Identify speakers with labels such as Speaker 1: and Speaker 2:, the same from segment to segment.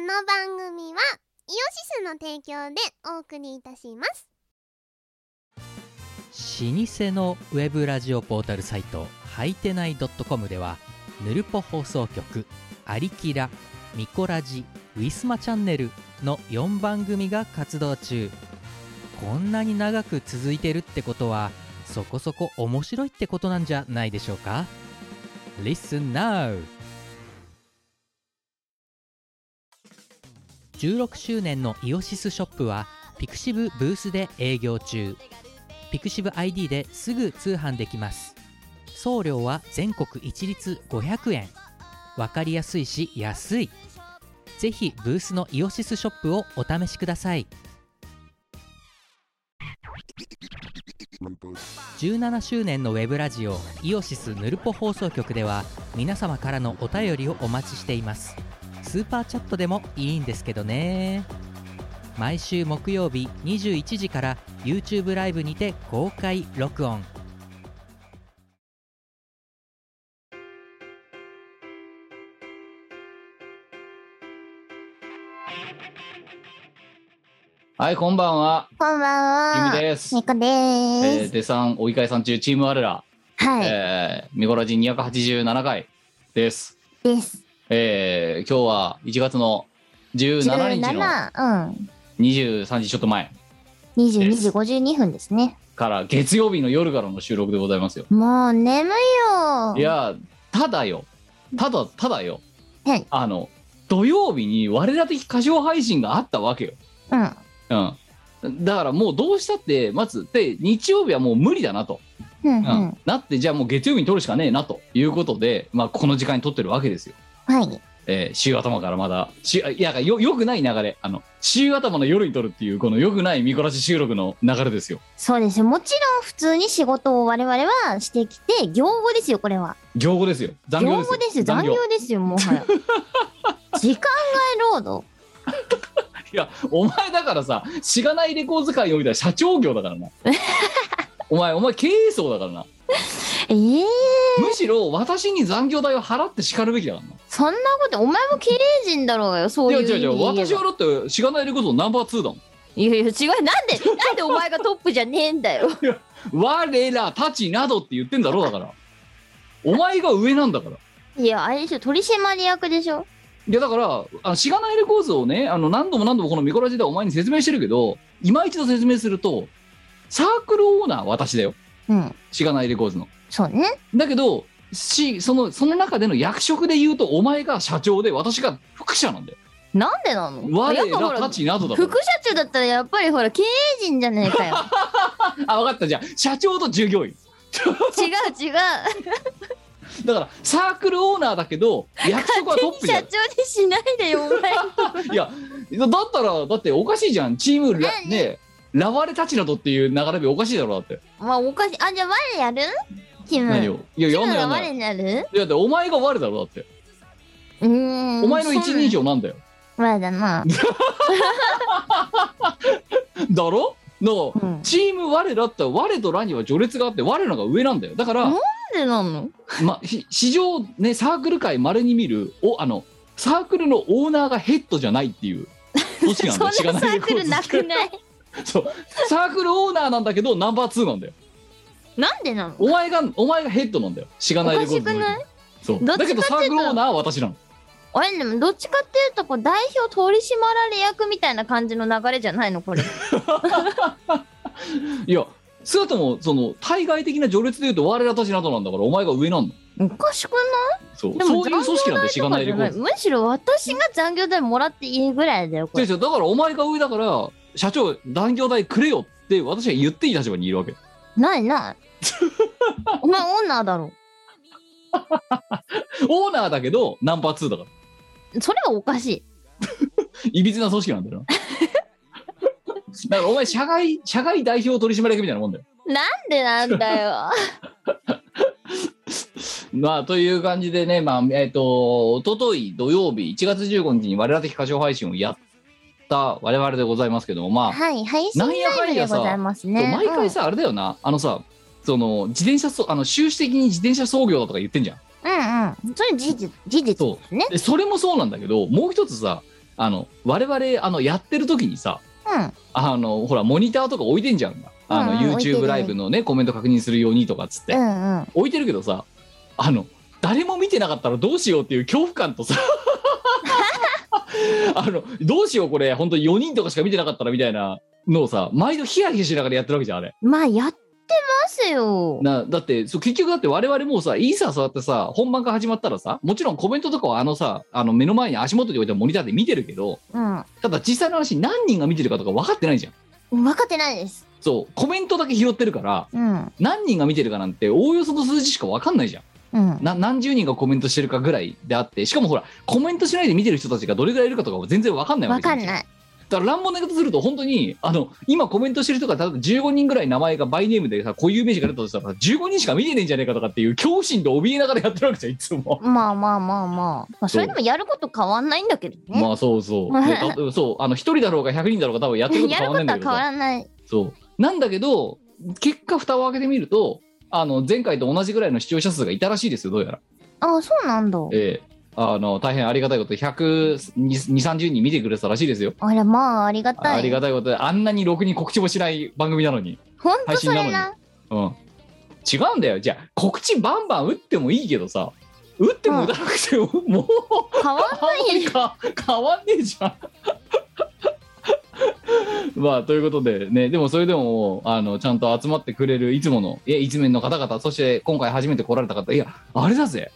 Speaker 1: の番組はイオシスの提供でお送りいたします
Speaker 2: 老舗のウェブラジオポータルサイトはいてない .com ではぬるぽ放送局「アリキラ」「ミコラジ」「ウィスマチャンネル」の4番組が活動中こんなに長く続いてるってことはそこそこ面白いってことなんじゃないでしょうか Listen now! 16周年のイオシスショップはピクシブブースで営業中ピクシブ ID ですぐ通販できます送料は全国一律500円わかりやすいし安いぜひブースのイオシスショップをお試しください17周年のウェブラジオイオシスヌルポ放送局では皆様からのお便りをお待ちしていますスーパーチャットでもいいんですけどね毎週木曜日21時から YouTube ライブにて公開録音
Speaker 3: はい、こんばんは。
Speaker 1: こんばん
Speaker 3: ゆみ
Speaker 1: は
Speaker 3: です。
Speaker 1: みこで
Speaker 3: え
Speaker 1: ー
Speaker 3: ー、
Speaker 1: す、
Speaker 3: デさん、追い返さん中、チーム我ら。
Speaker 1: はい、
Speaker 3: えー、ミコラジ287回です。
Speaker 1: です
Speaker 3: えー、今日は1月の17日の
Speaker 1: 17うん
Speaker 3: 23時ちょっと前
Speaker 1: 22時52分ですね
Speaker 3: から月曜日の夜からの収録でございますよ。
Speaker 1: もう眠いよ
Speaker 3: いやー、ただよ。ただ、ただよ。
Speaker 1: はい
Speaker 3: あの、土曜日に我ら的歌唱配信があったわけよ。
Speaker 1: うん
Speaker 3: うん。だからもうどうしたって、まず、で、日曜日はもう無理だなと。
Speaker 1: うんうん、
Speaker 3: うんなって、じゃあもう月曜日に撮るしかねえなということで、まあ、この時間に撮ってるわけですよ。
Speaker 1: はい
Speaker 3: えー週頭からまだ、週あいやよ、よくない流れ、あの、週頭の夜に撮るっていう、このよくない見こらし収録の流れですよ。
Speaker 1: そうですよもちろん普通に仕事を我々はしてきて行語ですよこれは
Speaker 3: 行語ですよ。残業
Speaker 1: 行
Speaker 3: です
Speaker 1: 語
Speaker 3: よ。
Speaker 1: ですよ残業ですよもはや 時間外労働
Speaker 3: いや、お前だからさ、しがないレコーズ会においては社長業だか らな。お前、お前経営層だからな。
Speaker 1: ええ
Speaker 3: むしろ私に残業代を払って叱るべきだからな。
Speaker 1: そんなことお前も経営人だろうがよそう
Speaker 3: い
Speaker 1: い
Speaker 3: や、
Speaker 1: う
Speaker 3: 違
Speaker 1: 意味
Speaker 3: う
Speaker 1: で
Speaker 3: 違う、
Speaker 1: 言えば
Speaker 3: 私はだって、しがないレコーズのナンバー2だもん。
Speaker 1: いやいや違うなん でなんでお前がトップじゃねえんだよ
Speaker 3: 我らたちなどって言ってんだろうだからお前が上なんだから
Speaker 1: いやあれでしょ取締役でしょ
Speaker 3: いやだからあのしがないレコーズをねあの何度も何度もこのミコラジではお前に説明してるけど今一度説明するとサークルオーナーは私だよ
Speaker 1: うん
Speaker 3: しがないレコーズの
Speaker 1: そうね
Speaker 3: だけどしそのその中での役職で言うとお前が社長で私が副社なんだよ
Speaker 1: なんでなの
Speaker 3: 我
Speaker 1: やっぱほら
Speaker 3: らたちなどだから
Speaker 1: 副社長だったらやっぱりほら経営人じゃねえか よ
Speaker 3: あ分かったじゃあ社長と従業員
Speaker 1: 違う違う
Speaker 3: だからサークルオーナーだけど役職はトップじゃ
Speaker 1: 社
Speaker 3: ん
Speaker 1: 長にしないでよお前
Speaker 3: いや、だったら、だっておかしいじゃん。チームラ、
Speaker 1: 何
Speaker 3: ね、ラワレたちなどっていう流れでおかしいだろ、だって。
Speaker 1: まあおかしいあじゃあ我やるキム
Speaker 3: 何を。いや、
Speaker 1: キ
Speaker 3: や
Speaker 1: ム
Speaker 3: んない
Speaker 1: が
Speaker 3: やんない。
Speaker 1: 我
Speaker 3: い
Speaker 1: になる
Speaker 3: や、だってお前が我だろ、だって。
Speaker 1: うーん
Speaker 3: お前の一人称なんだよ。
Speaker 1: そう我だな
Speaker 3: だろの、
Speaker 1: うん
Speaker 3: チーム我だったら、我とラには序列があって、我のが上なんだよ。だか
Speaker 1: う
Speaker 3: ら
Speaker 1: ん、なんでなの
Speaker 3: ま、ひ史上ね、サークル界稀に見る、お、あの、サークルのオーナーがヘッドじゃないっていう。 組織
Speaker 1: そ
Speaker 3: なん
Speaker 1: んな
Speaker 3: だよ
Speaker 1: サークルな く
Speaker 3: い
Speaker 1: ない
Speaker 3: そうサークルオーナーなんだけどナンバー2なんだよ
Speaker 1: なんでなの
Speaker 3: お前がお前がヘッドなんだよしがないレコードの時
Speaker 1: おかしく
Speaker 3: そう
Speaker 1: どっちか
Speaker 3: だけどサークルオーナーは私なの
Speaker 1: あれでもどっちかっていうとこう代表取締役役みたいな感じの流れじゃないのこれ
Speaker 3: いやそれだともその対外的な序列で言うと我らたちなどなんだからお前が上なんの
Speaker 1: おかしくない
Speaker 3: そう
Speaker 1: で
Speaker 3: そ
Speaker 1: も
Speaker 3: ういう組織なんでしが
Speaker 1: と
Speaker 3: な
Speaker 1: か
Speaker 3: い
Speaker 1: じ
Speaker 3: レ
Speaker 1: ゃ
Speaker 3: コ
Speaker 1: ない
Speaker 3: ード
Speaker 1: むしろ私が残業代もらっていいぐらいだよこ
Speaker 3: 違う
Speaker 1: れ
Speaker 3: 違うだからお前が上だから社長残業代くれよって私は言っていい立場にいるわけ
Speaker 1: ないないお前オーナーだろ
Speaker 3: オーナーだけどナンバー2だから
Speaker 1: それはおかしい
Speaker 3: いびつな組織なん だよなだからお前社外社外代表取締役みたいなもんだよ
Speaker 1: なんでなんだよ
Speaker 3: まあ、という感じでね、まあ、えっ、と、一昨日土曜日、1月15日に我ら的歌唱配信をやった我々でございますけども、ま あ、
Speaker 1: はい配信ライブでございますね
Speaker 3: 毎回
Speaker 1: さ
Speaker 3: さ、あれだよな、あのさ、その、自転車そ、あの、収支的に自転車操業だとか言ってんじゃん。
Speaker 1: うんうんそれ事実事実ですね
Speaker 3: で、それもそうなんだけど、もう一つさ、あの我々あのやってる時にさ
Speaker 1: うん。
Speaker 3: あのほらモニターとか置いてんじゃんあの、
Speaker 1: うんうん置いてる
Speaker 3: YouTube ライブのねコメント確認するようにとかっつって、
Speaker 1: うんうん。
Speaker 3: 置いてるけどさあの誰も見てなかったらどうしようっていう恐怖感 とさあのどうしようこれ本当4人とかしか見てなかったらみたいなのをさ毎度ヒヤヒヤしながらやってるわけじゃんあれ
Speaker 1: まあ、やってますよ。
Speaker 3: なだってそう結局だって我々もうさイーサー触ってさ本番が始まったらさもちろんコメントとかはあのさあの目の前に足元に置いたモニターで見てるけど
Speaker 1: うん。
Speaker 3: ただ実際の話何人が見てるかとか分かってないじゃん
Speaker 1: 分かってないです。
Speaker 3: そうコメントだけ拾ってるから
Speaker 1: うん。
Speaker 3: 何人が見てるかなんておおよその数字しか分かんないじゃん
Speaker 1: うん。
Speaker 3: な何十人がコメントしてるかぐらいであってしかもほらコメントしないで見てる人たちがどれぐらいいるかとかは全然わかんないわ
Speaker 1: 分
Speaker 3: けじゃ
Speaker 1: かんない。
Speaker 3: だから乱暴な言い方すると本当にあの今コメントしてる人が例えば15人ぐらい名前がバイネームでさこういう名詞が出たとしたらさ15人しか見てねえんじゃねえかとかっていう恐怖心と怯えながらやってるわけじゃんいつも。
Speaker 1: まあまあまあまあ。まあ、それでもやること変わんないんだけどね。
Speaker 3: まあそうそう でたそうあの1人だろうが100人だろうが多分やってること
Speaker 1: やる
Speaker 3: 変
Speaker 1: ことは
Speaker 3: わんないんだけ
Speaker 1: 変
Speaker 3: どさ
Speaker 1: わらない。
Speaker 3: そうなんだけど結果蓋を開けてみるとあの前回と同じぐらいの視聴者数がいたらしいですよどうやら。
Speaker 1: ああ、そうなんだ。
Speaker 3: ええあの大変ありがたいことで12030人見てくれてたらしいですよ、
Speaker 1: あれ、まあ、ありがたい。
Speaker 3: ありがたいことであんなにろくに告知もしない番組なのに、
Speaker 1: ほんとそれ
Speaker 3: 配信な
Speaker 1: な。
Speaker 3: うん、違うんだよじゃあ告知バンバン打ってもいいけどさ打っても打たなくても、もう
Speaker 1: 変 わん
Speaker 3: あんまりか変わんねえじゃん まあということでねでもそれでももうあのちゃんと集まってくれるいつものいや一面の方々そして今回初めて来られた方いやあれだぜ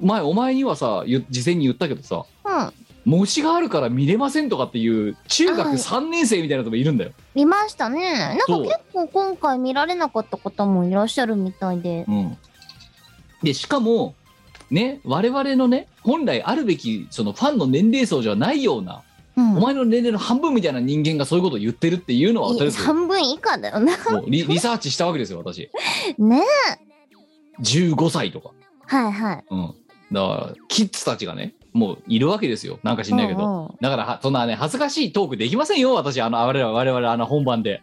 Speaker 3: 前お前にはさ言事前に言ったけどさ
Speaker 1: うん。
Speaker 3: 模試があるから見れませんとかっていう中学
Speaker 1: はい
Speaker 3: 3年生みたいなのもいるんだよ、
Speaker 1: 見ましたね。なんか
Speaker 3: そう
Speaker 1: 結構今回見られなかった方もいらっしゃるみたいで。
Speaker 3: うん、でしかもね我々のね本来あるべきそのファンの年齢層じゃないような、
Speaker 1: うん
Speaker 3: お。前の年齢の半分みたいな人間がそういうことを言ってるっていうのは私
Speaker 1: 半分以下だよな。
Speaker 3: もうリリサーチしたわけですよ私
Speaker 1: ね
Speaker 3: 15歳とか、
Speaker 1: はいはい。
Speaker 3: うん、だからキッズたちがねもういるわけですよなんか知んないけど、
Speaker 1: うんうん
Speaker 3: だからはそんなね恥ずかしいトークできませんよ私あの我々我々あの本番で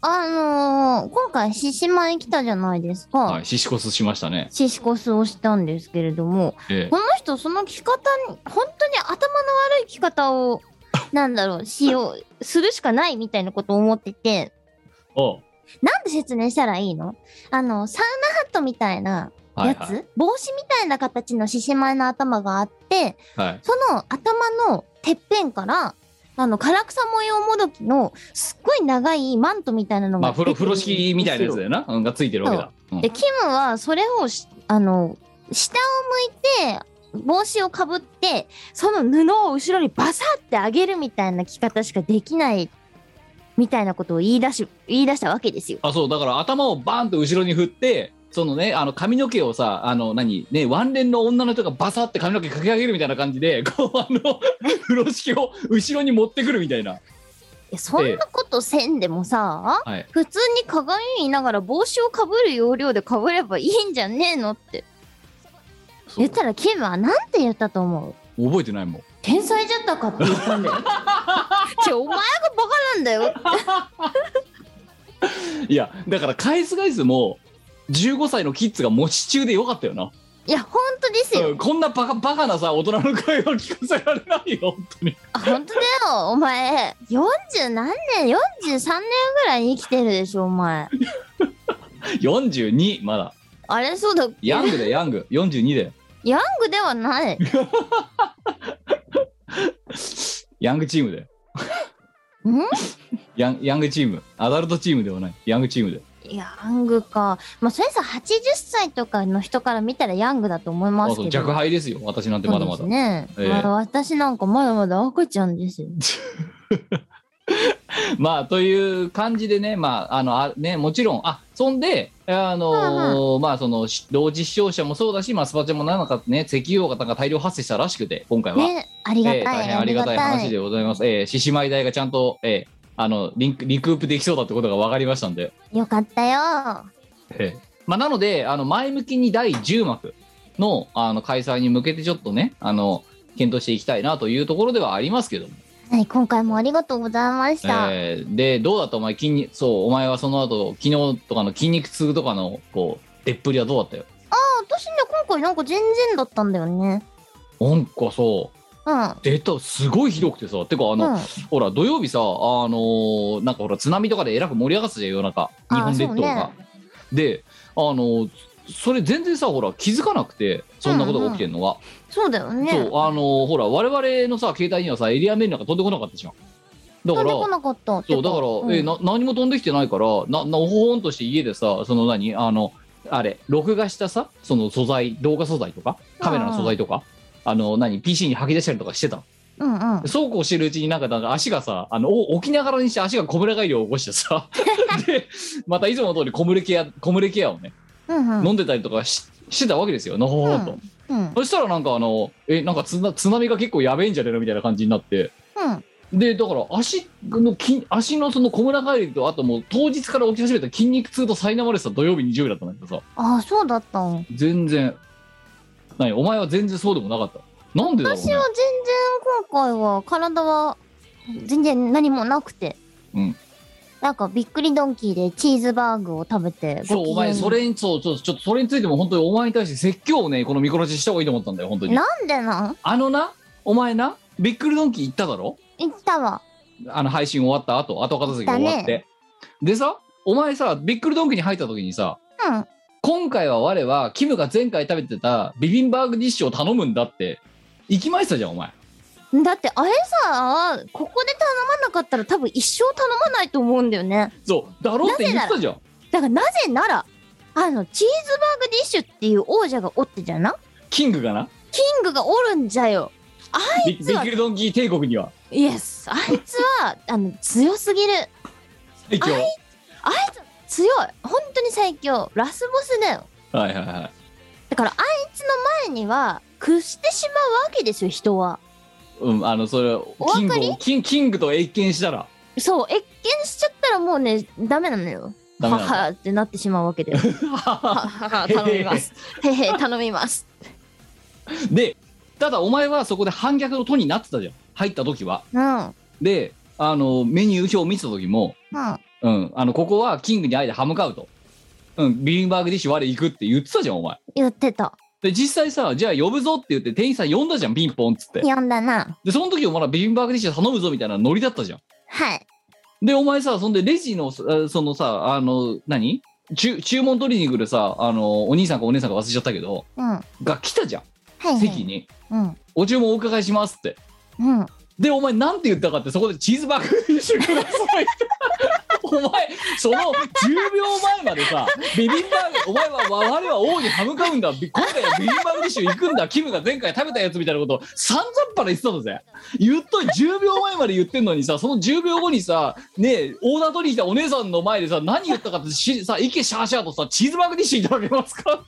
Speaker 1: あのー、今回獅子舞来たじゃないですか。
Speaker 3: はいシシコスしましたね、
Speaker 1: シシコスをしたんですけれども、
Speaker 3: ええ
Speaker 1: この人その着方に本当に頭の悪い着方をなんだろうしようするしかないみたいなことを思ってて
Speaker 3: おう
Speaker 1: なんで説明したらいいのあのサウナハットみたいな
Speaker 3: はい
Speaker 1: やつ、
Speaker 3: はい
Speaker 1: 帽子みたいな形の獅子舞の頭があって
Speaker 3: はい
Speaker 1: その頭のてっぺんからあの唐草模様もどきのすっごい長いマントみたいなの
Speaker 3: ま
Speaker 1: が
Speaker 3: あ風呂
Speaker 1: 出て
Speaker 3: 風
Speaker 1: るんですよ
Speaker 3: 呂敷みたいなやつだよな、うん、がついてるわけだ、うん
Speaker 1: でキムはそれをしあの下を向いて帽子をかぶってその布を後ろにバサって上げるみたいな着方しかできないみたいなことを言い出し言い出したわけですよ。
Speaker 3: あそうだから頭をバーンと後ろに振ってそのねあの髪の毛をさあの何ねワンレンの女の人がバサって髪の毛かき上げるみたいな感じで こうあの風呂敷を後ろに持ってくるみたいな、
Speaker 1: いやそんなことせんでもさ、
Speaker 3: はい、
Speaker 1: 普通に鏡見ながら帽子をかぶる要領でかぶればいいんじゃねえのって
Speaker 3: そう
Speaker 1: 言ったらキムはなんて言ったと思う
Speaker 3: 覚えてないもん
Speaker 1: 天才じゃったかって言ったん だよ。ちょお前がバカなんだよ。
Speaker 3: いやだから返す返すも15歳のキッズが持ち中でよかったよな、
Speaker 1: いや本当ですよ
Speaker 3: う。んこんなバカバカなさ大人の声は聞かせられないよ本当に
Speaker 1: あ本当だよお前40何年43年ぐらいに生きてるでしょお前
Speaker 3: 42まだ
Speaker 1: あれそうだっけ
Speaker 3: ヤングだよヤング42だよ
Speaker 1: ヤングではない
Speaker 3: ヤングチームだよ
Speaker 1: ん
Speaker 3: ヤンヤングチームアダルトチームではないヤングチームで
Speaker 1: ヤングかまあそれさ80歳とかの人から見たらヤングだと思いま
Speaker 3: あ
Speaker 1: す
Speaker 3: そ
Speaker 1: け
Speaker 3: う
Speaker 1: ど
Speaker 3: 若輩ですよ私なんてまだまだ、
Speaker 1: そうですね、
Speaker 3: ええ
Speaker 1: まだ私なんかまだまだ赤ちゃんですよ
Speaker 3: まあという感じでねまああのあねもちろんあそんであの
Speaker 1: は
Speaker 3: まあそのし同時視聴者もそうだし、まあ、スパチャもなんかね石油王方が大量発生したらしくて今回は、
Speaker 1: ねありがたい、
Speaker 3: えー大変ありがたい話でございますえー獅子舞台がちゃんと、えーあのリンクリクープできそうだってことが分かりましたんで、
Speaker 1: よかったよ
Speaker 3: えーまあ、なのであの前向きに第10幕のあの開催に向けてちょっとねあの検討していきたいなというところではありますけども
Speaker 1: はい今回もありがとうございました、
Speaker 3: えーでどうだったお前筋肉そうお前はその後昨日とかの筋肉痛とかのこう出っぷりはどうだったよ
Speaker 1: あ私ね今回なんか全然だったんだよね
Speaker 3: なんかそう
Speaker 1: うん。
Speaker 3: 出たすごいひどくてさてかあの、
Speaker 1: うん
Speaker 3: ほら土曜日さあのーなんかほら津波とかでえらく盛り上がってたじゃん夜中
Speaker 1: あー
Speaker 3: 日本列島が。
Speaker 1: そ
Speaker 3: であのーそれ全然さほら気づかなくてそんなことが起きてんのが、
Speaker 1: そうだよね。
Speaker 3: そうあのーほら我々のさ携帯にはさエリアメールなんか飛んでこなかったじゃん。
Speaker 1: 飛
Speaker 3: だか
Speaker 1: ん
Speaker 3: ら
Speaker 1: でこなかったってこ
Speaker 3: そうだから、
Speaker 1: と
Speaker 3: えな何も飛んできてないからななほほんとして家でさその何あのあれ録画したさその素材動画素材とかカメラの素材とか、あの何 PC に吐き出したりとかしてたの
Speaker 1: うんうんうん。
Speaker 3: そうこうしてるうちになんかなんか足がさあのお起きながらにして足が小村返りを起こし てさでまたいつもの通り小村ケア小村ケアを
Speaker 1: う
Speaker 3: ね、
Speaker 1: んうん。
Speaker 3: 飲んでたりとかししてたわけですよのほほんと、
Speaker 1: うん。
Speaker 3: そしたらなんかあのえなんか津な津波が結構やべえんじゃねえのみたいな感じになって
Speaker 1: うん。
Speaker 3: でだから足の筋足のその小村帰りとあともう当日から起き始めた筋肉痛と苛まれてた土曜日日曜日だったんだけどさ
Speaker 1: ああ、そうだったん。
Speaker 3: 全然何お前は全然そうでもなかったなんでだろう、
Speaker 1: 私
Speaker 3: ね
Speaker 1: は、全然今回は体は全然何もなくて。
Speaker 3: うん。
Speaker 1: なんかびっくりドンキーでチーズバーグを食べて
Speaker 3: そうお前それにそうちょちょっとそれについても本当にお前に対して説教をねこの見殺しした方がいいと思ったんだよ本当に
Speaker 1: なんでなん
Speaker 3: あのなお前なびっくりドンキー行っただろ
Speaker 1: 言ったわ
Speaker 3: あの配信終わった後後片付けが終わっ
Speaker 1: だ
Speaker 3: て、でさお前さびっくりドンキーに入った時にさ、
Speaker 1: うん
Speaker 3: 今回は我はキムが前回食べてたビビンバーグディッシュを頼むんだって行きましたじゃんお前
Speaker 1: だってあれさここで頼まなかったら多分一生頼まないと思うんだよね
Speaker 3: そうだろうって言ってたじゃん
Speaker 1: だからなぜならあのチーズバーグディッシュっていう王者がおってじゃな
Speaker 3: キングがな
Speaker 1: キングがおるんじゃよ
Speaker 3: ビビ
Speaker 1: つは
Speaker 3: ックリドンキー帝国には
Speaker 1: イエスあいつはあの強すぎる
Speaker 3: 最強
Speaker 1: ああいつ強い本当に最強ラスボスだよ
Speaker 3: はいはいはい
Speaker 1: だからあいつの前には屈してしまうわけですよ人は
Speaker 3: うんあのそれ
Speaker 1: 分か
Speaker 3: キン
Speaker 1: り
Speaker 3: グをキンキングと謁見したら
Speaker 1: そう越見しちゃったらもうねダメなのよ
Speaker 3: ダメ
Speaker 1: は
Speaker 3: なの
Speaker 1: はってなってしまうわ けだよはは頼みます へへ頼みます
Speaker 3: でただお前はそこで反逆の都になってたじゃん入った時は
Speaker 1: うんうん
Speaker 3: であのメニュー表を見てた時もうんあのここはキングにあえて歯向かうとうんビビンバーグディッシュ我行くって言ってたじゃんお前
Speaker 1: 言ってた
Speaker 3: で実際さじゃあ呼ぶぞって言って店員さん呼んだじゃんピンポンっつって
Speaker 1: 呼んだな
Speaker 3: でその時お前らビビンバーグディッシュ頼むぞみたいなノリだったじゃん
Speaker 1: はい
Speaker 3: でお前さそんでレジのそそのさあの何注注文取りに来るさあのお兄さんかお姉さんか忘れちゃったけど
Speaker 1: うんはい
Speaker 3: が来たじゃ
Speaker 1: は
Speaker 3: ん
Speaker 1: い
Speaker 3: 席に
Speaker 1: うん
Speaker 3: 「お注文お伺いします」って
Speaker 1: うん
Speaker 3: でお前なんて言ったかってそこでチーズバーグディッシュくださいってお前その10秒前までさビビンバーグお前はわ我は王に歯向かうんだび今回はビビンバーグディッシュ行くんだキムが前回食べたやつみたいなことさんざっぱら言ってたんだぜ言っとい10秒前まで言ってんのにさその10秒後にさねえオーナー取りに来たお姉さんの前でさ何言ったかってしさ息シャーシャーとさチーズバーグディッシュいただけますか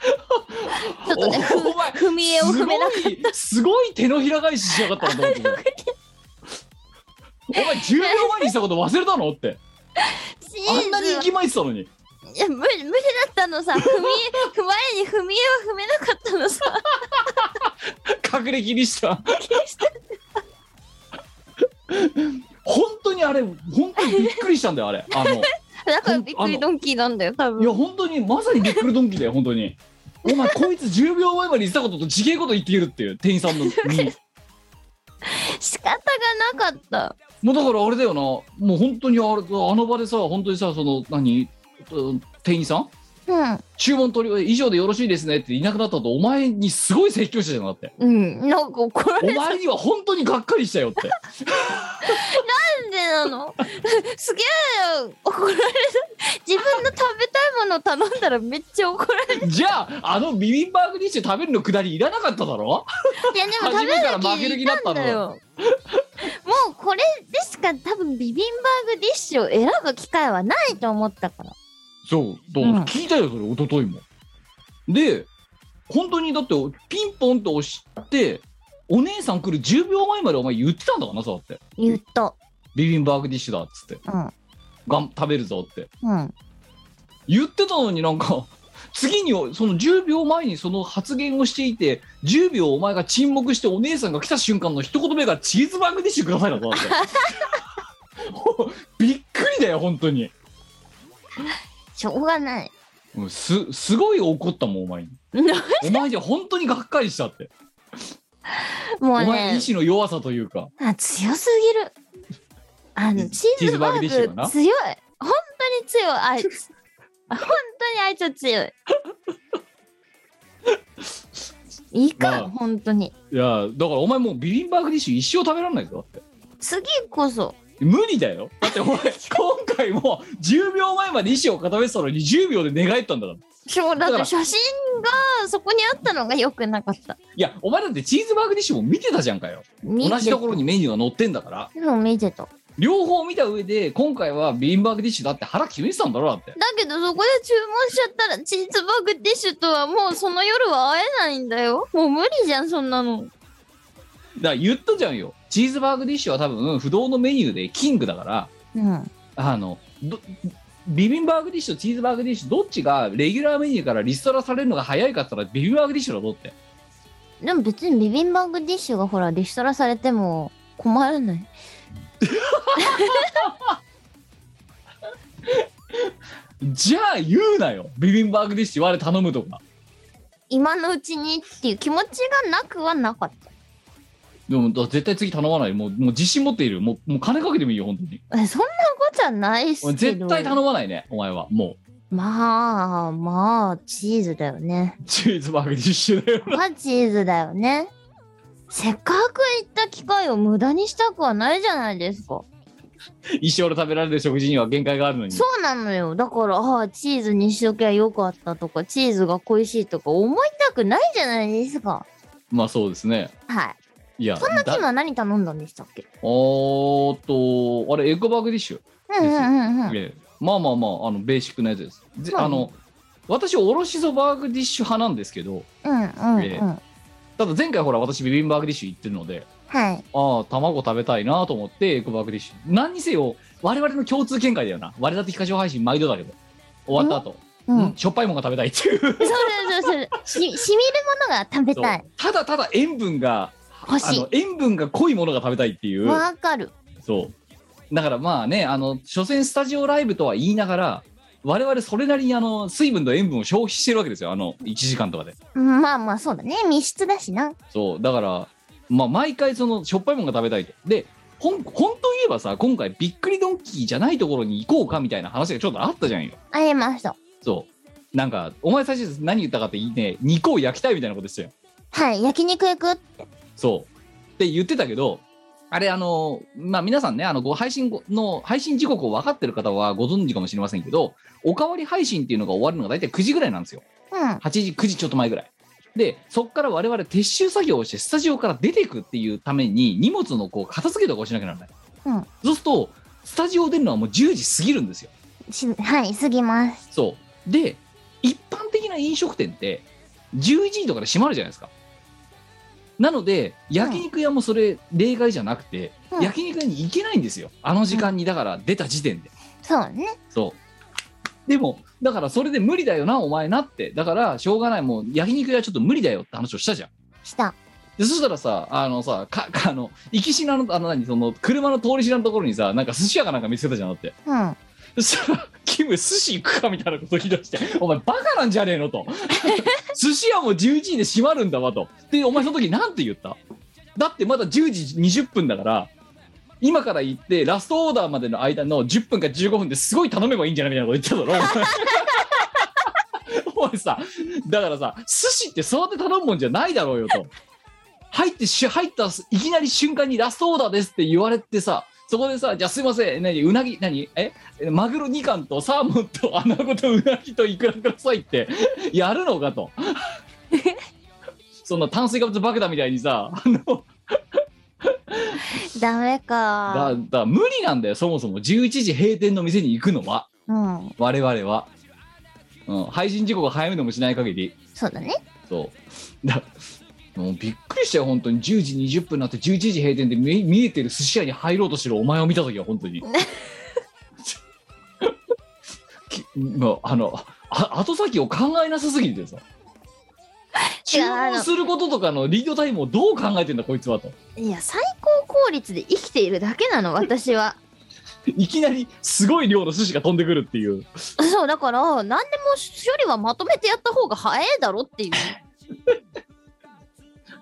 Speaker 1: ちょっとねふ
Speaker 3: お前
Speaker 1: 踏み絵を踏めなかっ
Speaker 3: すごいすごい手のひら返ししやがったなと思ってお前10秒前にしたこと忘れたのって
Speaker 1: たチ
Speaker 3: あんなに
Speaker 1: ーズ
Speaker 3: 息巻いてたのに
Speaker 1: いや無無理だったの さ踏み絵前に踏み絵を踏めなかったのさ
Speaker 3: 隠れ切りした本当にあれ本当にびっくりしたんだよあれあの
Speaker 1: だからびっくりドンキーなんだよ多
Speaker 3: いや
Speaker 1: 分
Speaker 3: 本当にまさにびっくりドンキだよ本当にお前こいつ10秒前まで言ってたことと違えこと言っているっていう店員さんのに
Speaker 1: 仕方がなかった
Speaker 3: もうだからあれだよなもう本当にあれあの場でさ本当にさその何うん店員さん
Speaker 1: うん
Speaker 3: 注文取り以上でよろしいですねっていなくなったとお前にすごい説教したじゃんだ って
Speaker 1: うんなんか怒ら
Speaker 3: お
Speaker 1: れ
Speaker 3: 前には本当にがっかりしたよって
Speaker 1: なんでなの すげえ怒られる自分の食べたいものを頼んだらめっちゃ怒られる
Speaker 3: じゃああのビビンバーグディッシュ食べるのくだりいらなかっただろ
Speaker 1: いやでも
Speaker 3: 初
Speaker 1: 食べ
Speaker 3: めから
Speaker 1: る
Speaker 3: 負け
Speaker 1: 気
Speaker 3: る気
Speaker 1: にい
Speaker 3: だったた
Speaker 1: ん
Speaker 3: の
Speaker 1: だよもうこれでしか多分ビビンバーグディッシュを選ぶ機会はないと思ったから
Speaker 3: そうどう
Speaker 1: うん
Speaker 3: 聞いたよそれ一昨日もで本当にだってピンポンと押してお姉さん来る10秒前までお前言ってたんだからなそうだって
Speaker 1: 言っと
Speaker 3: ビビンバーグディッシュだっつって
Speaker 1: うん
Speaker 3: がん食べるぞって
Speaker 1: うん
Speaker 3: 言ってたのになんか次にその10秒前にその発言をしていて10秒お前が沈黙してお姉さんが来た瞬間の一言目がチーズバーグディッシュくださいなとだってびっくりだよ本当に
Speaker 1: しょうが ない
Speaker 3: うんすすごい怒ったもんお前に
Speaker 1: な
Speaker 3: お前じゃ本当にがっかりしたって
Speaker 1: も
Speaker 3: お
Speaker 1: う
Speaker 3: 前
Speaker 1: ね
Speaker 3: 意、志の弱さというか
Speaker 1: あ強すぎる。あの、チ
Speaker 3: チ
Speaker 1: ー
Speaker 3: ー
Speaker 1: ズ
Speaker 3: ズ
Speaker 1: バ
Speaker 3: バ
Speaker 1: ー
Speaker 3: ー
Speaker 1: グ
Speaker 3: グ
Speaker 1: 強い
Speaker 3: ディッシュだ。な
Speaker 1: 本当に強い、あいつ。 本当にあいつは強い。いいか、
Speaker 3: まあ
Speaker 1: 本当に。
Speaker 3: いやだからお前もうビビンバーグディッシュ一生食べられないぞだっ
Speaker 1: 次こそ。
Speaker 3: て無理だよだってお前 今回も10秒前まで意志を固めてたのに10秒で寝返ったんだから
Speaker 1: そうだっ
Speaker 3: だか
Speaker 1: て
Speaker 3: ら
Speaker 1: 写真がそこにあったのが良くなかった。
Speaker 3: いやお前だってチーズバーグディッシュも見てたじゃんかよ
Speaker 1: 見
Speaker 3: 同
Speaker 1: て
Speaker 3: じところにメニューが載ってんだから
Speaker 1: でも見てた。だ
Speaker 3: 両方見た上で今回はビビンバーグディッシュだって腹決めてたんだろだって
Speaker 1: けどそこで注文しちゃったらチーズバーグディッシュとはもうその夜は会えないんだよ。もう無理じゃん、そんなの。
Speaker 3: だから言ったじゃんよチーズバーグディッシュは多分不動のメニューでキングだから
Speaker 1: うん。
Speaker 3: あのどビビンバーグディッシュとチーズバーグディッシュどっちがレギュラーメニューからリストラされるのが早いかって言ったらビビンバーグディッシュだぞって
Speaker 1: でも別にビビンバーグディッシュがほらリストラされても困らない。
Speaker 3: じゃあ言うなよビビンバーグディッシュ我頼むとか
Speaker 1: 今のうちにっていう気持ちがなくはなかった。
Speaker 3: でもだ絶対次頼まないもうもう自信持っているもうもう金かけてもいいよ本当に
Speaker 1: えそんなことはないっすけど。
Speaker 3: 絶対頼まないねお前はも
Speaker 1: まあまあチーズだよね。
Speaker 3: うチーズバーグディッシュだよ
Speaker 1: まあチーズだよね。せっかく行った機会を無駄にしたくはないじゃないですか。
Speaker 3: 一生で食べられる食事には限界があるのに
Speaker 1: そうなのよ。だから、ああ、チーズにしときゃよかったとか、チーズが恋しいとか思いたくないじゃないですか。
Speaker 3: まあそうですね
Speaker 1: はい。
Speaker 3: いや
Speaker 1: そんな
Speaker 3: だ
Speaker 1: 時は何頼んだんでしたっけ
Speaker 3: おーっとあれエッグバーグディッシュ、
Speaker 1: うんうんうんうん。
Speaker 3: ええまあまあまああのベーシックなやつですで
Speaker 1: うん
Speaker 3: あの私おろしそバーグディッシュ派なんですけど
Speaker 1: うんうん
Speaker 3: ええ
Speaker 1: うん。
Speaker 3: ただ前回ほら私ビビンバーグディッシュ行ってるので
Speaker 1: はい。
Speaker 3: ああ卵食べたいなと思ってエッグバーグディッシュ何にせよ我々の共通見解だよな我々的歌唱配信毎度だけど終わった後、
Speaker 1: うん。
Speaker 3: うんしょっぱいものが食べたいっていう
Speaker 1: そうそうそう そう。し、しみるものが食べたい。
Speaker 3: ただただ塩分が
Speaker 1: 欲しい
Speaker 3: あの塩分が濃いものが食べたいっていう、
Speaker 1: わかる。
Speaker 3: そうだからまあねあの所詮スタジオライブとは言いながら我々それなりにあの水分と塩分を消費してるわけですよあの1時間とかで
Speaker 1: まあまあそうだね。密室だしな。
Speaker 3: そうだからまあ毎回そのしょっぱいものが食べたいとでほん本当言えばさ今回びっくりドンキーじゃないところに行こうかみたいな話がちょっとあったじゃんよ
Speaker 1: ありました。
Speaker 3: そうなんかお前最初何言ったかっていいね肉を焼きたいみたいなことですよ
Speaker 1: はい。焼肉行く
Speaker 3: そう。って言ってたけど、あれ、あの、まあ、皆さんね、あの、ご配信ごの、配信時刻を分かってる方はご存知かもしれませんけど、おかわり配信っていうのが終わるのが大体9時ぐらいなんですよ。
Speaker 1: うん。
Speaker 3: 8時、9時ちょっと前ぐらい。で、そこから我々撤収作業をして、スタジオから出ていくっていうために、荷物のこう、片付けとかをしなきゃならない。
Speaker 1: うん
Speaker 3: そうすると、スタジオを出るのはもう10時過ぎるんですよ。
Speaker 1: しはい。過ぎます。
Speaker 3: そう。で、一般的な飲食店って、11時とかで閉まるじゃないですか。なので、焼肉屋もそれ、例外じゃなくて、
Speaker 1: うん
Speaker 3: 焼肉屋に行けないんですよ。あの時間に、だから出た時点で。
Speaker 1: そうね。
Speaker 3: そう。でも、だからそれで無理だよな、お前なって。だから、しょうがない、もう焼肉屋ちょっと無理だよって話をしたじゃん。
Speaker 1: した。
Speaker 3: でそしたらさ、あのさ、か、かあの、行きしなの、あの何、その、車の通りしなのところにさ、なんか寿司屋かなんか見つけたじゃん、だって。
Speaker 1: うん。
Speaker 3: そしたら、キム、寿司行くかみたいなこと言い出して、お前、バカなんじゃねえのと。 寿司屋も11時で閉まるんだわと。で、お前、その時なんて言っただってまだ10時20分だから、今から行って、ラストオーダーまでの間の10分か15分ですごい頼めばいいんじゃないみたいなこと言ってただろ、 お前。お前さ、だからさ、寿司ってそうやって頼むもんじゃないだろうよと。入ってし、入ったす、いきなり瞬間にラストオーダーですって言われてさ、そこでさ、じゃあすいません、何、うなぎ、何、え、マグロ2貫とサーモンとアナゴとウナギとイクラくださいって やるのかとそんな炭水化物爆弾みたいにさあの
Speaker 1: ダメ
Speaker 3: だ
Speaker 1: か。
Speaker 3: だ無理なんだよそもそも11時閉店の店に行くのは
Speaker 1: うん。
Speaker 3: 我々は、うん、配信時刻を早めのもしない限り
Speaker 1: そうだね。
Speaker 3: そうだもうびっくりしたよ本当に10時20分になって11時閉店で見見えてる寿司屋に入ろうとしてるお前を見た時は本当にきもうあのあ後先を考えなさすぎてさ注
Speaker 1: あの
Speaker 3: 文することとかのリードタイムをどう考えてんだこいつはと
Speaker 1: いや、最高効率で生きているだけなの、私は。
Speaker 3: いきなりすごい量の寿司が飛んでくるっていう
Speaker 1: そう、だから、何でも処理はまとめてやった方が早いだろっていう。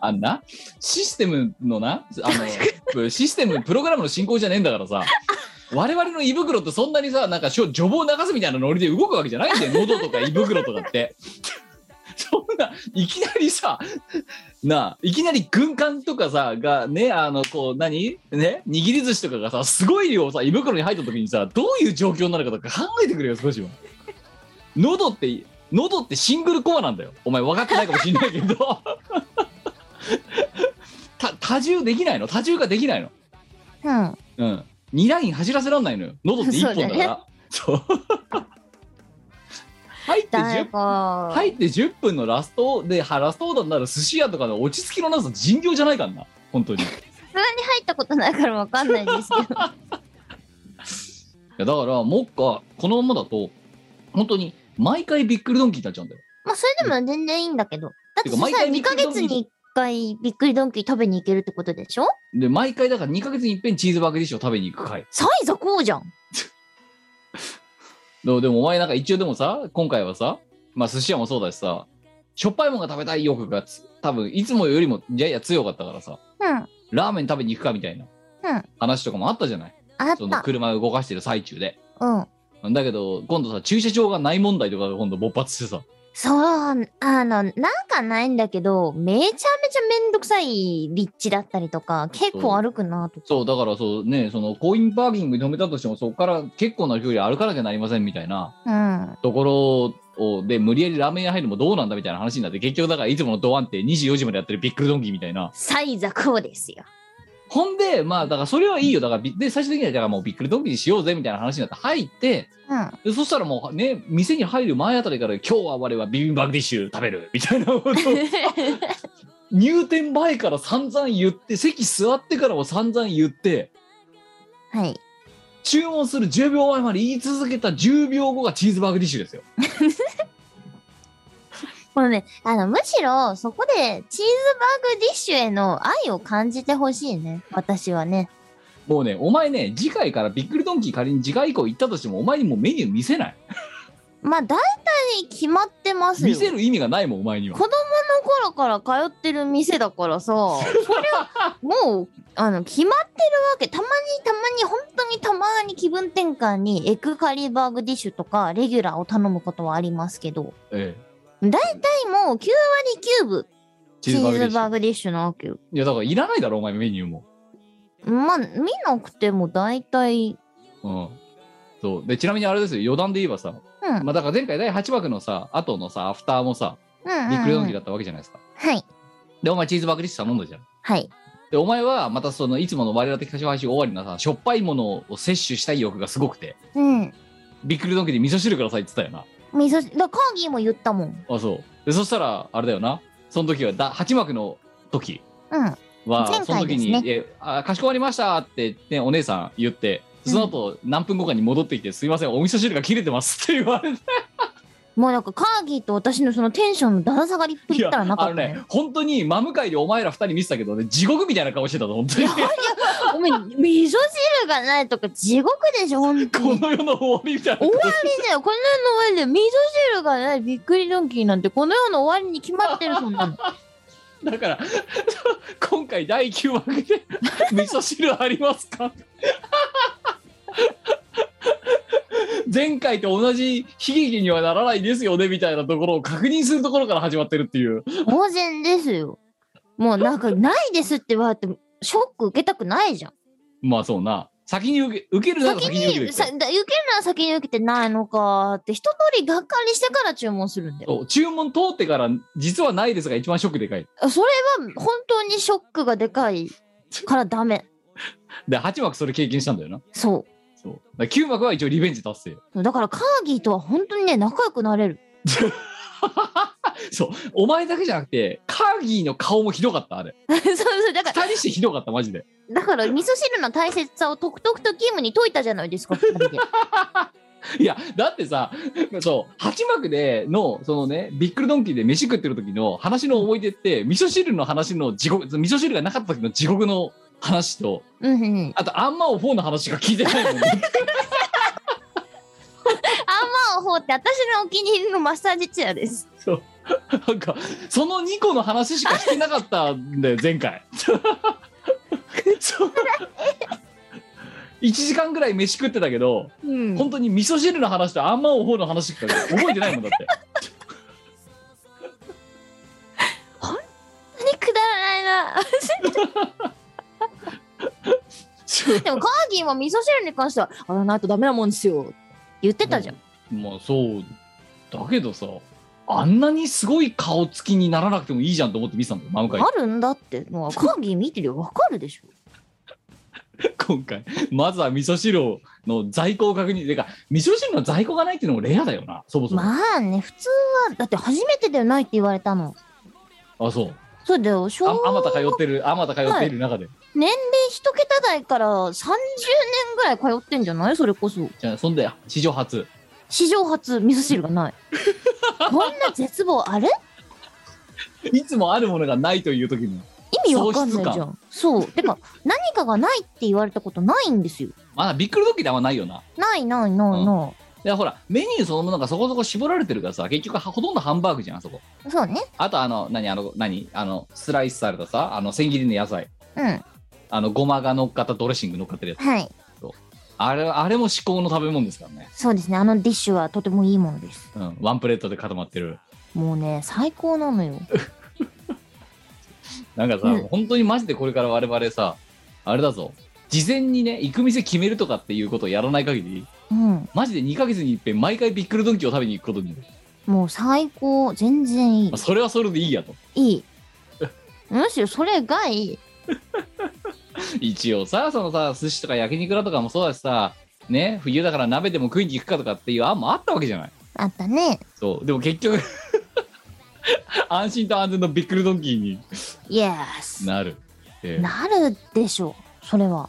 Speaker 3: ああんなシステムのなあのシステムプログラムの進行じゃねえんだからさ我々の胃袋ってそんなにさなんかしょ序盤流すみたいなノリで動くわけじゃないんだよ喉とか胃袋とかってそんないきなりさなあいきなり軍艦とかさがねあのこう何ね握り寿司とかがさすごい量さ胃袋に入った時にさどういう状況になるかとか考えてくれよ少しは喉って喉ってシングルコアなんだよお前分かってないかもしんないけどた多重できないの多重ができないの
Speaker 1: うん。
Speaker 3: うん2ライン走らせらんないのよ喉って1本だから そう入って
Speaker 1: 誰
Speaker 3: 10
Speaker 1: か。
Speaker 3: 入って10分のラストではラストオーダーになる寿司屋とかの落ち着きのなさ人形じゃないからな本当にい
Speaker 1: さすがに入ったことないからわかんないです けど。
Speaker 3: やだからもっかこのままだと本当に毎回びっくりドンキーになっちゃうんだよ
Speaker 1: まあ、それでも全然いいんだけど。だって
Speaker 3: てか毎
Speaker 1: さ、
Speaker 3: 回
Speaker 1: 2ヶ月に1回びっくりドンキー食べに行けるってことでしょ
Speaker 3: で毎回だから2ヶ月に一遍チーズバーグディッシュを食べに行く回
Speaker 1: サイズこうじゃん。
Speaker 3: でもでもお前なんか一応でもさ今回はさまあ寿司屋もそうだしさしょっぱいもんが食べたい欲がつ多分いつもよりもやや強かったからさ
Speaker 1: うん。
Speaker 3: ラーメン食べに行くかみたいな
Speaker 1: うん
Speaker 3: 話とかもあったじゃない、
Speaker 1: あっ
Speaker 3: その
Speaker 1: た。
Speaker 3: 車を動かしてる最中で
Speaker 1: うん。
Speaker 3: だけど今度さ駐車場がない問題とかが今度勃発してさ
Speaker 1: そう、あの、なんかないんだけど、めちゃめちゃめんどくさい立地だったりとか、結構歩くなとか。
Speaker 3: そうだからそうねそのコインパーキングに止めたとしてもそこから結構な距離歩かなきゃなりませんみたいな
Speaker 1: うん。
Speaker 3: ところをで無理やりラーメン屋入るのもどうなんだみたいな話になって結局だからいつものドワンって24時までやってるビックルドンキーみたいな
Speaker 1: サイズこうですよ。
Speaker 3: ほんでまあだからそれはいいよだからびで最終的にはだからもうビックルドンキーにしようぜみたいな話になって入って
Speaker 1: うん。
Speaker 3: でそしたらもうね店に入る前あたりから今日は我はビビンバグディッシュ食べるみたいな ことを入店前から散々言って席座ってからも散々言って
Speaker 1: はい。
Speaker 3: 注文する10秒前まで言い続けた10秒後がチーズバーグディッシュですよ。
Speaker 1: このね、あの、むしろ、そこで、チーズバーグディッシュへの愛を感じてほしいね。私はね。
Speaker 3: もうね、お前ね、次回からびっくりドンキー仮に次回以降行ったとしても、お前にもうメニュー見せない。
Speaker 1: まあ、大体決まってますよ。
Speaker 3: 見せる意味がないもん、お前には
Speaker 1: 子。供の頃から通ってる店だから さ、それはもう、あの、決まってるわけ。たまにたまに、本当にたまに気分転換に、エクカリバーグディッシュとか、レギュラーを頼むことはありますけど、
Speaker 3: ええ、
Speaker 1: 大体もう9割9分、
Speaker 3: チ
Speaker 1: チーズ
Speaker 3: ーズバーグディッシュ。
Speaker 1: バーグディッシュなわけよ。
Speaker 3: いや、だからいらないだろ、お前メニューも。
Speaker 1: まあ、見なくても大体、
Speaker 3: うん。そう。で、ちなみにあれですよ、余談で言えばさ、
Speaker 1: うん。うん
Speaker 3: まあ、だから前回第8幕のさ、後のさ、アフターもさ、
Speaker 1: うんうん
Speaker 3: びっくりドンキーだったわけじゃないですか。
Speaker 1: はい。
Speaker 3: で、お前チーズバーグディッシュ頼んだじゃん。
Speaker 1: はい。で
Speaker 3: で、お前はまたその、いつもの我々的歌唱配信終わりのさ、しょっぱいものを摂取したい欲がすごくて、
Speaker 1: うん。
Speaker 3: びっくりドンキーで味噌汁くださいって言ってたよな。
Speaker 1: 味噌汁、だからカーギーも言ったもん。
Speaker 3: あそうでそしたらあれだよなその時はだ8幕の時
Speaker 1: うん。
Speaker 3: は、
Speaker 1: 前
Speaker 3: その
Speaker 1: 回
Speaker 3: 時
Speaker 1: です
Speaker 3: に
Speaker 1: ね
Speaker 3: 「えあかしこまりました」って、ね、お姉さん言ってその後、何分後かに戻ってきて「すいませんお味噌汁が切れてます」って言われて
Speaker 1: もうなんかカーギーと私のそのテンションのだだ下がりっぷ
Speaker 3: い
Speaker 1: り
Speaker 3: や
Speaker 1: ったらなか
Speaker 3: あ
Speaker 1: った
Speaker 3: の
Speaker 1: ね
Speaker 3: ね。本当に真向かいでお前ら2人見てたけどね地獄みたいな顔してたの本当に
Speaker 1: お前、味噌汁がないとか地獄でしょ、本当
Speaker 3: こ
Speaker 1: に。
Speaker 3: の世の終わりみたい
Speaker 1: 終
Speaker 3: な
Speaker 1: わりだよ。この世の終わりで、味噌汁がないびっくりドンキーなんて、この世の終わりに決まってる、そんな の。
Speaker 3: だから 今回第9幕 で「味噌汁ありますか? 」前回と同じ悲劇にはならないですよねみたいなところを確認するところから始まってるっていう
Speaker 1: 当然ですよ。もうなんか、ないですって言われて、ショック受けたくないじゃん。
Speaker 3: まあそうな先に受け受けるなら
Speaker 1: 先
Speaker 3: 先に受ける
Speaker 1: に、さだ受けるのは先に受けてないのかって、一通りがっかりしてから注文するんだよ。
Speaker 3: そう注文通ってから実はないですが一番ショックでかい
Speaker 1: それは本当にショックがでかいからダメ。
Speaker 3: で8幕それ経験したんだよな
Speaker 1: そ
Speaker 3: そうだ9幕は一応リベンジ達成
Speaker 1: う。だからカーギーとは本当にね、仲良くなれる。
Speaker 3: そうお前だけじゃなくてカーギーの顔もひどかったあれ
Speaker 1: そうそう、だから、
Speaker 3: 2人してひどかったマジで
Speaker 1: だから味噌汁の大切さをとくとくとキムに解いたじゃないですか、二人で。
Speaker 3: いやだってさそう八幕でのそのねビックルドンキーで飯食ってる時の話の思い出って味噌汁の話の地獄味噌汁がなかった時の地獄の話と
Speaker 1: うんうん。あんま
Speaker 3: あとあんまおフォーの話が聞いて ないもんね
Speaker 1: おほうって私のお気に入りのマッサージチェアです。
Speaker 3: そうなんかその2個の話しかしてなかったんだよ前回 そう1時間ぐらい飯食ってたけど
Speaker 1: うん
Speaker 3: 本当に味噌汁の話とあんまおほうの話しか覚えてないもん だって
Speaker 1: 当にくだらないな
Speaker 3: そう
Speaker 1: でもカーギーは味噌汁に関してはあらないとダメなもんですよ言ってたじゃん、
Speaker 3: まあそうだけどさあんなにすごい顔つきにならなくてもいいじゃんと思って見てたんだよ真向かい
Speaker 1: あるんだっての はカーギー見てりゃわかるでしょ
Speaker 3: 今回まずは味噌汁の在庫を確認てか味噌汁の在庫がないっていうのもレアだよなそもそも、
Speaker 1: まあね普通はだって初めてではないって言われたの
Speaker 3: あそう
Speaker 1: そうだよ
Speaker 3: あ
Speaker 1: 小
Speaker 3: あまた通ってるあまた通っている中で、
Speaker 1: 年齢一桁台から30年ぐらい通ってんじゃないそれこそ
Speaker 3: じゃあそんで史上初
Speaker 1: 史上初味噌汁が ないこんな絶望あれ
Speaker 3: いつもあるものがないという時に
Speaker 1: 意味わかんないじゃんそうてか何かがないって言われたことないんですよ
Speaker 3: まあびっくり時ではないよな
Speaker 1: ないないないな
Speaker 3: でほらメニューそのものがそこそこ絞られてるからさ結局はほとんどハンバーグじゃんあそこ
Speaker 1: い、そうね
Speaker 3: あとあの何あの何あのスライスされたさあの千切りの野菜
Speaker 1: うん
Speaker 3: あのごまが乗っかったドレッシング乗っかってるやつ
Speaker 1: はい
Speaker 3: あれあれも至高の食べ物ですからね、
Speaker 1: そうですねあのディッシュはとてもいいものです
Speaker 3: うん、ワンプレートで固まってる
Speaker 1: もうね最高なの よ
Speaker 3: なんかさ、
Speaker 1: うん
Speaker 3: 本当にマジでこれから我々さあれだぞ事前にね行く店決めるとかっていうことをやらない限り
Speaker 1: うん
Speaker 3: マジで2ヶ月に一遍毎回ビックルドンキを食べに行くことになる、
Speaker 1: もう最高全然いい
Speaker 3: まあそれはそれでいいやと
Speaker 1: いいむしろそれがいい
Speaker 3: 一応さそのさ寿司とか焼肉だとかもそうだしさね冬だから鍋でも食いに行くかとかっていう案もあったわけじゃない
Speaker 1: あったね
Speaker 3: そうでも結局 安心と安全のビックルドンキに
Speaker 1: イエス
Speaker 3: なる、ええ
Speaker 1: なるでしょそれは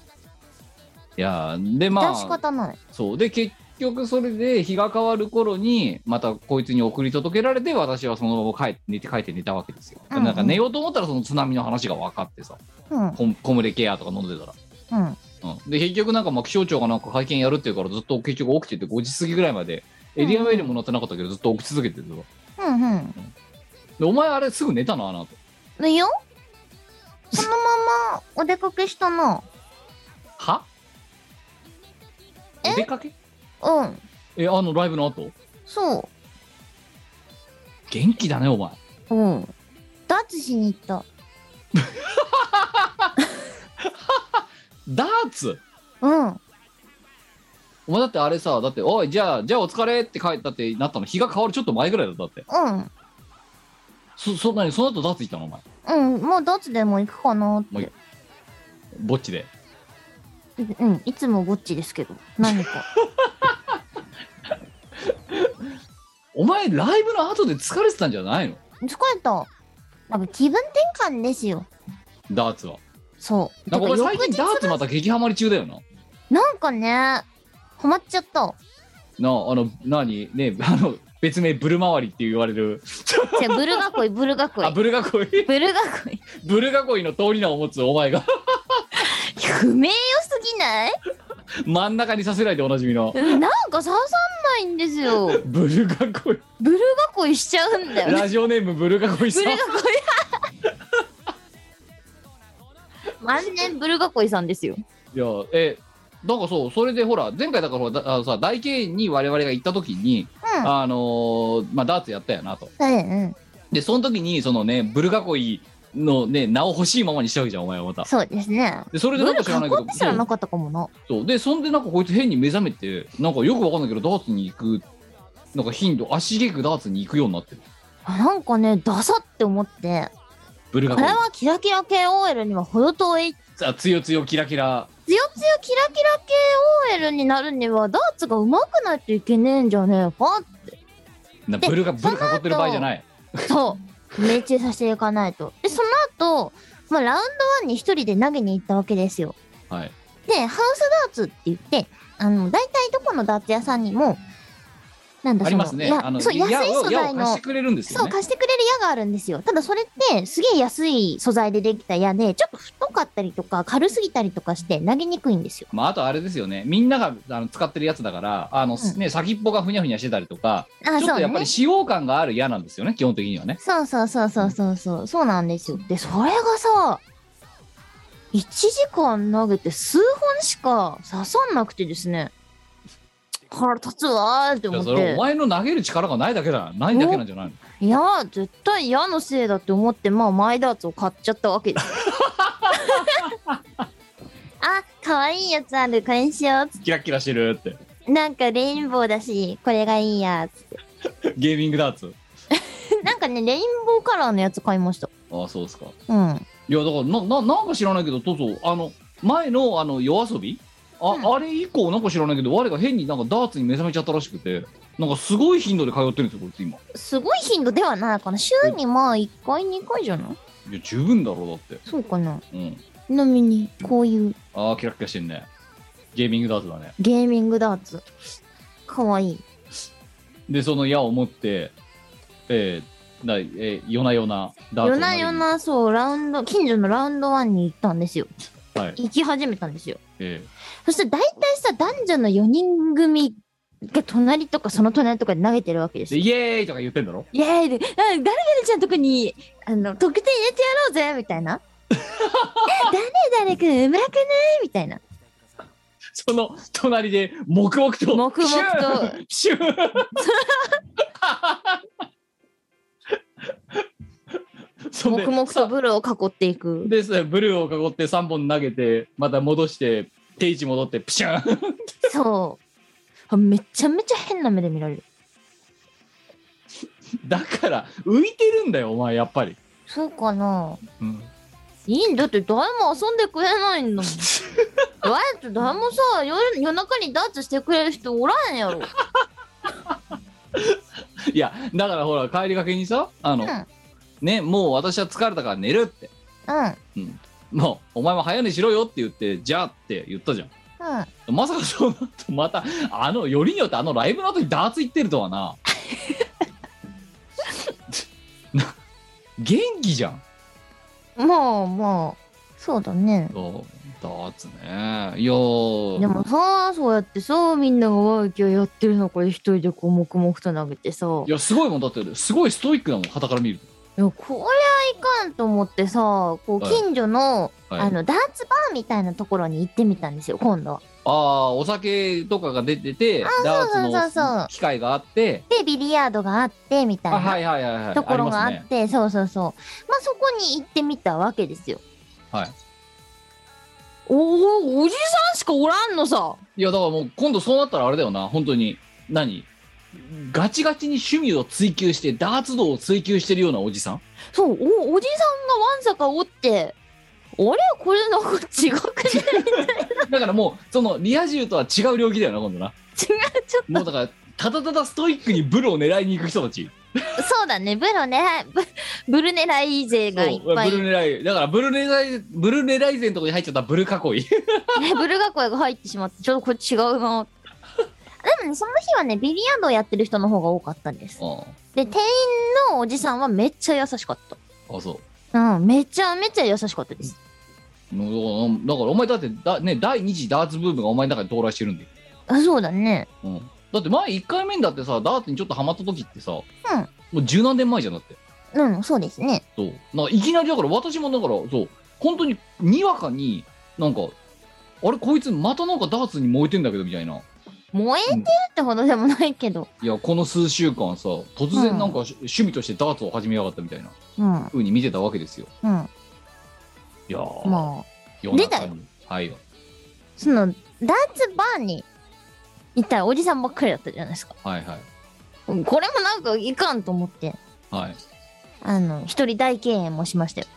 Speaker 1: い
Speaker 3: やーでま
Speaker 1: 致し
Speaker 3: あ
Speaker 1: 方ない
Speaker 3: そうで結局それで日が変わる頃にまたこいつに送り届けられて私はそのまま帰って寝て帰って寝たわけですよ、
Speaker 1: うんうん
Speaker 3: なんか寝ようと思ったらその津波の話が分かってさ
Speaker 1: うん
Speaker 3: コムコムレケアとか飲んでたら、
Speaker 1: うん
Speaker 3: うん、で結局なんかまあ気象庁がなんか会見やるっていうからずっと結局起きてて5時過ぎぐらいまでエリアメールも乗ってなかったけどずっと起き続けててさ
Speaker 1: うんうん
Speaker 3: でお前あれすぐ寝たなあなと
Speaker 1: いいよそのままお出かけしたな
Speaker 3: は
Speaker 1: え
Speaker 3: お出かけ
Speaker 1: うん
Speaker 3: えあのライブの後
Speaker 1: そ
Speaker 3: 元気だねお前
Speaker 1: ううんダーツしに行った
Speaker 3: ダーツ
Speaker 1: うん
Speaker 3: お前だってあれさだって「おいじゃあじゃあお疲れ」って帰ったってなったの日が変わるちょっと前ぐらいだったって
Speaker 1: うん
Speaker 3: そそんなにその後ダーツ行ったのお前
Speaker 1: うんもうダーツでも行くかなっ
Speaker 3: もう
Speaker 1: て
Speaker 3: ぼっちで
Speaker 1: うんいつもぼっちですけど何か
Speaker 3: お前ライブの後で疲れてたんじゃないの
Speaker 1: 疲れたなんか気分転換ですよ
Speaker 3: ダーツは
Speaker 1: そう
Speaker 3: なんか俺
Speaker 1: て
Speaker 3: 最近ダーツまた激ハマり中だよな
Speaker 1: なんかねハマっちゃった
Speaker 3: なああの何ねあの別名ブル回りって言われる
Speaker 1: じゃあブルガコ イブルガコ
Speaker 3: あ
Speaker 1: イ
Speaker 3: ブルガコイ
Speaker 1: ブルガコイ
Speaker 3: ブルガコイの通り名を持つお前が
Speaker 1: 不明よすぎない
Speaker 3: 真ん中にさせないでおなじみの
Speaker 1: うんなんか刺さんないんですよ
Speaker 3: ブルガコイ
Speaker 1: ブルガコイしちゃうんだよね
Speaker 3: ラジオネームブルガコイさ
Speaker 1: ブ
Speaker 3: ん
Speaker 1: ルガコイ万年ブルガコイさんですよ
Speaker 3: いやえだからそうそれでほら前回だからほらだあのさ大慶に我々が行った時に、
Speaker 1: うん
Speaker 3: あのーまあダーツやったよなと
Speaker 1: うんうん
Speaker 3: でその時にそのねブル囲いのね名を欲しいままにしたわけじゃんお前はまた
Speaker 1: そうですね
Speaker 3: でそれ
Speaker 1: ブ
Speaker 3: でな
Speaker 1: ル
Speaker 3: んか知ら
Speaker 1: ガ
Speaker 3: ないけ
Speaker 1: コイ
Speaker 3: ど
Speaker 1: って知らなかったかもな
Speaker 3: そうそうでそんでなんかこいつ変に目覚めてなんかよくわかんないけどダーツに行くなんか頻度足げくダーツに行くようになってる
Speaker 1: あなんかねダサって思って
Speaker 3: ブル囲い
Speaker 1: これはキラキラ系 OL には程遠い
Speaker 3: あ強強キラキラ
Speaker 1: つよつよキラキラ系 OL になるにはダーツが上手くないといけねえんじゃねえか
Speaker 3: な
Speaker 1: で
Speaker 3: ブルがブル囲ってる場合じゃない
Speaker 1: そう命中させていかないとでその後、まあラウンド1に一人で投げに行ったわけですよ
Speaker 3: はい
Speaker 1: でハウスダーツって言ってあの大体どこのダーツ屋さんにもなんだ
Speaker 3: あ
Speaker 1: そ
Speaker 3: り
Speaker 1: の
Speaker 3: ますね。
Speaker 1: いや
Speaker 3: あの
Speaker 1: そう安い
Speaker 3: 矢を
Speaker 1: 素
Speaker 3: 矢
Speaker 1: 材
Speaker 3: を貸し
Speaker 1: の
Speaker 3: てくれるんですよ
Speaker 1: そう
Speaker 3: ね。
Speaker 1: 貸してくれる矢があるんですよただそれってすげえ安い素材でできた矢でちょっと太かったりとか軽すぎたりとかして投げにくいんですよ
Speaker 3: まあ、あとあれですよね。みんながあの使ってるやつだから、あの、
Speaker 1: うん
Speaker 3: ね、先っぽがふにゃふにゃしてたりとか、
Speaker 1: あ
Speaker 3: ちょっ
Speaker 1: そう
Speaker 3: とやっぱ
Speaker 1: ね
Speaker 3: り使用感がある矢なんですよね、基本的にはね。
Speaker 1: そうそうそうそうそうそうそうなんですよでそれがさ1時間投げて数本しか刺さんなくてですね腹立つわーって
Speaker 3: いや
Speaker 1: 思っ
Speaker 3: それ
Speaker 1: て
Speaker 3: お前の投げる力がないだけだないだけなんじゃないの
Speaker 1: いやー絶対矢のせいだって思ってまあマイダーツを買っちゃったわけ ですあ可愛いやつあるこれにしよう
Speaker 3: キラッキラしてるって
Speaker 1: なんかレインボーだしこれがいいやつって
Speaker 3: ゲーミングダーツ
Speaker 1: なんかねレインボーカラーのやつ買いました
Speaker 3: ああそうですか
Speaker 1: うん
Speaker 3: いやだからなななんか知らないけどトトあの前のあの夜遊びあ,、
Speaker 1: うん
Speaker 3: あれ以降なんか知らないけど我が変になんかダーツに目覚めちゃったらしくてなんかすごい頻度で通ってるんですよこいつ今
Speaker 1: すごい頻度ではないかな週にまあ1回2回じゃない
Speaker 3: いや十分だろうだって
Speaker 1: そうかな
Speaker 3: うん
Speaker 1: ちなみにこういう
Speaker 3: ああキラッキラしてんねゲーミングダーツだね
Speaker 1: ゲーミングダーツかわいい
Speaker 3: でその矢を持ってえー、なえー夜な夜なダーツ
Speaker 1: 夜
Speaker 3: を投げ
Speaker 1: な
Speaker 3: に
Speaker 1: 夜なそうラウンド近所のラウンドワンに行ったんですよ
Speaker 3: はい
Speaker 1: 行き始めたんですよ
Speaker 3: え
Speaker 1: そして大体さ男女の4人組が隣とかその隣とかで投げてるわけで
Speaker 3: ー
Speaker 1: す
Speaker 3: で
Speaker 1: よ。
Speaker 3: イエーイとか言ってんだろ
Speaker 1: イエーイで「誰々ちゃんとこにあの得点入れてやろうぜ」みたいな「誰々くんうまくない?」みたいな
Speaker 3: その隣で黙々と
Speaker 1: 黙々と
Speaker 3: シューシュー そんで
Speaker 1: 黙々と
Speaker 3: さ
Speaker 1: ブルを囲っていく
Speaker 3: でさブルーを囲って3本投げてまた戻して定位置戻ってプシャン
Speaker 1: そうあめちゃめちゃ変な目で見られる
Speaker 3: だから浮いてるんだよお前やっぱり、
Speaker 1: そうかな
Speaker 3: うん
Speaker 1: いいんだって誰も遊んでくれないんだもんだって誰もさ夜夜中にダーツしてくれる人おらんやろ
Speaker 3: いやだからほら帰りがけにさあ
Speaker 1: う
Speaker 3: の、
Speaker 1: んうん
Speaker 3: ねもう私は疲れたから寝るって
Speaker 1: う
Speaker 3: もうお前も早寝しろよって言ってじゃあって言ったじゃん
Speaker 1: ん
Speaker 3: まさかそうなるとまたあのよりによってあのライブの後にダーツ行ってるとはな な元気じゃん
Speaker 1: まあまあそうだね
Speaker 3: そうダーツねいやー
Speaker 1: でもさそうやってさみんながワーキャーやってるのこれ一人でこう黙々と投げてさ
Speaker 3: いやすごいもんだってすごいストイックだもん傍から見る
Speaker 1: いやこりゃいかんと思ってさこう
Speaker 3: はい
Speaker 1: 近所の,、
Speaker 3: と、はい、
Speaker 1: あのダーツバーみたいなところに行ってみたんですよ今度は。
Speaker 3: あーお酒とかが出ててダ
Speaker 1: そうそうそう
Speaker 3: ーツ
Speaker 1: そ
Speaker 3: の
Speaker 1: う
Speaker 3: 機械があって
Speaker 1: でビリヤードがあってみたい
Speaker 3: あ
Speaker 1: な、
Speaker 3: はいはいはいはい
Speaker 1: ところがあ
Speaker 3: りま
Speaker 1: っ
Speaker 3: すね
Speaker 1: てそうそうそうまあそこに行ってみたわけですよ。
Speaker 3: はい
Speaker 1: おおおじさんしかおらんのさ
Speaker 3: いやだからもう今度そうなったらあれだよな本当に何ガチガチに趣味を追求してダーツ道を追求してるようなおじさん
Speaker 1: そうおおじさんがわんさかおってあれこれなんか違くね
Speaker 3: だからもうそのリア充とは違う領域だよな今度な
Speaker 1: 違うちょっと
Speaker 3: もうだからただただストイックにブルを狙いに行く人たち
Speaker 1: そうだね、ブロね、ブブル狙い勢がいっ
Speaker 3: そう
Speaker 1: ぱい、
Speaker 3: ブル
Speaker 1: ね、
Speaker 3: 狙いだからブル狙いブル狙い勢のとこに入っちゃったブル 囲い
Speaker 1: ブル囲いが入ってしまって、ちょっとこれ違うな。でもね、その日はね、ビリヤードをやってる人の方が多かったんです。
Speaker 3: あ
Speaker 1: で、店員のおじさんはめっちゃ優しかっ
Speaker 3: あそう
Speaker 1: た。うん、めちゃめちゃ優しかったです。
Speaker 3: もうだからだからお前だってだ、ね、第二次ダーツブームがお前の中に到来してるんだよ、
Speaker 1: あそうだね。
Speaker 3: うん、だって前1回目にだってさダーツにちょっとハマった時ってさ、
Speaker 1: ん
Speaker 3: もう十何年前じゃなくて
Speaker 1: うん、そうですね。
Speaker 3: そうなんかいきなりだから私もだからそう本当ににわかになんかあれこいつまたなんかダーツに燃えてんだけどみたいな
Speaker 1: 燃えてるってほどでもないけど。
Speaker 3: いやこの数週間さ突然なんかし、趣味としてダーツを始めやがったみたいな
Speaker 1: うん、うん、
Speaker 3: 風に見てたわけですよ
Speaker 1: ま
Speaker 3: いやー、
Speaker 1: あ、
Speaker 3: 夜中に
Speaker 1: 出たよ
Speaker 3: はいよ
Speaker 1: その、ダーツバーに行ったらおじさんばっかりだったじゃないですか。
Speaker 3: はいはい
Speaker 1: うんこれもなんかいかんと思って。
Speaker 3: はい
Speaker 1: あの、一人大敬遠もしました よ。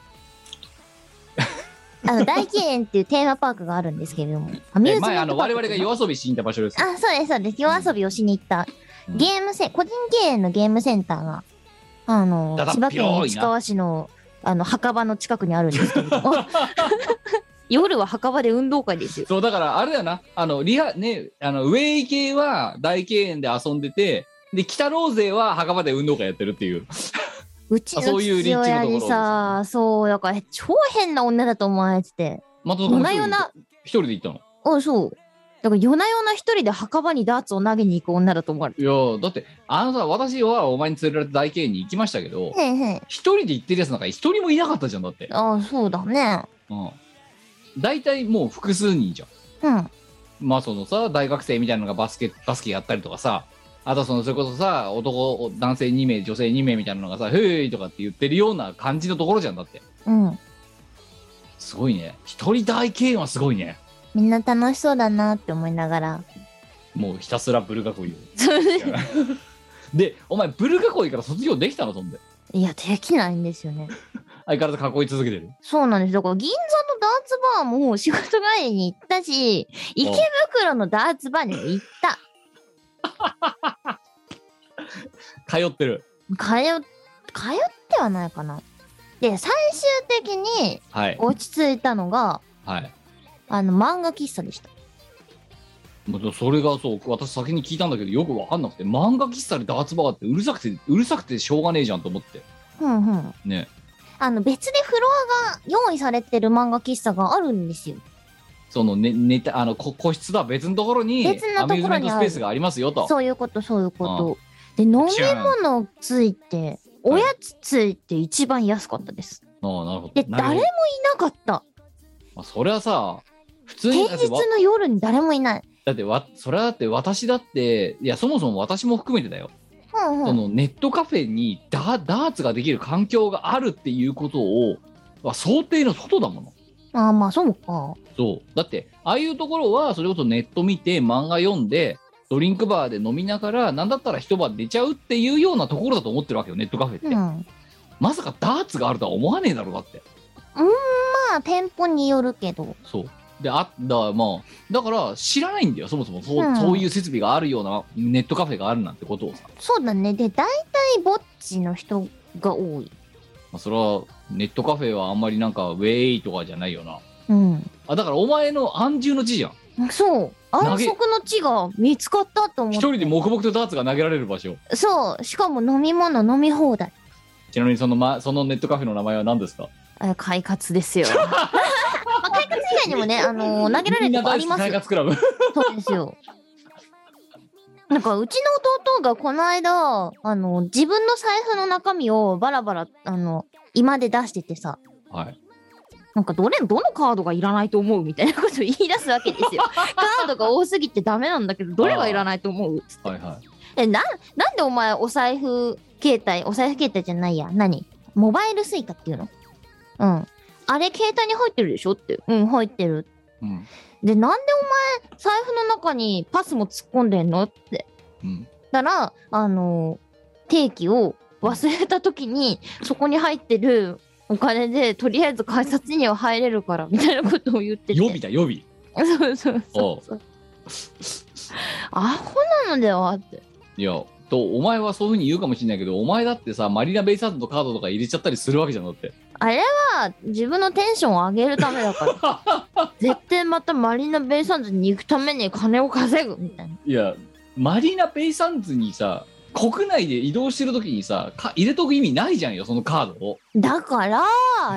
Speaker 1: あの、大敬遠っていうテーマパークがあるんですけれども、アミュー
Speaker 3: え
Speaker 1: ズ
Speaker 3: 前
Speaker 1: メ
Speaker 3: あ
Speaker 1: ン
Speaker 3: の
Speaker 1: トパーク
Speaker 3: 我
Speaker 1: っ
Speaker 3: 々
Speaker 1: て
Speaker 3: が
Speaker 1: いうの。
Speaker 3: 夜遊びしに行った場所です
Speaker 1: あ、そうです、そうです。夜遊びをしに行った。
Speaker 3: うん
Speaker 1: ゲームセ、個人経営のゲームセンターが、あの
Speaker 3: だ、だっ
Speaker 1: 千葉
Speaker 3: ぴょーい
Speaker 1: 県
Speaker 3: な
Speaker 1: 市川市の、あの、墓場の近くにあるんですけれども、 夜は墓場で運動会ですよ。
Speaker 3: そうだからあれだよなあのリハねあの上井系は大敬園で遊んでてで北ローゼは墓場で運動会やってるっていう
Speaker 1: うちの
Speaker 3: そういうリ
Speaker 1: 父
Speaker 3: ッチの
Speaker 1: 親
Speaker 3: ところ
Speaker 1: にさ、そう、だから超変な女だと思われてて、
Speaker 3: また
Speaker 1: 夜な夜な、
Speaker 3: 一人で行ったの
Speaker 1: あ、そう。だから夜な夜な一人で墓場にダーツを投げに行く女だと思われて
Speaker 3: いやーだってあのさ私はお前に連れられて大慶に行きましたけど
Speaker 1: る。へんへん。
Speaker 3: 一人で行ってるやつなんか一人もいなかったじゃんだって、
Speaker 1: あ、そうだね。
Speaker 3: うん、大体もう複数人じゃん
Speaker 1: うん。
Speaker 3: まあそのさ大学生みたいなのがバスケバスケやったりとかさあとそのそれこそさ男男性2名女性2名みたいなのがさ「へい!」とかって言ってるような感じのところじゃんだって
Speaker 1: うん。
Speaker 3: すごいね一人大慶はすごいね
Speaker 1: みんな楽しそうだなって思いなが ら。
Speaker 3: もうひたすらブル囲いよ
Speaker 1: それ
Speaker 3: でお前ブル囲いから卒業できたのそんで
Speaker 1: いや、できないんですよね。
Speaker 3: 相変わらず囲い続けてる
Speaker 1: そうなんです。だから銀座のダーツバーも仕事帰りに行ったし、池袋のダーツバーにも行った。
Speaker 3: 通ってる
Speaker 1: 通っ、通ってはないかな。で、最終的に
Speaker 3: はい
Speaker 1: 落ち着いたのが、
Speaker 3: はい
Speaker 1: あの、漫画喫茶でした。
Speaker 3: もうそれがそう私先に聞いたんだけどよく分かんなくて漫画喫茶でダーツバーってうるさくてうるさくてしょうがねえじゃんと思って
Speaker 1: うんうん。
Speaker 3: ね
Speaker 1: あの、別でフロアが用意されてる漫画喫茶があるんですよ。
Speaker 3: そのねネタあのこ個室だ別のところに
Speaker 1: 別のところにある
Speaker 3: アミューズメントスペースがありますよと
Speaker 1: そういうこと、そういうこと。で、飲み物ついて、おやつついて一番安かったです。
Speaker 3: ああなるほど
Speaker 1: で、
Speaker 3: なるほ
Speaker 1: 誰もい
Speaker 3: ど
Speaker 1: なかった。
Speaker 3: まあ、それはさ普通に
Speaker 1: 平
Speaker 3: だって
Speaker 1: 日
Speaker 3: わ
Speaker 1: の夜に誰もいない。
Speaker 3: だってわそれはだって私だっていやそもそも私も含めてだよ、
Speaker 1: うんう
Speaker 3: そ
Speaker 1: ん。
Speaker 3: のネットカフェにダダーツができる環境があるっていうことをは想定の外だもの
Speaker 1: ああ、まあ、そうか。
Speaker 3: そうだってああいうところはそれこそネット見て漫画読んでドリンクバーで飲みながらなんだったら一晩寝ちゃうっていうようなところだと思ってるわけよネットカフェって、
Speaker 1: うん。ま
Speaker 3: まさかダーツがあるとは思わねえだろうだって
Speaker 1: あ、店舗によるけど。
Speaker 3: そうであだからまあだから知らないんだよそもそもそう,、
Speaker 1: うん
Speaker 3: そういう設備があるようなネットカフェがあるなんてことをさ、
Speaker 1: そうだね。で、大体ぼっちの人が多い。
Speaker 3: まあ、それはネットカフェはあんまりなんかウェイとかじゃないよな
Speaker 1: うん。
Speaker 3: あだからお前の安住の地じゃん
Speaker 1: そう。
Speaker 3: 投
Speaker 1: 安
Speaker 3: げ
Speaker 1: 息の地が見つかったと思って。
Speaker 3: 一人で黙々とダーツが投げられる場所
Speaker 1: そう。しかも飲み物飲み放題。
Speaker 3: ちなみにその,、ま、そのネットカフェの名前は何ですか
Speaker 1: あ快活ですよ。 まあ、快活以外にも ね、あの投げられるとこあります
Speaker 3: みんな大好き快
Speaker 1: よ。
Speaker 3: 活クラブ
Speaker 1: そうですよ。なんかうちの弟がこの間あの自分の財布の中身をバラバラあの居間で出しててさ
Speaker 3: はい
Speaker 1: なんかどれどのカードがいらないと思うみたいなことを言い出すわけ ですよカードが多すぎてダメなんだけどどれがいらないと思うつって
Speaker 3: はいはい
Speaker 1: えななんでお前お財布携帯お財布携帯じゃないや何モバイルスイカっていうのうんあれ携帯に入ってるでしょってうん入ってる
Speaker 3: うん
Speaker 1: でなんでお前財布の中にパスも突っ込んでんのって
Speaker 3: うん
Speaker 1: だからあの定期を忘れた時にそこに入ってるお金でとりあえず改札には入れるからみたいなことを言ってて
Speaker 3: 予備だ予備
Speaker 1: そうそうそうそうアホなのではって
Speaker 3: いやとお前はそういうふうに言うかもしれないけどお前だってさマリーナ・ベイ・サンズのカードとか入れちゃったりするわけじゃんだって
Speaker 1: あれは自分のテンションを上げるためだから 絶対またマリーナ・ベイ・サンズに行くために金を稼ぐみたいない
Speaker 3: やマリーナ・ベイ・サンズにさ国内で移動してる時にさか入れとく意味ないじゃんよそのカードを
Speaker 1: だから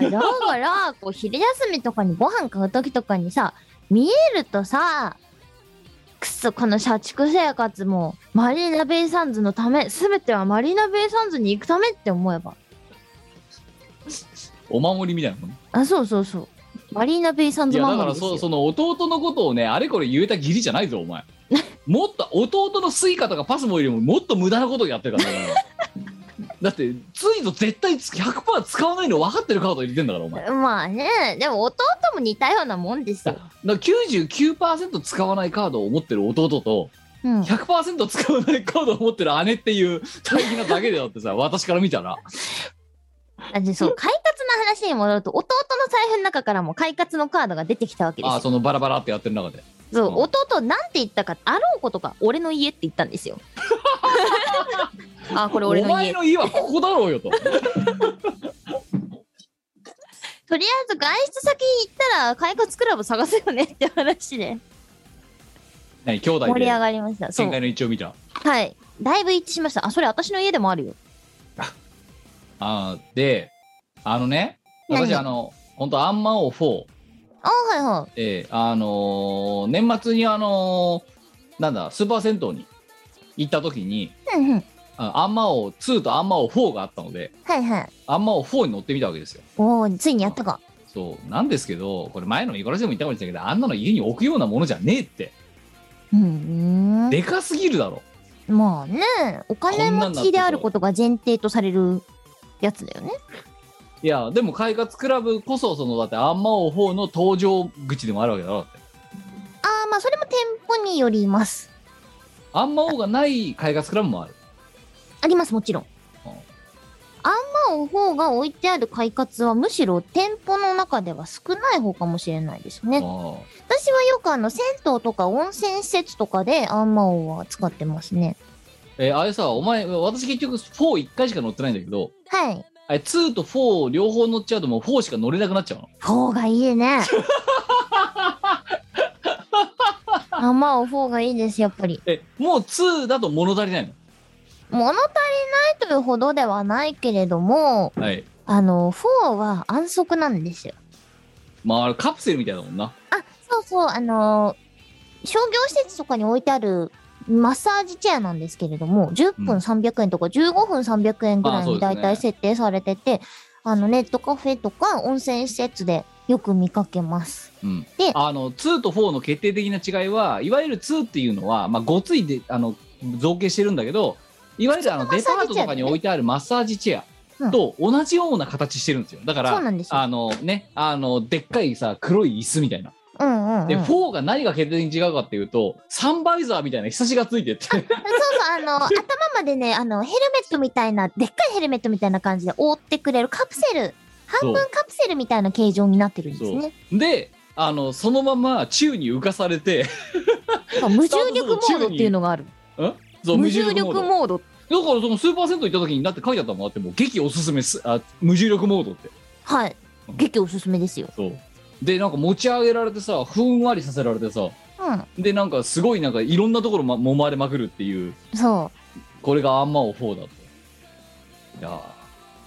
Speaker 1: だからこう昼休みとかにご飯買う時とかにさ見えるとさくそこの社畜生活もマリーナ・ベイ・サンズのため全てはマリーナ・ベイ・サンズに行くためって思えば
Speaker 3: お守りみたいなもん
Speaker 1: あそうそうそうマリーナ・ベイ・サン
Speaker 3: い
Speaker 1: ズ
Speaker 3: や
Speaker 1: マ
Speaker 3: だ
Speaker 1: ン
Speaker 3: か
Speaker 1: マ
Speaker 3: ら
Speaker 1: ですよ
Speaker 3: そその弟のことをねあれこれ言えた義理じゃないぞお前もっと弟のスイカとかパスもよりももっと無駄なことやってるからねだってついぞ絶対100%使わないの分かってるカード入れてんだからお前
Speaker 1: まあねでも弟も似たようなもんですよ、
Speaker 3: だから99%使わないカードを持ってる弟と
Speaker 1: うん、
Speaker 3: 100%使わないカードを持ってる姉っていう大変なだけでだってさ 私から見たら
Speaker 1: だってそう快活な話に戻ると弟の財布の中からも快活のカードが出てきたわけで
Speaker 3: あ
Speaker 1: す
Speaker 3: そのバラバラってやってる中で
Speaker 1: そう
Speaker 3: うん
Speaker 1: 弟なんて言ったかあろうことか俺の家って言ったんですよ あこれ俺
Speaker 3: お
Speaker 1: の
Speaker 3: 前
Speaker 1: 家
Speaker 3: の家はここだろ うよと
Speaker 1: とりあえず外出先行ったら快活クラブ探すよねって話で
Speaker 3: 何兄
Speaker 1: 盛
Speaker 3: 弟
Speaker 1: り上
Speaker 3: で
Speaker 1: がりましたそう
Speaker 3: 前回の一応見た
Speaker 1: はい。だいぶ一致しました。あ、それ私の家でもあるよ。
Speaker 3: あーであのね私
Speaker 1: 何
Speaker 3: あの本当アンマオ4
Speaker 1: あはいは
Speaker 3: えーあのー年末にあのーなんだスーパー銭湯に行った時に
Speaker 1: い。うんうん。
Speaker 3: あアンマオ2とアンマオ4があったので
Speaker 1: はいはい。
Speaker 3: アンマオ4に乗ってみたわけですよ
Speaker 1: おお、ついにやったか。
Speaker 3: そうなんですけどこれ前のミコラジでも言ったかもしれないけどあんなの家に置くようなものじゃねえって
Speaker 1: うんうん。
Speaker 3: でかすぎるだろ
Speaker 1: まあね、お金
Speaker 3: こんなんな
Speaker 1: 持
Speaker 3: ってた
Speaker 1: ちであることが前提とされるやつだよね。
Speaker 3: いやでも快活クラブこそそのだってアンマオ4の登場口でもあるわけだろだって
Speaker 1: ああ、まあそれも店舗によります。
Speaker 3: アンマオがない快活クラブもある
Speaker 1: あります、もちろん
Speaker 3: うん。
Speaker 1: あんまお方が置いてある快活はむしろ店舗の中では少ない方かもしれないですね。
Speaker 3: あ
Speaker 1: 私はよくあの銭湯とか温泉施設とかであんまおは使ってますね。
Speaker 3: えーあれさお前私結局41回しか乗ってないんだけど
Speaker 1: はい。
Speaker 3: あれ2と4両方乗っちゃうともう4しか乗れなくなっちゃうの
Speaker 1: フォーがいいね。あんまおフォーがいいです、やっぱり。
Speaker 3: えもう2だと物足りない
Speaker 1: 物足りないというほどではないけれども、
Speaker 3: のはい
Speaker 1: あの、4は安息なんですよ。
Speaker 3: まああれカプセルみたいだもんな
Speaker 1: あ、そうそう、あの、商業施設とかに置いてあるマッサージチェアなんですけれども、10
Speaker 3: うん
Speaker 1: 分300円とか15分300円ぐらいに大
Speaker 3: あ
Speaker 1: 体
Speaker 3: そ
Speaker 1: 設定されてて、あの、ネットカフェとか温泉施設でよく見かけます。
Speaker 3: うん
Speaker 1: で
Speaker 3: あの2と4の決定的な違いはいわゆる2っていうのは、まあ、ごついであの造形してるんだけどいわゆるあの
Speaker 1: 普
Speaker 3: デ
Speaker 1: 通
Speaker 3: パ
Speaker 1: のマッサー
Speaker 3: ー
Speaker 1: ジ
Speaker 3: ト
Speaker 1: チェアだよね
Speaker 3: とかに置いてあるマッサージチェ
Speaker 1: う
Speaker 3: ア
Speaker 1: ん
Speaker 3: と同じような形してるんですよだから、
Speaker 1: そうなんですよ
Speaker 3: あのねあのでっかいさ黒い椅子みたいな
Speaker 1: うんうん、うん。
Speaker 3: で、
Speaker 1: そうそう、
Speaker 3: 4が何が決定的に違うかっていうとサンバイザーみたいなひさしがつ いてって
Speaker 1: あ の、頭までね、あの、ヘルメットみたいな、でっかいヘルメットみたいな感じで覆ってくれるカプセル、半分カプセルみたいな形状になってるんですね。
Speaker 3: であのそのまま宙に浮かされ て
Speaker 1: そう無重力モードっていうのがある。
Speaker 3: そう
Speaker 1: 無重力
Speaker 3: モード
Speaker 1: モード。
Speaker 3: だからそのスーパー銭湯行った時にだって書いてあったもんだってもう激おすすめすあ無重力モードって
Speaker 1: はい。激おすすめですよ。
Speaker 3: そうでなんか持ち上げられてさふんわりさせられてさ
Speaker 1: う。
Speaker 3: でなんかすごいなんかいろんなところ、ま、揉まれまくるっていうん
Speaker 1: そ
Speaker 3: これがアンマオ4だといや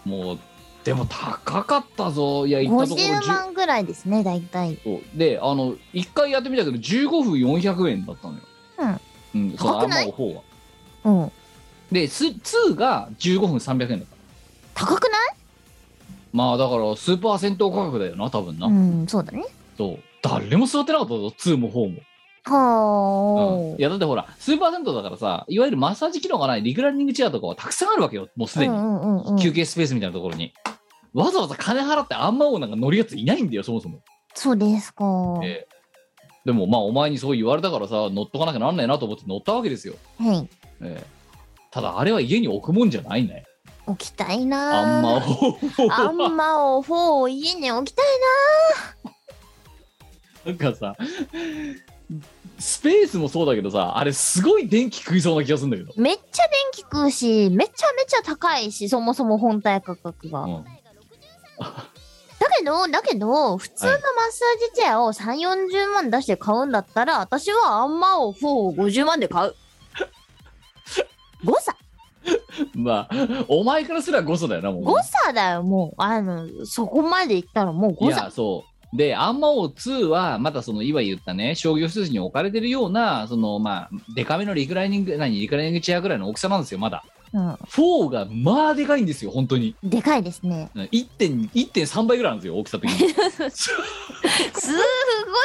Speaker 3: ーもうでも高かったぞいや
Speaker 1: う。
Speaker 3: 行ったところ
Speaker 1: 50万ぐらいですね、大体。
Speaker 3: 10そうであの1回やってみたけど15分400円だったのようん、その
Speaker 1: 高
Speaker 3: ア
Speaker 1: く
Speaker 3: ン
Speaker 1: な
Speaker 3: マ
Speaker 1: い
Speaker 3: オ4は
Speaker 1: うん。
Speaker 3: でス2が15分300円だった
Speaker 1: 高くない
Speaker 3: まあだからスーパー銭湯価格だよな多分な、
Speaker 1: うん、そうだね。
Speaker 3: そう誰も座ってなかったぞ2も4も、うん
Speaker 1: はあ
Speaker 3: い。やだってほらスーパー銭湯だからさいわゆるマッサージ機能がないリクライニングチェアとかはたくさんあるわけよもうすで
Speaker 1: う
Speaker 3: に、
Speaker 1: んうんうんう
Speaker 3: 休
Speaker 1: ん。
Speaker 3: 憩スペースみたいなところにわざわざ金払ってあんま王なんか乗るやついないんだよそもそも、
Speaker 1: そうですか。
Speaker 3: え
Speaker 1: は
Speaker 3: えでもまあお前にそう言われたからさ乗っとかなきゃなんないなと思って乗ったわけですよ、
Speaker 1: い。
Speaker 3: ええただあれは家に置くもんじゃないね
Speaker 1: 起きたいな
Speaker 3: あんま王
Speaker 1: あんまをフォーを家に置きたい
Speaker 3: なんかさ、スペースもそうだけどさ、あれすごい電気食いそうな気がするんだけど。
Speaker 1: な。めっちゃ電気食うし、めちゃめちゃ高いし、そもそも本体価格が。
Speaker 3: うん
Speaker 1: だけど、だけど、普通のマッサージチェアを3、40万出して買うんだったら、私はあんまを4を50万で 買う。誤差
Speaker 3: まあ、お前からすら誤差だよな、もう。
Speaker 1: 誤差だよ、もう。あの、そこまでいったらもう
Speaker 3: い
Speaker 1: 誤
Speaker 3: や、
Speaker 1: 差。
Speaker 3: そう。で、アンマオ2は、またその、今言ったね、商業施設に置かれてるような、その、まあ、デカめのリクライニング、何、リクライニングチェアぐらいの大きさなんですよ、まだ。
Speaker 1: うん。4
Speaker 3: 4が、まあ、でかいんですよ、本当に。
Speaker 1: でかいですね。
Speaker 3: 1.2 1.3倍ぐらいなんですよ、大きさ 的に。
Speaker 1: すーご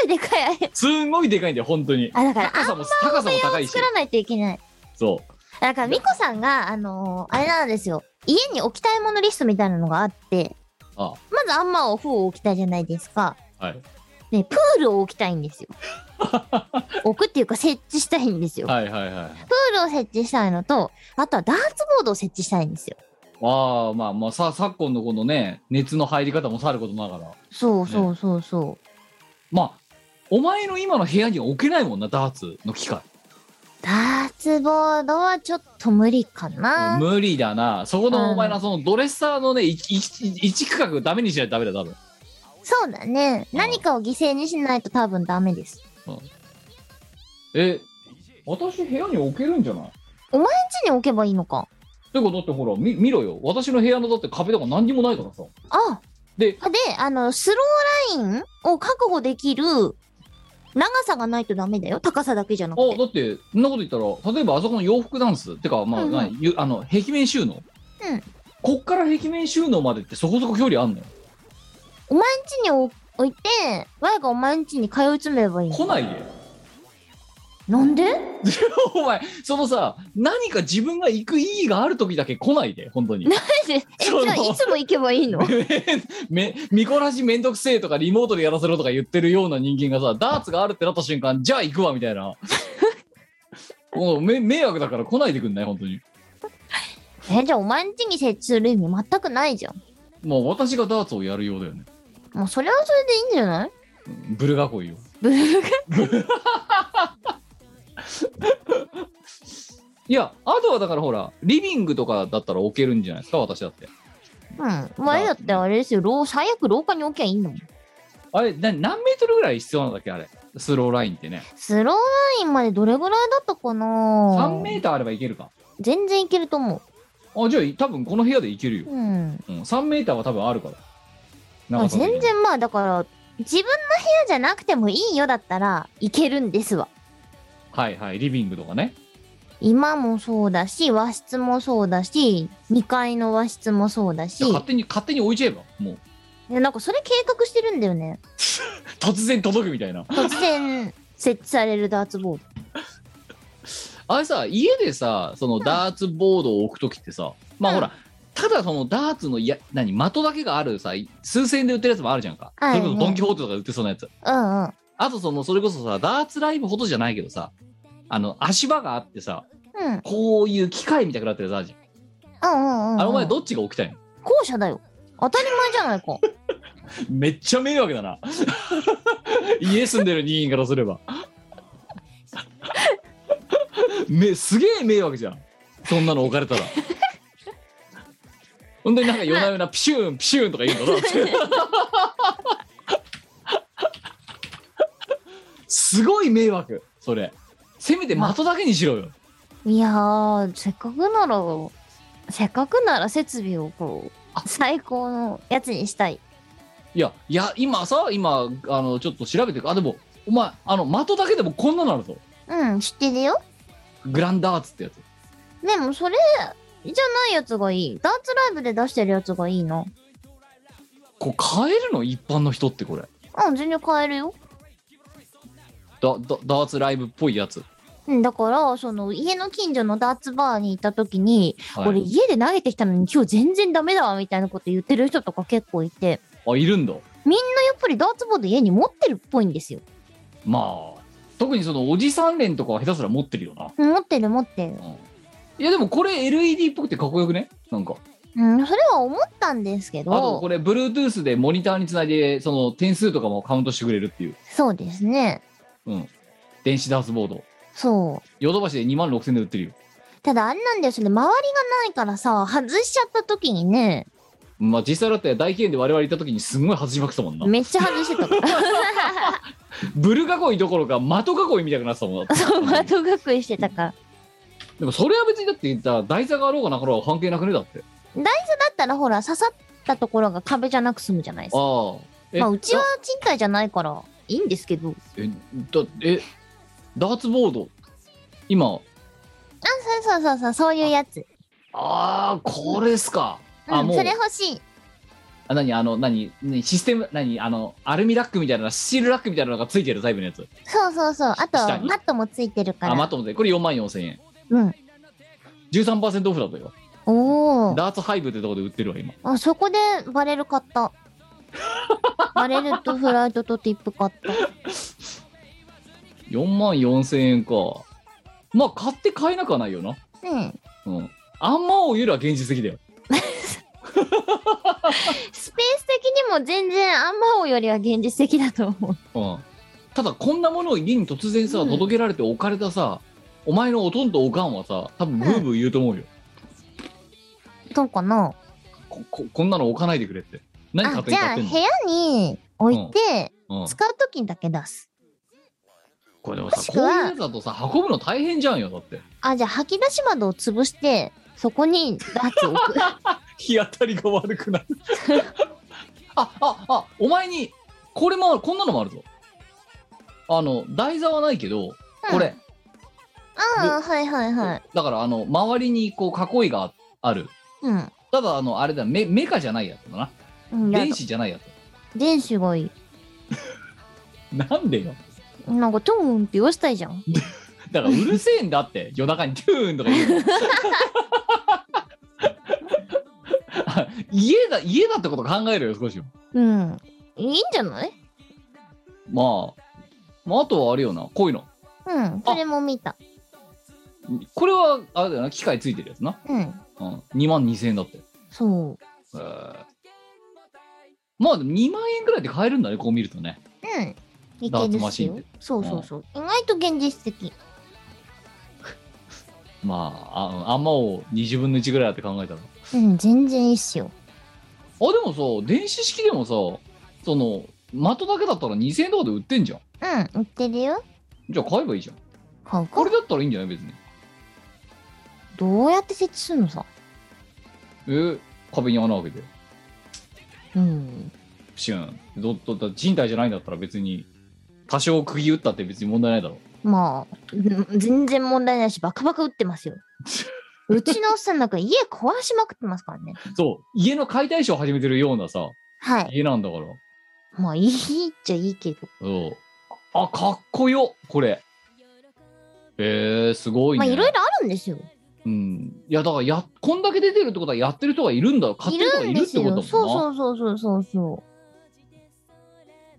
Speaker 1: いでかい。
Speaker 3: すんごいでかいんだよ、本当に。
Speaker 1: あ、だから、
Speaker 3: 高さも、高さも高
Speaker 1: あ
Speaker 3: いし
Speaker 1: 作。らないといけない。
Speaker 3: そ
Speaker 1: だから、ミコさんが、あのーあれなんですよ。家に置きたいものリストみたいなのがあって、
Speaker 3: う。あ
Speaker 1: まずあんまを4を置きたいじゃないですか。
Speaker 3: はい。
Speaker 1: ね、プールを置きたいん ですよ。置くっていうか設置したいんですよ。
Speaker 3: はいはいは
Speaker 1: プ
Speaker 3: い。
Speaker 1: ールを設置したいのと、あとはダーツボードを設置したいんですよ。
Speaker 3: ああまあまあさ昨今のこのね熱の入り方もさることながら
Speaker 1: そうそうそうそう。
Speaker 3: まあお前の今の部屋には置けないもんなダーツの機械
Speaker 1: ダーツボードはちょっと無理かな。
Speaker 3: 無理だなそこのお前
Speaker 1: う
Speaker 3: なんそのドレッサーのね一一一区画ダメにしないとダメだ多分
Speaker 1: そうだね。
Speaker 3: うん
Speaker 1: 何かを犠牲にしないと多分ダメです。
Speaker 3: え私部屋に置けるんじゃない
Speaker 1: ちに置けばいいのか。
Speaker 3: ていうかだってほらみ見ろよ私の部屋のだって壁とか何にもないからさ
Speaker 1: あ
Speaker 3: で
Speaker 1: あで、あの、スローラインを確保できる長さがないとダメだよ。高さだけじゃなく
Speaker 3: あ
Speaker 1: て。
Speaker 3: だってそんなこと言ったら例えばあそこの洋服ダンスってかまあ、
Speaker 1: うんうん
Speaker 3: まあゆあの壁面収納、
Speaker 1: うん
Speaker 3: こっから壁面収納までってそこそこ距離あんのよ
Speaker 1: お前んちに置いて、ワイがお前んちに通い詰めればいいの
Speaker 3: 来ないでよ
Speaker 1: なん で
Speaker 3: お前そのさ何か自分が行く意義がある時だけ来ないで本当に
Speaker 1: なえ、じ
Speaker 3: その
Speaker 1: ゃあいつも行けばいいの
Speaker 3: め見こらしめんどくせえとかリモートでやらせろとか言ってるような人間がさダーツがあるってなった瞬間じゃあ行くわみたいな もうめ迷惑だから来ないでくんない本当に
Speaker 1: え、じゃあお前んちに設置する意味全くないじゃん。
Speaker 3: もう私がダーツをやるようだよね
Speaker 1: もうそれはそれでいいんじゃない
Speaker 3: うんブル囲いよ
Speaker 1: ブルーが。
Speaker 3: いやあとはだからほらリビングとかだったら置けるんじゃないですか私だって
Speaker 1: うん。前だってあれですよ。廊最悪廊下に置きゃいいんだもん。
Speaker 3: あれな何メートルぐらい必要なんだっけあれスローラインってね
Speaker 1: スローラインまでどれぐらいだったかな
Speaker 3: 3メーターあればいけるか
Speaker 1: 全然いけると思
Speaker 3: あじゃあ多分この部屋でいけるよ
Speaker 1: う。、うん。
Speaker 3: うん、3メーターは多分あるから
Speaker 1: まあ、
Speaker 3: 長さ的に
Speaker 1: 全然まあだから自分の部屋じゃなくてもいいよだったらいけるんですわ
Speaker 3: はいはいリビングとかね
Speaker 1: 今もそうだし和室もそうだし2階の和室もそうだし
Speaker 3: じゃあ勝手に勝手に置いちゃえばもう
Speaker 1: いやなんかそれ計画してるんだよね
Speaker 3: 突然届くみたいな
Speaker 1: 突 然設置されるダーツボー
Speaker 3: あれさ家でさそのダーツボードを置く時ってさまあ
Speaker 1: うん
Speaker 3: ほら、ただそのダーツのや何的だけがあるさ数千円で売ってるやつもあるじゃんか、
Speaker 1: はい
Speaker 3: それこそドン・キホーテとかで売ってそうなやつ
Speaker 1: ドうんうん
Speaker 3: あとそのそれこそさダーツライブほどじゃないけどさあの足場があってさ
Speaker 1: うん
Speaker 3: こういう機械みたいになってるやつあるじゃん、
Speaker 1: うんうんうん、うん、
Speaker 3: あの前どっちが置きたいの
Speaker 1: 校舎だよ当たり前じゃないか
Speaker 3: めっちゃ迷惑だな 家住んでる人間からすればめすげえ迷惑じゃんそんなの置かれたらほんでなんか夜な夜なピシューンピシューンとか言うんだろってすごい迷惑それせめて的だけにしろよ
Speaker 1: いやーせっかくならせっかくなら設備をこう最高のやつにしたい
Speaker 3: いやいや今さ今あのちょっと調べてあでもお前あの的だけでもこんなのあるぞ
Speaker 1: うん知ってるよ
Speaker 3: グランダーツってやつ
Speaker 1: でもそれじゃないやつがいい。ダーツライブで出してるやつがいいな。
Speaker 3: こう買えるの一般の人ってこれ
Speaker 1: うん、全然買えるよ。
Speaker 3: ダダダーツライブっぽいやつ、
Speaker 1: うん、だから、その、家の近所のダーツバーに行った時に、
Speaker 3: はい、
Speaker 1: 俺家で投げてきたのに今日全然ダメだわ、みたいなこと言ってる人とか結構いて、
Speaker 3: あいるんだ
Speaker 1: やっぱりダーツボード家に持ってるっぽいんですよ。
Speaker 3: まあ特にそのおじさん連とかは下手すら持ってるよな、
Speaker 1: うん持ってる持ってる。
Speaker 3: うん、いやでもこれ LED っぽくてかっこよくねなんか
Speaker 1: うん、それは思ったんですけ
Speaker 3: あと
Speaker 1: ど
Speaker 3: こ、れ Bluetooth でモニターにつないでその点数とかもカウントしてくれるっていう、
Speaker 1: そうですね。
Speaker 3: うん、電子ダーツボード
Speaker 1: そう。
Speaker 3: ヨドバシで2万6000で売ってるよ
Speaker 1: ただあれなんだよ、それ周りがないからさ、外しちゃった時にね、
Speaker 3: まあ実際だって大記念で我々行った時にすんごい外しまくったもんな
Speaker 1: めっちゃ外して たから。
Speaker 3: ブル囲いどころか的囲いみたいになってたもんな
Speaker 1: そう、窓隠いしてたから。
Speaker 3: でもそれは別にだって言ったら台座があろうがなかろうが関係なくねだって
Speaker 1: だったらほら刺さったところが壁じゃなく済むじゃないですか。
Speaker 3: ああえ
Speaker 1: まあうちは賃貸じゃないからいいんですけど。
Speaker 3: だえだえダーツボード今
Speaker 1: あ、そうそうそうそうそういうやつ。
Speaker 3: ああこれっすか、あ
Speaker 1: うん、
Speaker 3: もう
Speaker 1: それ欲しい。
Speaker 3: あ何あの何何システム何あのアルミラックみたいなスチールラックみたいなのがついてるタイプのやつ
Speaker 1: そうそうそう。あと
Speaker 3: 下に
Speaker 1: マットもついてるか
Speaker 3: あマッ
Speaker 1: ら。
Speaker 3: トもでこれ4万4千円
Speaker 1: うん。
Speaker 3: 13%オフだったよ
Speaker 1: おお。
Speaker 3: ダーツハイブってとこで売ってるわ今
Speaker 1: あそこでバレル買った。 バレルとフライドとティップ買った。
Speaker 3: 4万4千円かまあ買って買えなくはないよな
Speaker 1: うん。
Speaker 3: うんあんまを言うのは現実的だよ
Speaker 1: スペース的にも全然アンマオよりは現実的だと思う。
Speaker 3: うん、ただこんなものを家に突然さ
Speaker 1: うん
Speaker 3: 届けられて置かれたさ、お前のおとんとおかんはさ多分ブーブー言うと思うよ、
Speaker 1: どうかな
Speaker 3: こここんなの置かないでくれって何
Speaker 1: あ
Speaker 3: 勝、手
Speaker 1: じ
Speaker 3: に
Speaker 1: ゃあ
Speaker 3: 買って
Speaker 1: 部
Speaker 3: んの
Speaker 1: 屋に置いて
Speaker 3: うん、
Speaker 1: 使う時にだけ出す。
Speaker 3: ここれでもさ
Speaker 1: もしく
Speaker 3: こう
Speaker 1: は
Speaker 3: いうやつだとさ運ぶの大変じゃんよだって
Speaker 1: あ、じゃあ吐き出し窓を潰して、そこにダーツを置く。
Speaker 3: 日当たりが悪く なるあああお前にこれもあるこんなのもあるぞあの台座はないけど これ、
Speaker 1: ああ、はいはいはい。
Speaker 3: だからあの周りにこう囲いがある
Speaker 1: うん
Speaker 3: ただあのあれだメメカじゃないやつだな
Speaker 1: うん。やだ
Speaker 3: 電子じゃないやつ
Speaker 1: 電子がいい。
Speaker 3: なんでよ
Speaker 1: なんかトゥーンって言わしたいじゃん。
Speaker 3: だからうるせえんだって夜中に「トゥーン」とか言うの あ家だ家だってこと考えるよ少しは
Speaker 1: うん。いいんじゃない
Speaker 3: まあまああとはあれよなこういうの
Speaker 1: うん。それも見た。
Speaker 3: これはあれだよな機械ついてるやつな、
Speaker 1: うん。
Speaker 3: うん、2万2000円だって、
Speaker 1: そう。
Speaker 3: えーまあでも2万円ぐらいで買えるんだねこう見るとね
Speaker 1: うん。い
Speaker 3: ダ
Speaker 1: け
Speaker 3: ーツ
Speaker 1: る
Speaker 3: マ
Speaker 1: っ
Speaker 3: シ
Speaker 1: す
Speaker 3: ンっ
Speaker 1: よ
Speaker 3: て。
Speaker 1: そうそうそう。意外と現実的。
Speaker 3: まあああんまを20分の1ぐらいだって考えたら
Speaker 1: うん、全然いいっすよ。
Speaker 3: あでもさ電子式でもさその的だけだったら2000円とかで売ってんじゃん
Speaker 1: うん、売ってるよ。
Speaker 3: じゃあ買えばいいじゃん
Speaker 1: 買うか
Speaker 3: これだったらいいんじゃない別に
Speaker 1: どうやって設置するのさ。
Speaker 3: えー壁に穴開けて
Speaker 1: うん。
Speaker 3: プシュンどどだ人体じゃないんだったら別に多少釘打ったって別に問題ないだろ
Speaker 1: まあ、うん全然問題ないし、バカバカ売ってます よ。うちのおっさんなんか家壊しまくってますからね。
Speaker 3: そう家の解体ショー始めてるようなさ
Speaker 1: はい。
Speaker 3: 家なんだから
Speaker 1: まあ、いいっちゃいいけど。
Speaker 3: そうあかっこよこれえー、すごい
Speaker 1: まあ、
Speaker 3: ね、
Speaker 1: いろいろあるんですよ。
Speaker 3: うんいやだからやこんだけ出てるってことはやってる人がいるんだ買っ
Speaker 1: い
Speaker 3: てる人が
Speaker 1: る
Speaker 3: い
Speaker 1: ん
Speaker 3: る
Speaker 1: で
Speaker 3: って
Speaker 1: す
Speaker 3: ことだもん
Speaker 1: よ。
Speaker 3: な
Speaker 1: そうそうそうそうそうそ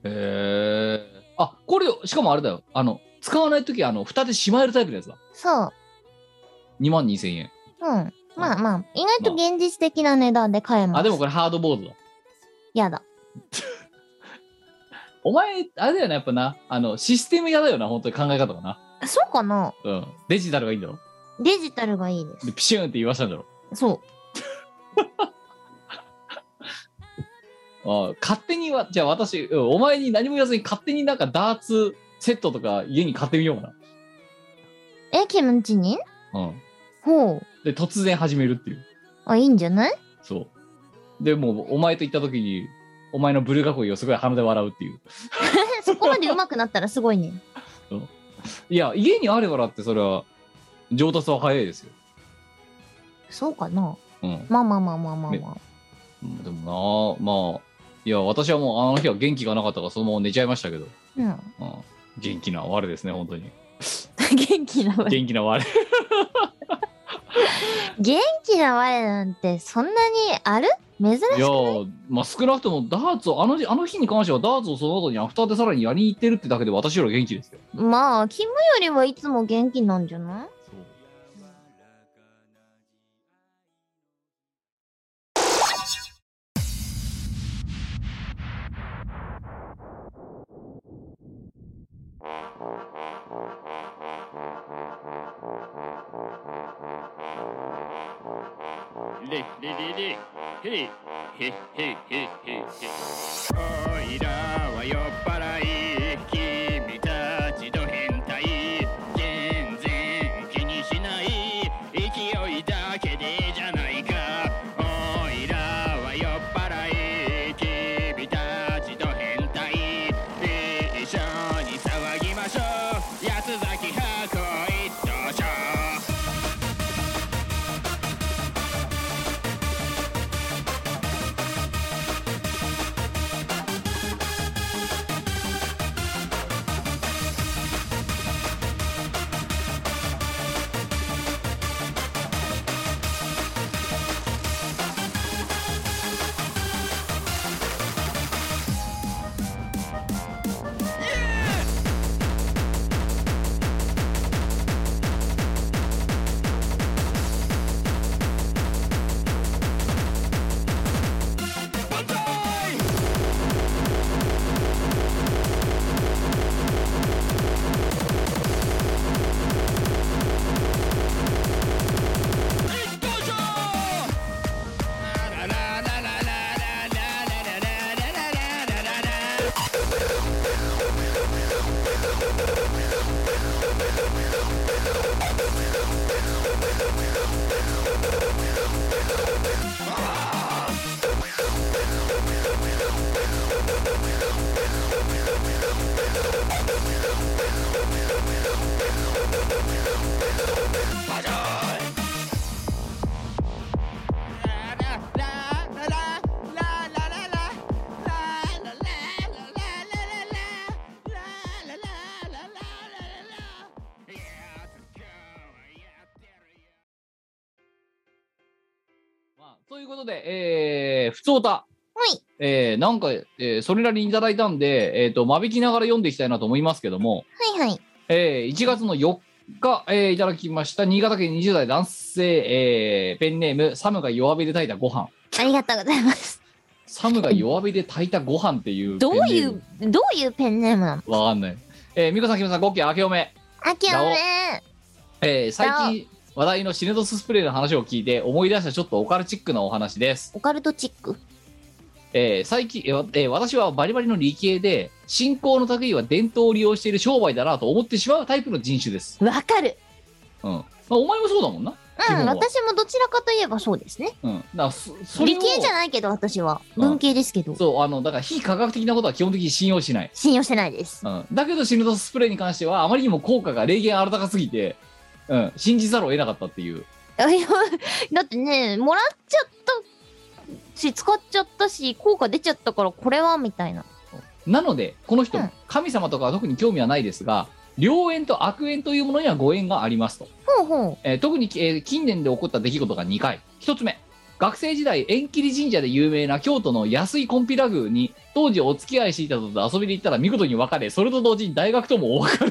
Speaker 3: へえあこれしかもあれだよあの使わない時あの蓋でしまえるタイプのやつだ
Speaker 1: う。そう。
Speaker 3: 2万2000円
Speaker 1: うん。まあまあ、意外と現実的な値段で買えます。
Speaker 3: あでもこれハードボードだ
Speaker 1: やだ。
Speaker 3: お前あれだよなやっぱなあのシステム嫌だよな本当に考え方がな
Speaker 1: そうかな
Speaker 3: うんデジタルがいいんだろ
Speaker 1: デジタルがいいで
Speaker 3: でピシューンって言わせたんだろ
Speaker 1: す。そう。
Speaker 3: あ勝手にはじゃあ私うんお前に何も言わずに勝手になんかダーツセットとか家に買ってみようか
Speaker 1: え、キムチに
Speaker 3: なうん
Speaker 1: ほう。
Speaker 3: で突然始めるっていう
Speaker 1: あ、いいんじゃない
Speaker 3: そうでもうお前と行った時にお前のブルー囲いをすごい鼻で笑うっていう
Speaker 1: そこまで上手くなったらすごいね。
Speaker 3: いや家にあればだってそれは上達は早いですよ
Speaker 1: そうかな
Speaker 3: うん、
Speaker 1: まあまあまあまあまあ
Speaker 3: ね
Speaker 1: ま
Speaker 3: でもなあまあいや私はもうあの日は元気がなかったからそのまま寝ちゃいましたけど、
Speaker 1: あ。
Speaker 3: うん、元気な我ですね本当に
Speaker 1: うん。 元気な我。
Speaker 3: 元気な我
Speaker 1: 元気な我なんてそんなにある珍し
Speaker 3: いやまあ少なくともダーツをあの日あの日に関してはダーツをその後にアフターでさらにやりに行ってるってだけで私よりは元気ですよ
Speaker 1: い。まあ、キムよりはいつも元気なんじゃない
Speaker 4: レレレレヘイヘイヘイヘイヘイおいらは酔っ払い君たちの変態全然気にしない勢いだけでじゃないかおいらは酔っ払い君たちの変態一緒に騒ぎましょう安崎箱一等賞
Speaker 3: まあ、ということで、えー、普通歌。
Speaker 1: はい。
Speaker 3: えー、なんか、えー、それなりにいただいたんで、えっ、と、間引きながら読んでいきたいなと思いますけども、
Speaker 1: はいはい。
Speaker 3: えー、1月の4日、えー、いただきました、新潟県20代男性、えー、ペンネーム、サムが弱火で炊いたご飯。
Speaker 1: ありがとうござい ます。
Speaker 3: サムが弱火で炊いたご飯っていうペ
Speaker 1: ど
Speaker 3: ン
Speaker 1: う
Speaker 3: ネーム。
Speaker 1: いう、どういうペンネームなの
Speaker 3: わかんない。えー、ミコさん、キムさん、ゴッキー、明けおめ。
Speaker 1: あきおめ
Speaker 3: えー、最近話題のシネドススプレーの話を聞いて思い出したちょっとオカルチックなお話です。
Speaker 1: オカルトチック。
Speaker 3: えー最近、えーわえー私はバリバリの理系で信仰の類いは伝統を利用している商売だなと思ってしまうタイプの人種です、
Speaker 1: わかる。
Speaker 3: うんまあ、お前もそうだもんな、基
Speaker 1: う
Speaker 3: 本
Speaker 1: ん、
Speaker 3: は
Speaker 1: 私もどちらかといえばそうですね。
Speaker 3: うん、だからそそれ
Speaker 1: 理
Speaker 3: を
Speaker 1: 系じゃないけど、私は。
Speaker 3: うん
Speaker 1: 文系ですけど。
Speaker 3: そうあのだから非科学的なことは基本的に信用しない、
Speaker 1: 信用してないです。
Speaker 3: うん、だけどシヌドススプレーに関してはあまりにも効果が霊言新たかすぎて、うん、信じざるを得なかったっていう
Speaker 1: あいやだってね、もらっちゃったし、使っちゃったし、効果出ちゃったから、これは、みたいな。
Speaker 3: なのでこの人、
Speaker 1: うん
Speaker 3: 神様とかは特に興味はないですが良縁と悪縁というものにはご縁がありますと
Speaker 1: ほうほ
Speaker 3: えー特に、えー近年で起こった出来事が2回1つ目学生時代縁切り神社で有名な京都の安井コンピラ宮に当時お付き合いしていたのと遊びに行ったら見事に別れそれと同時に大学ともお別
Speaker 1: う。
Speaker 3: れ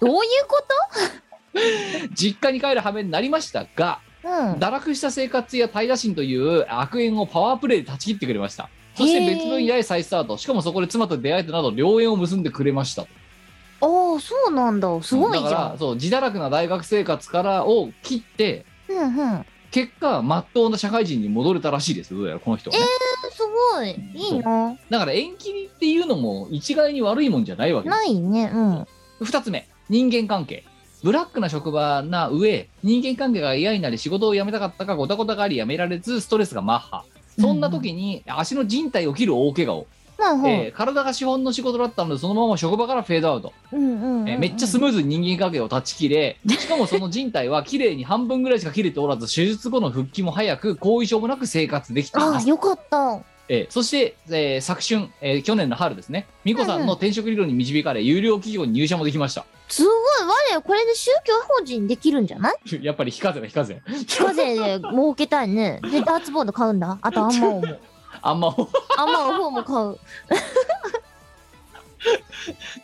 Speaker 1: どういうこ
Speaker 3: 実家に帰る羽目になりましたが
Speaker 1: とうん。
Speaker 3: 堕落した生活や平心という悪縁をパワープレイで断ち切ってくれましたそして別分野へ再スタートしかもそこで妻と出会えたなど良縁を結んでくれました
Speaker 1: ああ、そうなんだ。すごい
Speaker 3: だ
Speaker 1: じ
Speaker 3: か
Speaker 1: ゃ
Speaker 3: ら
Speaker 1: ん。
Speaker 3: そう自堕落な大学生活からを切って
Speaker 1: うんうん。
Speaker 3: 結果まっとうな社会人に戻れたらしいですどうやらこの人はね、
Speaker 1: すごい。いいな。
Speaker 3: だから縁切りっていうのも一概に悪いもんじゃないわけで
Speaker 1: ないね。うん。
Speaker 3: す。二つ目、人間関係。ブラックな職場な上、人間関係が嫌になり仕事を辞めたかったかごたごたがあり辞められずストレスがマッハ。そんな時に足の靭帯を切る大怪我を、
Speaker 1: まあほう。
Speaker 3: えー体が資本の仕事だったのでそのまま職場からフェードアウト、
Speaker 1: うんうんうんうん
Speaker 3: えーめっちゃスムーズに人間関係を断ち切 れしかもその靭帯は綺麗に半分ぐらいしか切れておらず手術後の復帰も早く後遺症もなく生活できてい
Speaker 1: あ
Speaker 3: ま
Speaker 1: あ、
Speaker 3: す
Speaker 1: よかった。
Speaker 3: えーそして、えー昨春、えー去年の春ですね、美子さんの転職理論に導かれ、有料企業に入社もできました。
Speaker 1: すごい。我これで宗教法人できるんじゃ ない
Speaker 3: やっぱり非課税だ、非課税。
Speaker 1: 非課税で儲けたいね。で、ダーツボード買うんだ。あと、アンマオ も。
Speaker 3: あんま
Speaker 1: アンマオフォーも買う。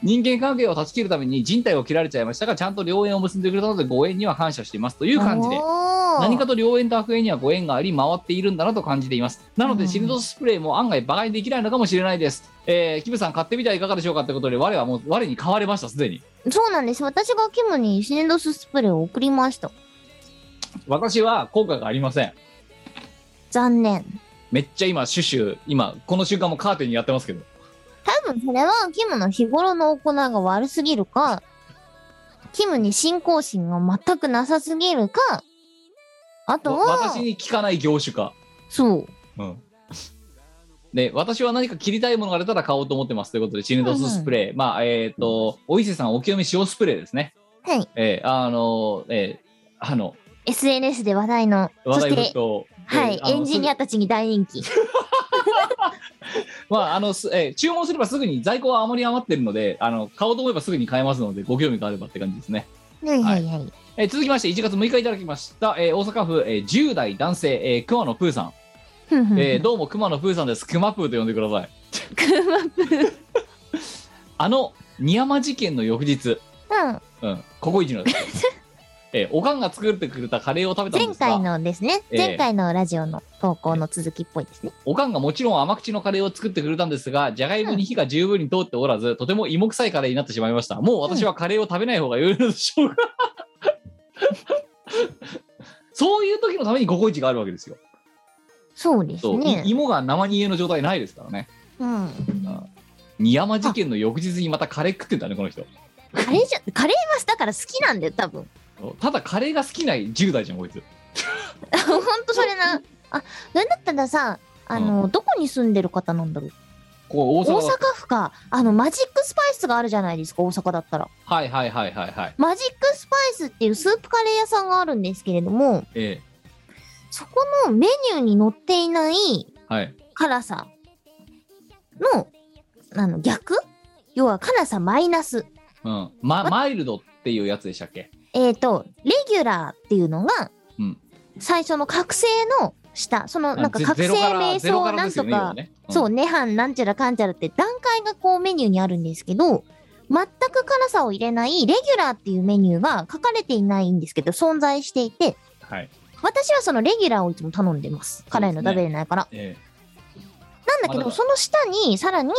Speaker 3: 人間関係を断ち切るために人体を切られちゃいましたが、ちゃんと良縁を結んでくれたので、ご縁には感謝していますという感じで、何
Speaker 1: 何
Speaker 3: かと良縁と悪縁にはご縁があり、回っているんだなと感じています。なの
Speaker 1: う
Speaker 3: で、
Speaker 1: ん
Speaker 3: シルドスプレーも案外、馬鹿にできないのかもしれないです。えーキムさん、買ってみてはいかがでしょうかってことで、我はもう、我に買われました、すでに。
Speaker 1: そうなんです。私がキムにシネドススプレーを送りました。
Speaker 3: 私は効果がありません。
Speaker 1: 残念。
Speaker 3: めっちゃ今、シュシュ、今、この瞬間もカーテンにやってますけど。
Speaker 1: 多分それはキムの日頃の行いが悪すぎるか、キムに信仰心が全くなさすぎるか、あと
Speaker 3: わ
Speaker 1: は
Speaker 3: 私、に聞かない業種か。
Speaker 1: そう。
Speaker 3: うん。で、私は何か切りたいものが出たら買おうと思ってますということで、チヌドススプレー。まあ、えっ、と、お伊勢さんお清め塩スプレーですね。
Speaker 1: はい。
Speaker 3: えーあのー、えーあの、
Speaker 1: SNS で話題の、そし
Speaker 3: 話題
Speaker 1: て
Speaker 3: 沸、騰。
Speaker 1: はい、エンジニ
Speaker 3: ア。
Speaker 1: アたちに大人気。
Speaker 3: すぐまあ、あの、すえー注文すればすぐに在庫はあまり余ってるので、あの、買おうと思えばすぐに買えますので、ご興味があればって感じですね。
Speaker 1: はいはいはい。
Speaker 3: えー続きまして、1月6日いただきました、えー大阪府、えー10代男性、えー熊野プーさん。
Speaker 1: ふんふんふん
Speaker 3: えーどうも熊野プーさんです。熊プーと呼んでください。
Speaker 1: 熊
Speaker 3: あの、二山事件の翌日。
Speaker 1: うん、
Speaker 3: うん、ここ一のです。えーおかんが作ってくれたカレーを食べたんで
Speaker 1: 前
Speaker 3: すが
Speaker 1: 回のですね、
Speaker 3: ええ
Speaker 1: 前回のラジオの投稿の続きっぽいですね。
Speaker 3: おかんがもちろん甘口のカレーを作ってくれたんですがじゃがいもに火が十分に通っておらず、とても芋臭いカレーになってしまいましたもう私はカレーを食べない方が良いのでし ょうかそういう時のためにココイチがあるわけですよ
Speaker 1: そうです
Speaker 3: そう、い
Speaker 1: ね。
Speaker 3: 芋が生煮えの状態ないですからね
Speaker 1: うん。
Speaker 3: 二山事件の翌日にまたカレー食ってたねこの人
Speaker 1: カレーじゃ、カレーはだから好きなんだよ、多分。
Speaker 3: ただカレーが好きな10代じゃんこいつ
Speaker 1: ほんとそれな。あ、なんだったらさ、あの、どこに住んでる方なんだろう。
Speaker 3: こう
Speaker 1: 大
Speaker 3: 大阪
Speaker 1: 阪府か。あの、マジックスパイスがあるじゃないですか、大阪だったら。
Speaker 3: はいはいはいはいはい
Speaker 1: マジックスパイスっていうスープカレー屋さんがあるんですけれども、
Speaker 3: え
Speaker 1: そこのメニューに載っていない
Speaker 3: えはい
Speaker 1: 辛さの、あの、逆要は辛さマイナス。
Speaker 3: うんま、マイルドっていうやつでしたっけ
Speaker 1: えっ、と、レギュラーっていうのが、
Speaker 3: うん
Speaker 1: 最初の覚醒の下、そのなんか
Speaker 3: ゼ
Speaker 1: 覚醒
Speaker 3: ゼロら
Speaker 1: 瞑
Speaker 3: ゼロ
Speaker 1: 想
Speaker 3: ら
Speaker 1: なん
Speaker 3: ですよ
Speaker 1: と
Speaker 3: ね要は
Speaker 1: か、
Speaker 3: ねうん
Speaker 1: そう、涅槃なんちゃらかんちゃらって段階がこうメニューにあるんですけど、全く辛さを入れないレギュラーっていうメニューが書かれていないんですけど、存在していて、
Speaker 3: はい
Speaker 1: 私はそのレギュラーをいつも頼んでます。辛いの食べれないから。
Speaker 3: え
Speaker 1: なんだけ
Speaker 3: ま
Speaker 1: ど、
Speaker 3: だ
Speaker 1: その下にさらに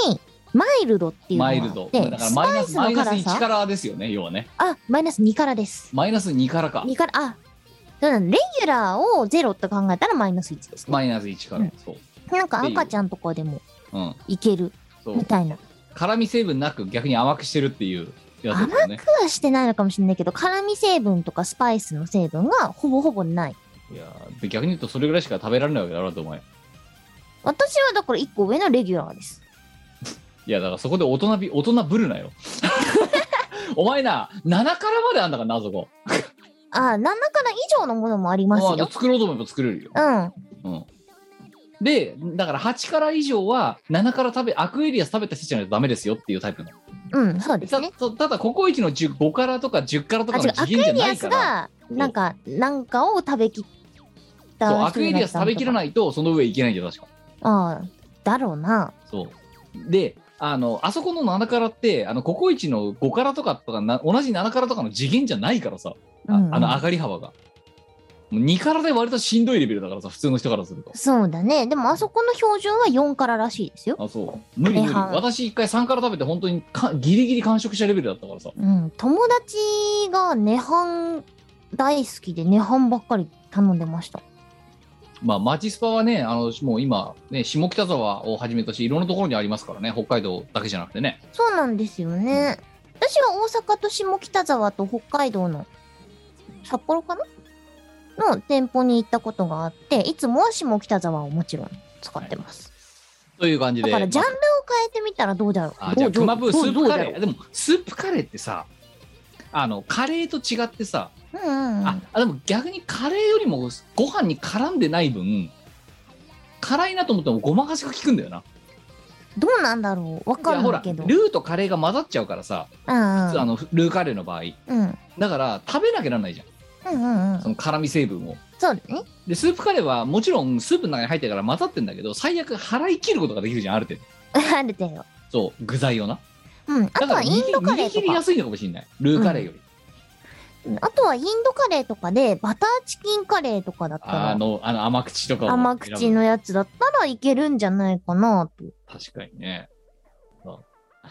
Speaker 1: マイルドって
Speaker 3: え
Speaker 1: いうのが
Speaker 3: マ
Speaker 1: あ
Speaker 3: イルド
Speaker 1: っ
Speaker 3: だか
Speaker 1: て、
Speaker 3: ら
Speaker 1: ス
Speaker 3: マ
Speaker 1: パ
Speaker 3: イナ
Speaker 1: イ
Speaker 3: ス
Speaker 1: ス
Speaker 3: マ
Speaker 1: の
Speaker 3: イナス
Speaker 1: 辛
Speaker 3: 1
Speaker 1: さ
Speaker 3: からですよね要はね
Speaker 1: あ、マイナス2からです。
Speaker 3: マイナス2からか
Speaker 1: 二からあだからレギュラーをゼロって考えたらマイナス1ですね、
Speaker 3: マイナス1から、
Speaker 1: うん
Speaker 3: そう
Speaker 1: なんか赤ちゃんとかでも
Speaker 3: うん
Speaker 1: いける
Speaker 3: そう
Speaker 1: みたいな
Speaker 3: 辛味成分なく逆に甘くしてるっていうやつですよ
Speaker 1: 甘
Speaker 3: ね
Speaker 1: くはしてないのかもしれないけど辛味成分とかスパイスの成分がほぼほぼない
Speaker 3: いやーで逆に言うとそれぐらいしか食べられないわけだろうと思うよ
Speaker 1: 私はだから1個上のレギュラーです
Speaker 3: いやだからそこで大人び大人ぶる なよお前な7からまであんだからなあそこ
Speaker 1: あ7から以上のものもあります
Speaker 3: あ
Speaker 1: よ
Speaker 3: 作ろうと思えば作れるよ
Speaker 1: う、ん
Speaker 3: うん、でだから8から以上は7から食べアクエリアス食べた人じゃないとダメですよっていうタイプなの
Speaker 1: うんそうです
Speaker 3: た
Speaker 1: ね
Speaker 3: たただココイチの10 5からとか10からと
Speaker 1: あ
Speaker 3: か
Speaker 1: 違う
Speaker 3: の
Speaker 1: アク
Speaker 3: 次元
Speaker 1: エ
Speaker 3: じゃ
Speaker 1: リ
Speaker 3: な
Speaker 1: ア
Speaker 3: い
Speaker 1: ス
Speaker 3: から
Speaker 1: がなんかなんかを食べきっ
Speaker 3: そう
Speaker 1: た
Speaker 3: アクエリアス食べきら
Speaker 1: い
Speaker 3: ないとその上いけないんじゃん確か
Speaker 1: ああだろうな
Speaker 3: そうであのあそこの7からってあのココイチの5からとかとかな同じ7からとかの次元じゃないからさあ,、
Speaker 1: うん
Speaker 3: の上がり幅がもう2からで割としんどいレベルだからさ普通の人からすると
Speaker 1: そうだねでもあそこの標準は4かららしいですよ
Speaker 3: あそう無理無理
Speaker 1: えはい
Speaker 3: 私一回3から食べて本当にかギリギリ完食したレベルだったからさ
Speaker 1: うん、友達が涅槃大好きで涅槃ばっかり頼んでました。
Speaker 3: まあマチスパはねあのもう今ね下北沢をはじめとしていろんなところにありますからね北海道だけじゃなくてね
Speaker 1: そうなんですよね。私は大阪と下北沢と北海道の札幌かなの店舗に行ったことがあって、いつもは下北沢をもちろん使ってます。
Speaker 3: という感じ
Speaker 1: だ
Speaker 3: で
Speaker 1: からジャンルを
Speaker 3: ま
Speaker 1: 変えてみたらどうだろう。
Speaker 3: ああ
Speaker 1: ど
Speaker 3: じゃ
Speaker 1: う
Speaker 3: あ熊
Speaker 1: ど
Speaker 3: ブ
Speaker 1: う
Speaker 3: ースー
Speaker 1: どう
Speaker 3: プ
Speaker 1: どう
Speaker 3: カ
Speaker 1: だろ
Speaker 3: レーでもスープカレーってさあのカレーと違ってさ
Speaker 1: う。うんうん
Speaker 3: ああでも逆にカレーよりもご飯に絡んでない分辛いなと思ってもごまかしが効くんだよな。
Speaker 1: どうなんだろう。わか
Speaker 3: いや
Speaker 1: る
Speaker 3: ほ
Speaker 1: ん
Speaker 3: ら
Speaker 1: だ
Speaker 3: ル
Speaker 1: けど。
Speaker 3: ーとカレーが混ざっちゃうからさ、
Speaker 1: うんうん
Speaker 3: あのルーカレーの場合
Speaker 1: うん
Speaker 3: だから食べなきゃならないじゃん
Speaker 1: うんうんうん
Speaker 3: そ。の辛味成分を。
Speaker 1: そうだね。
Speaker 3: でスープカレーはもちろんスープの中に入ってるから混ざってんだけど最悪払い切ることができるじゃんある程度
Speaker 1: ある程度。
Speaker 3: そう具材をな
Speaker 1: うん。あ
Speaker 3: だ
Speaker 1: と
Speaker 3: か
Speaker 1: は
Speaker 3: ら
Speaker 1: インドカレーと
Speaker 3: 握り握り
Speaker 1: か
Speaker 3: や。すいのかもしれないルーカレーより、
Speaker 1: あとはインドカレーとかでバターチキンカレーとかだった
Speaker 3: あ
Speaker 1: ら
Speaker 3: のあの甘口とかを
Speaker 1: 甘口
Speaker 3: 選ぶ
Speaker 1: のやつだったらいけるんじゃないかなと。
Speaker 3: 確かにね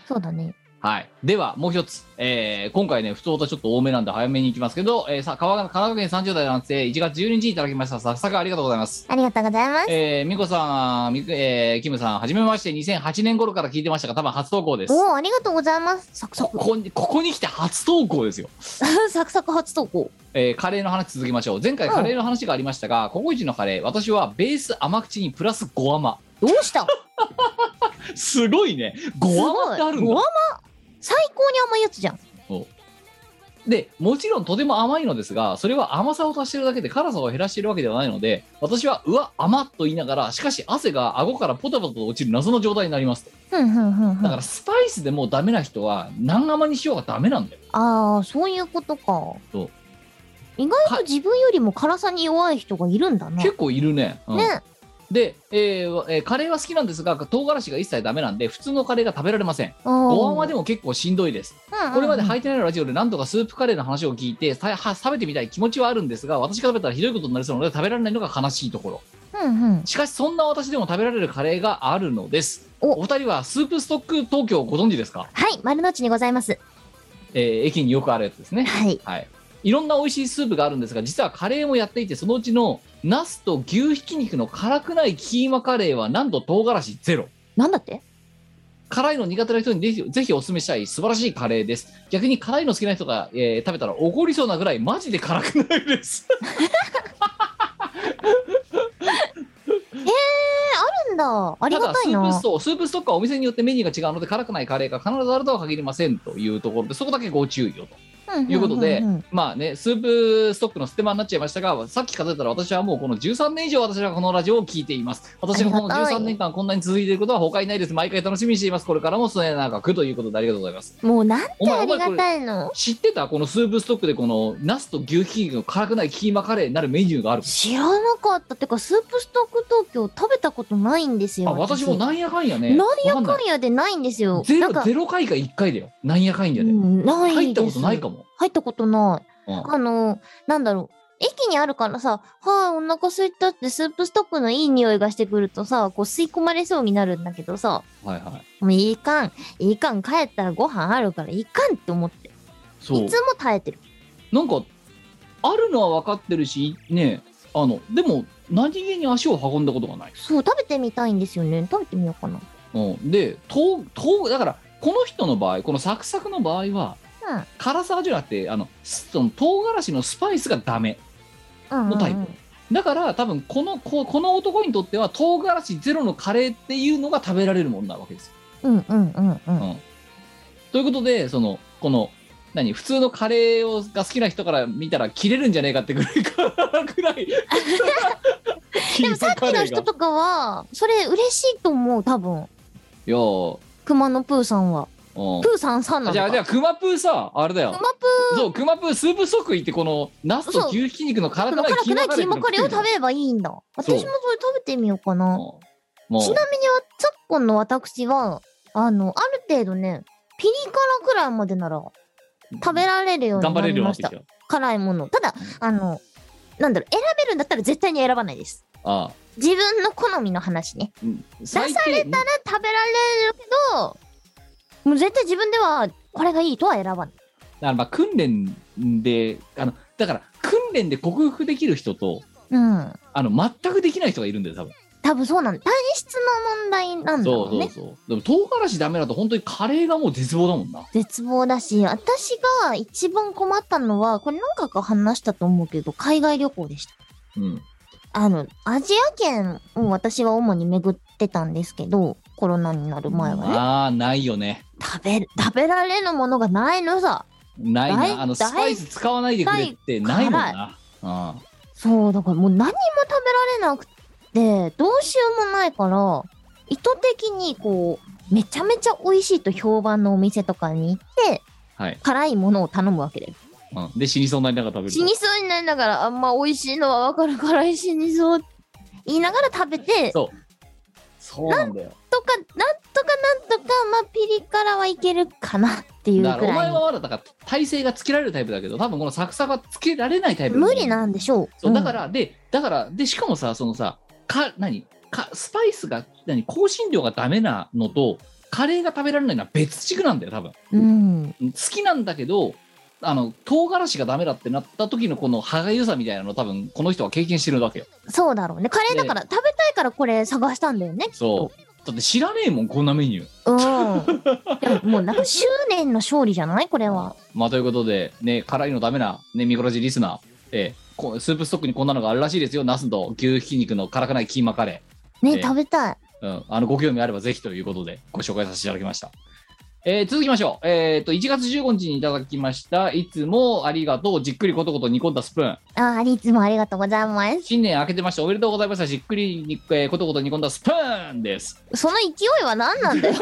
Speaker 1: そうだね。
Speaker 3: はい。では、もう一つ。えー今回ね、普通とちょっと多めなんで早めに行きますけど、えーさ、川が神奈川県30代男性、1月12日いただきました。さっさかありがとうございます。
Speaker 1: ありがとうございます。
Speaker 3: えー、みこさん、みえー、キムさん、はじめまして、2008年頃から聞いてましたが、多分初投稿です。
Speaker 1: おお、ありがとうございます。サクサ
Speaker 3: こ
Speaker 1: ク。
Speaker 3: こに、ここに来て初投稿ですよ。
Speaker 1: サクサク初投稿。
Speaker 3: えーカレーの話続きましょう。前回
Speaker 1: うん
Speaker 3: カレーの話がありましたが、ココイチのカレー、私はベース甘口にプラス5甘。
Speaker 1: どうした
Speaker 3: すごいね。
Speaker 1: す
Speaker 3: 5甘
Speaker 1: ご
Speaker 3: っ
Speaker 1: い。
Speaker 3: てあるん
Speaker 1: ご
Speaker 3: だ
Speaker 1: ま。最高に甘いやつじゃん。
Speaker 3: でもちろんとても甘いのですがそれは甘さを足してるだけで辛さを減らしているわけではないので私はうわ甘っと言いながらしかし汗が顎からポタポタと落ちる謎の状態になりますと
Speaker 1: ふんふんふんふ
Speaker 3: だか
Speaker 1: ん。
Speaker 3: らスパイスでもうダメな人は何甘にしようがダメなんだよ
Speaker 1: ああ、そういうことか。
Speaker 3: そう
Speaker 1: 意外と自分よりも辛さに弱い人がいるんだね
Speaker 3: 結。構いるね、うん
Speaker 1: ね。
Speaker 3: で、えーえーカレーは好きなんですが唐辛子が一切ダメなんで普通のカレーが食べられませんご
Speaker 1: ご
Speaker 3: 飯はでも結構しんどいですこれまで入ってないラジオで何度かスープカレーの話を聞いてさは食べてみたい気持ちはあるんですが私が食べたらひどいことになりそうなので食べられないのが悲しいところ
Speaker 1: うんうん。
Speaker 3: しかしそんな私でも食べられるカレーがあるのです
Speaker 1: お
Speaker 3: お二人はスープストック東京をご存知ですか、
Speaker 1: はい、丸の内にございます。
Speaker 3: えー駅によくあるやつですね
Speaker 1: はい。
Speaker 3: はいいろんな美味しいスープがあるんですが実はカレーもやっていてそのうちのナスと牛ひき肉の辛くないキーマカレーはなんと唐辛子ゼロ
Speaker 1: なんだって
Speaker 3: 辛いの苦手な人にぜひぜひお勧めしたい素晴らしいカレーです逆に辛いの好きな人が、えー食べたら怒りそうなぐらいマジで辛くないです
Speaker 1: なんだ。 あ
Speaker 3: た
Speaker 1: りが
Speaker 3: だス
Speaker 1: たい
Speaker 3: ープ
Speaker 1: な
Speaker 3: ス。トスープストックはお店によってメニューが違うので辛くないカレーが必ずあるとは限りませんというところでそこだけご注意をと
Speaker 1: と
Speaker 3: いうことで、
Speaker 1: うんうん
Speaker 3: まあね、スープストックのステマになっちゃいましたが、さっき数えたら私はもうこの13年以上私はこのラジオを聞いています。私がこの
Speaker 1: ありがたい
Speaker 3: 13年間こんなに続いていることは他にないです。毎回楽しみにしています。これからも末永くということでありがとうございます。
Speaker 1: もうなんて
Speaker 3: お前
Speaker 1: ありがたいの。
Speaker 3: 知ってたこのスープストックでこのナスと牛ひきの辛くないキーマカレーになるメニューがある。
Speaker 1: 知らなかったってかスープストック東京食べたことないんですよ
Speaker 3: あ、私もなんやかんやね。
Speaker 1: なんや
Speaker 3: わ
Speaker 1: か
Speaker 3: い
Speaker 1: んやでないんですよ
Speaker 3: ゼ
Speaker 1: な
Speaker 3: ロ
Speaker 1: んか
Speaker 3: ゼロ回か1回だよ。なんやかんやで。
Speaker 1: うんないです
Speaker 3: 入ったことないかも。
Speaker 1: 入ったことない
Speaker 3: うん
Speaker 1: あのなんだろう駅にあるからさ「はあお腹空いた」ってスープストックのいい匂いがしてくるとさこう吸い込まれそうになるんだけどさ
Speaker 3: はいはい。
Speaker 1: もういかんいかん帰ったらご飯あるからいかんって思ってい
Speaker 3: そう。
Speaker 1: つも耐えてる
Speaker 3: なんかあるのは分かってるしねあのでも何気に足を運んだことがない、
Speaker 1: そう食べてみたいんですよね食べてみようかな
Speaker 3: うん、でととだからこの人の場合このサクサクの場合は
Speaker 1: うん
Speaker 3: 辛さじゃなくてあのすその唐辛子のスパイスがダメ
Speaker 1: うんうん、う
Speaker 3: のタイプ
Speaker 1: ん、
Speaker 3: だから多分このここの男にとっては唐辛子ゼロのカレーっていうのが食べられるものなわけですよ
Speaker 1: うんうんうんうん
Speaker 3: うんということでそのこの何普通のカレーをが好きな人から見たら切れるんじゃねえかってぐらい辛くらい
Speaker 1: でもさっきの人
Speaker 3: が
Speaker 1: とかは、それ嬉しいと思う、多分。
Speaker 3: いやー
Speaker 1: 熊野プーさんは。
Speaker 3: うん
Speaker 1: プーさんさんなの
Speaker 3: じゃあ
Speaker 1: か。
Speaker 3: じゃあクマプーさあれだよ
Speaker 1: 熊プ
Speaker 3: そうクマプースープソク行ってこのナスと
Speaker 1: そう
Speaker 3: 牛ひき肉の辛
Speaker 1: ー
Speaker 3: く
Speaker 1: の
Speaker 3: ない
Speaker 1: 辛
Speaker 3: キ
Speaker 1: く
Speaker 3: ー
Speaker 1: な
Speaker 3: マ
Speaker 1: い
Speaker 3: カ
Speaker 1: キ
Speaker 3: レ
Speaker 1: ー
Speaker 3: ー
Speaker 1: マカレーを食べればいいんだ。私
Speaker 3: そう
Speaker 1: もそれ食べてみようか
Speaker 3: うん
Speaker 1: な。
Speaker 3: もう
Speaker 1: ちなみには、昨今の私は、あの、ある程度ね、ピリ辛くらいまでなら、食べられるよう
Speaker 3: 頑
Speaker 1: に
Speaker 3: 張
Speaker 1: な
Speaker 3: れる
Speaker 1: り
Speaker 3: ようにな
Speaker 1: ま
Speaker 3: っ
Speaker 1: して
Speaker 3: き
Speaker 1: た
Speaker 3: た。よ
Speaker 1: 辛いもの。ただ、あの、なんだろう、選べるんだったら絶対に選ばないです。
Speaker 3: ああ
Speaker 1: 自分の好みの話ね。
Speaker 3: うん出
Speaker 1: されたら食べられるけど、もう絶対自分では、これがいいとは選ばない。
Speaker 3: あのまあ訓練であのだから訓練で克服できる人と
Speaker 1: うん。
Speaker 3: あの全くできない人がいるんだよ多分
Speaker 1: 多分そうなんだ体質の問題なんだ
Speaker 3: そ
Speaker 1: ろう
Speaker 3: うそう
Speaker 1: ね
Speaker 3: そうでも唐辛子ダメだと本当にカレーがもう絶望だもんな
Speaker 1: 絶望だし私が一番困ったのはこれ何回か話したと思うけど海外旅行でした
Speaker 3: うん
Speaker 1: あのアジア圏を私は主に巡ってたんですけどコロナになる前はね
Speaker 3: ああないよね
Speaker 1: 食べ食べられるものがないのさ
Speaker 3: ない
Speaker 1: 大
Speaker 3: なあのスパイス使わないでくれってないもんなあ
Speaker 1: そうだからもう何も食べられなくてどうしようもないから意図的にこうめちゃめちゃ美味しいと評判のお店とかに行って
Speaker 3: はい、
Speaker 1: 辛いものを頼むわけだよ
Speaker 3: うん、で死にそうになりながら食べる
Speaker 1: 死にそうになりながらあんま美味しいのは分かるから死にそう言いながら食べて
Speaker 3: そうそうなんだよ
Speaker 1: とかなんとかなんとかまあピリ辛はいけるかなっていう
Speaker 3: だ
Speaker 1: く
Speaker 3: から
Speaker 1: ら
Speaker 3: お前
Speaker 1: い
Speaker 3: はまだだから体勢がつけられるタイプだけど多分このサクサクはつけられないタイプだと思
Speaker 1: 無
Speaker 3: う
Speaker 1: 理なんでしょう
Speaker 3: そう
Speaker 1: うん
Speaker 3: だから、でだからでしかもさそのさか何かスパイスが何香辛料がダメなのとカレーが食べられないのは別軸なんだよ多分
Speaker 1: うん
Speaker 3: 好きなんだけどあの唐辛子がダメだってなった時のこの歯がゆさみたいなのを多分この人は経験してるわけよ
Speaker 1: そうだろうねカレーだから食べたいからこれ探したんだよね
Speaker 3: そうだって知らねえもんこんなメニュー
Speaker 1: うんでももうなんか執念の勝利じゃないこれは
Speaker 3: まあということでね辛いのダメなねミコラジリスナーえーこスープストックにこんなのがあるらしいですよナスと牛ひき肉の辛くないキーマカレーえ
Speaker 1: ね
Speaker 3: え
Speaker 1: 食べたい
Speaker 3: うん、あのご興味あればぜひということでご紹介させていただきました。えー続きましょう。えっ、と、1月15日にいただきました、いつもありがとう、じっくりことこと煮込んだスプーン。
Speaker 1: あーいつもありがとうございます
Speaker 3: 新年明けてました、おめでとうございました、じっくりに、えーことこと煮込んだスプーンです。
Speaker 1: その勢いは何なんだよ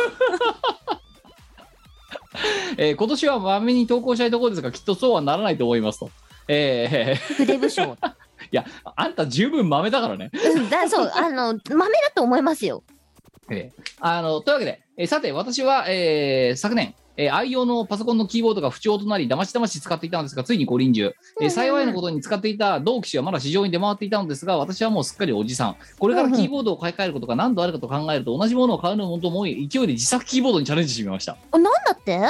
Speaker 3: えー今年はまめに投稿したいところですが、きっとそうはならないと思いますと。えー
Speaker 1: 筆武将
Speaker 3: いや、あんた十分豆だからね。
Speaker 1: うんだ そうあの豆だと思いますよ
Speaker 3: えーあのというわけで、えーさて私は、えー昨年、えー愛用のパソコンのキーボードが不調となりだましだまし使っていたのですがついに五輪中、
Speaker 1: うん
Speaker 3: え
Speaker 1: う
Speaker 3: ー
Speaker 1: ん
Speaker 3: 幸いなことに使っていた同機種はまだ市場に出回っていたのですが私はもうすっかりおじさんこれからキーボードを買い替えることが何度あるかと考えると同じものを買うのもともい勢いで自作キーボードにチャレンジしてみました
Speaker 1: あなんだって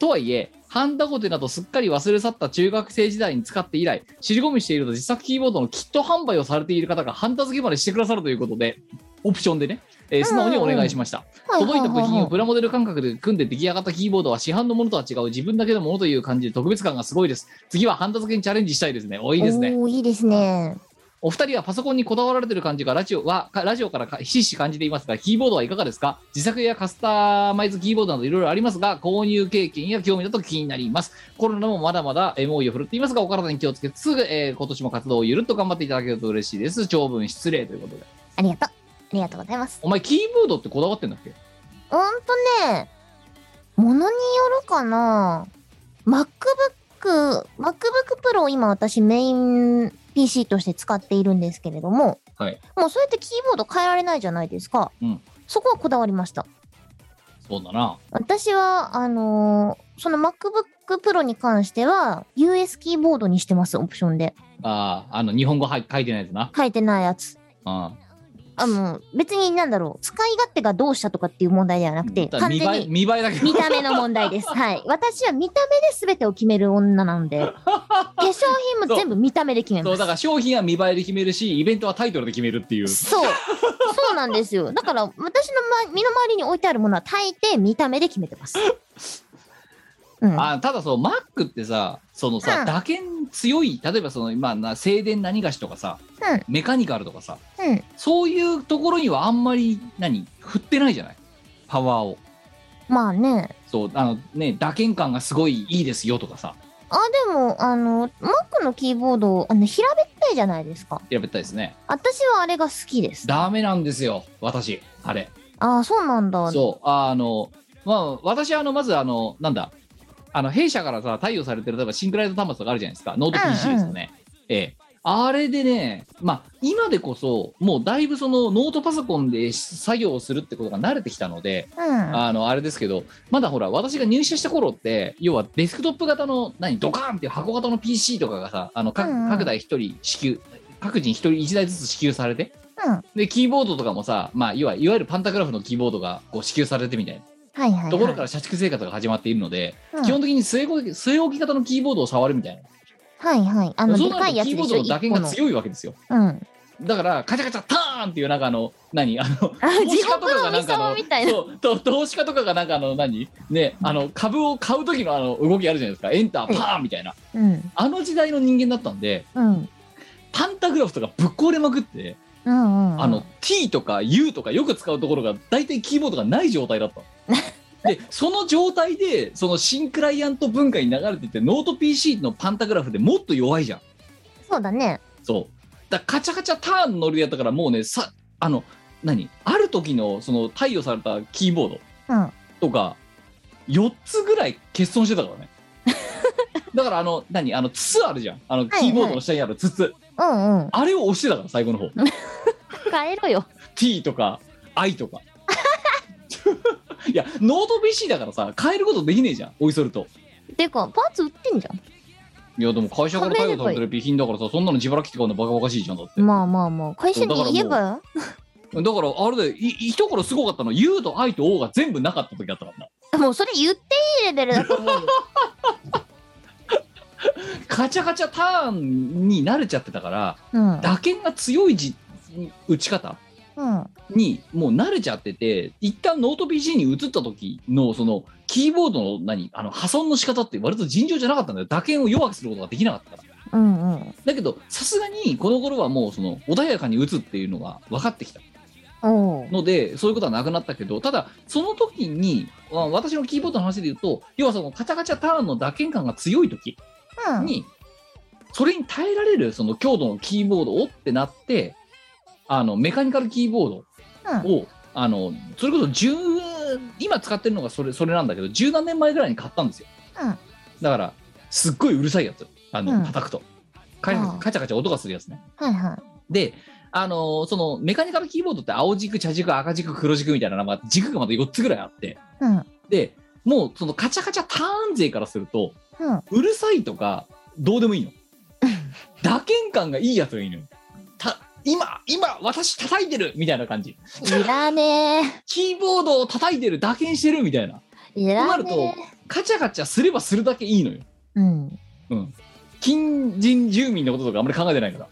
Speaker 3: とはいえハンダゴテなどすっかり忘れ去った中学生時代に使って以来尻込みしていると自作キーボードのキット販売をされている方がハンダ付けまでしてくださるということでオプションでねえー素直にお願いしました。
Speaker 1: はいはい
Speaker 3: 届い
Speaker 1: はい
Speaker 3: た部
Speaker 1: はい
Speaker 3: 品をプラモデル感覚で組んで出来上がったキーボードは市販のものとは違う自分だけのものという感じで特別感がすごいです。次はハンダ付けにチャレンジしたいですね。おいいですね。
Speaker 1: おーいいですね。
Speaker 3: お二人はパソコンにこだわられてる感じがラジオはかラジオからかひしひし感じていますが、キーボードはいかがですか自作やカスタマイズキーボードなどいろいろありますが、購入経験や興味だと気になります。コロナもまだまだえー猛威を振るっていますが、お体に気をつけつつ、えー今年も活動をゆるっと頑張っていただけると嬉しいです。長文失礼ということで。
Speaker 1: ありがとう。ありがとうございます。
Speaker 3: お前、キーボードってこだわってんだっけ
Speaker 1: ほんとね、ものによるかな。MacBook、MacBook Pro を今私メイン PC として使っているんですけれども、
Speaker 3: はい
Speaker 1: もうそうやってキーボード変えられないじゃないですか。
Speaker 3: うん
Speaker 1: そこはこだわりました。
Speaker 3: そうだな。
Speaker 1: 私は、あのーその MacBook Pro に関しては、US キーボードにしてます、オプションで。
Speaker 3: ああ、あの、日本語は書いてないやつな。
Speaker 1: 書いてないやつ。
Speaker 3: うん。
Speaker 1: あの、別になんだろう、使い勝手がどうしたとかっていう問題ではなくて、
Speaker 3: ただ
Speaker 1: 完
Speaker 3: 見
Speaker 1: 全
Speaker 3: 栄え、
Speaker 1: に
Speaker 3: 見栄えだけど
Speaker 1: 見た目の問題です。はい。私は見た目で全てを決める女なので、 化粧品も全部見た目で決め
Speaker 3: そ
Speaker 1: ま
Speaker 3: う、だ
Speaker 1: す。
Speaker 3: から商品は見栄えで決めるし、イベントはタイトルで決めるっていう。
Speaker 1: そう。そうなんですよ。だから、私の、ま、身の回りに置いてあるものは大抵見た目で決めてます。うん。
Speaker 3: あただそう、Mac ってさ、その
Speaker 1: う
Speaker 3: さ、
Speaker 1: ん
Speaker 3: 打鍵強い、例えばその、今な、静電何がしとかさ、
Speaker 1: うん
Speaker 3: メカニカルとかさ、
Speaker 1: うん。
Speaker 3: そういうところにはあんまり、何、振ってないじゃないパワーを。
Speaker 1: まあね。
Speaker 3: そう、あのね、打鍵感がすごいいいですよとかさ、
Speaker 1: あ、でも、あの、Mac のキーボード、あの、平べったいじゃないですか。
Speaker 3: やべったいですね。
Speaker 1: 私はあれが好きです。
Speaker 3: ダメなんですよ、私、あれ。
Speaker 1: ああ、そうなんだ。
Speaker 3: そう、あの、まあ、私、あの、まず、あの、なんだ、あの、弊社からさ、貸与されてる、例えばシンクライド端末とかあるじゃないですか、ノート
Speaker 1: うんうん
Speaker 3: PC ですよね。ええ。あれでね、まあ、今でこそ、もうだいぶそのノートパソコンで作業をするってことが慣れてきたので、
Speaker 1: うん。
Speaker 3: あの、あれですけど、まだほら、私が入社した頃って、要はデスクトップ型の、何、ドカーンっていう箱型の PC とかがさ、あの、各
Speaker 1: うんうん
Speaker 3: 各台一人支給、各人一人一台ずつ支給されて、
Speaker 1: うん。はい
Speaker 3: で、キーボードとかもさ、まあ、いわいわゆるパンタグラフのキーボードがこう支給されてみたいな。
Speaker 1: はい、はい。
Speaker 3: ところから社畜生活が始まっているので、
Speaker 1: うん
Speaker 3: 基本的に据え置き据え置き型のキーボードを触るみたい
Speaker 1: はいはい。あ
Speaker 3: な、
Speaker 1: の、
Speaker 3: そ
Speaker 1: で
Speaker 3: うな
Speaker 1: か
Speaker 3: る
Speaker 1: い
Speaker 3: と
Speaker 1: やつ
Speaker 3: キ
Speaker 1: で
Speaker 3: ー
Speaker 1: し
Speaker 3: ボード
Speaker 1: ょ、
Speaker 3: の打
Speaker 1: 一
Speaker 3: 鍵
Speaker 1: 個
Speaker 3: が
Speaker 1: の。
Speaker 3: 強いわけですよ
Speaker 1: うん。
Speaker 3: だからカチャカチャターンっていうなんかあの何 あの
Speaker 1: あ
Speaker 3: 投資家とかがなん
Speaker 1: 地獄
Speaker 3: かあ
Speaker 1: の王様みたいな
Speaker 3: そうと投資家とかがなんかあの何ねあの株を買う時のあの動きあるじゃないですかエンターパーンみたいな、
Speaker 1: うん。
Speaker 3: あの時代の人間だったんで
Speaker 1: うん。
Speaker 3: パンタグラフとかぶっ壊れまくって、
Speaker 1: うん、うん。
Speaker 3: あの、T とか U とかよく使うところが大体キーボードがない状態だったの でその状態でその新クライアント文化に流れてってノート PC のパンタグラフでもっと弱いじゃん
Speaker 1: そうだね。
Speaker 3: そうだからカチャカチャターン乗るやったからもうねさあの何ある時のその貸与されたキーボード
Speaker 1: うん。
Speaker 3: とか4つぐらい欠損して たからねだからあの何あの筒あるじゃんあの
Speaker 1: はい
Speaker 3: キーボードの下にある筒、
Speaker 1: うんうん。
Speaker 3: あれを押してたから最後の方
Speaker 1: 変えろよ。
Speaker 3: T とか I とか いやノート PC だからさ変えることできねえじゃんおいそれと
Speaker 1: てか、パーツ売ってんじゃ
Speaker 3: いやでも会社から対応されてる備品だからさそんなの自腹切って買うのバカバカしいじゃんだって、
Speaker 1: ん。まあまあまあ。会社
Speaker 3: だからもう
Speaker 1: に言えば
Speaker 3: だからあれでい一頃すごかったの U と I と O が全部なかった時だったからな
Speaker 1: もうそれ言っていいレベルだと思うよ。
Speaker 3: カチャカチャターンに慣れちゃってたから
Speaker 1: うん。
Speaker 3: 打鍵が強いじ打ち方
Speaker 1: うん。
Speaker 3: にもう慣れちゃってて一旦ノート PC に移った時のそのキーボードの何あの破損の仕方って割と尋常じゃなかったんだよ打鍵を弱くすることができなかったから
Speaker 1: うんうん。
Speaker 3: だけどさすがにこの頃はもうその穏やかに打つっていうのが分かってきた
Speaker 1: おう。
Speaker 3: のでそういうことはなくなったけどただその時にまあ私のキーボードの話で言うと要はそのカチャカチャターンの打鍵感が強い時
Speaker 1: うん。
Speaker 3: にそれに耐えられるその強度のキーボードをってなってあのメカニカルキーボードをあのそれこそ10今使ってるのがそれそれなんだけど十何年前ぐらいに買ったんですよ
Speaker 1: うん
Speaker 3: だからすっごいうるさいやつあ
Speaker 1: う
Speaker 3: の
Speaker 1: ん
Speaker 3: 叩くとカチ
Speaker 1: あ
Speaker 3: ャ
Speaker 1: あ
Speaker 3: カチャカチャ音がするやつね
Speaker 1: はいはい。
Speaker 3: で、あのーそのメカニカルキーボードって青軸、茶軸、赤軸、黒軸みたいなのが軸がまた4つぐらいあって、
Speaker 1: うん。
Speaker 3: で、もうそのカチャカチャターン勢からすると、
Speaker 1: うん。
Speaker 3: うるさいとか、どうでもいいの。打鍵感がいいやつがいいのよ。た今、今、私叩いてるみたいな感じ。
Speaker 1: いらね
Speaker 3: キーボードを叩いてる、打鍵してるみたいな。
Speaker 1: え。い
Speaker 3: とな
Speaker 1: ら
Speaker 3: ると
Speaker 1: ね、
Speaker 3: カチャカチャすればするだけいいのよ。
Speaker 1: え。うん。
Speaker 3: うん。近隣住民のこととかあんまり考えてないから。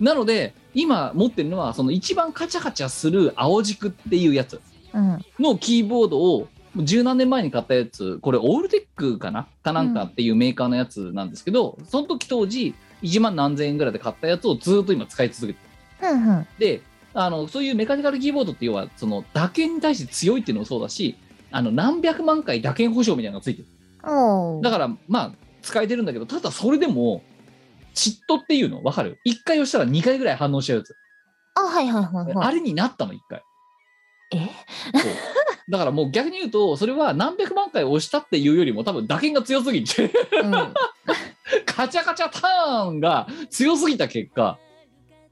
Speaker 3: なので今持ってるのはその一番カチャカチャする青軸っていうやつ
Speaker 1: うん。
Speaker 3: のキーボードをもう十何年前に買ったやつこれオールテックかなかなんかっていうメーカーのやつなんですけど、その時当時1万何千円ぐらいで買ったやつをずっと今使い続けてる
Speaker 1: うんうん。
Speaker 3: であのそういうメカニカルキーボードって要はその打鍵に対して強いっていうのもそうだしあの何百万回打鍵保証みたいなのがついてる
Speaker 1: おお。
Speaker 3: だからまあ使えてるんだけどただそれでも嫉妬っていうの分かる ?1 回押したら2回ぐらい反応しちゃうやつ、
Speaker 1: あ、はいはいはいは
Speaker 3: あ
Speaker 1: い。
Speaker 3: れになったの1回
Speaker 1: え
Speaker 3: そうだからもう逆に言うとそれは何百万回押したっていうよりも多分打鍵が強すぎて
Speaker 1: うん。
Speaker 3: カチャカチャターンが強すぎた結果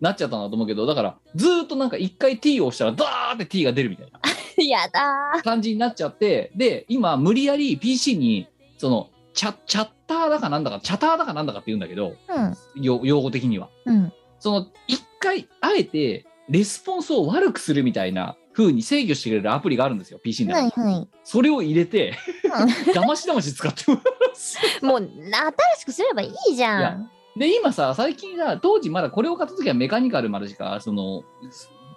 Speaker 3: なっちゃったんだと思うけどだからずーっとなんか1回 T を押したらダーって T が出るみたいな
Speaker 1: やだ
Speaker 3: 感じになっちゃってで今無理やり PC にそのチャチャッターだかなんだかチャターだかなんだかって言うんだけど
Speaker 1: ー。
Speaker 3: よ用語的には
Speaker 1: うん。うん。
Speaker 3: その一回あえてレスポンスを悪くするみたいな風に制御してくれるアプリがあるんですよ PC に
Speaker 1: はいはい。
Speaker 3: それを入れてだましだまし使ってます
Speaker 1: もう、な新しくすればいいじゃん。
Speaker 3: で今さ最近さ当時まだこれを買った時はメカニカルまでしかその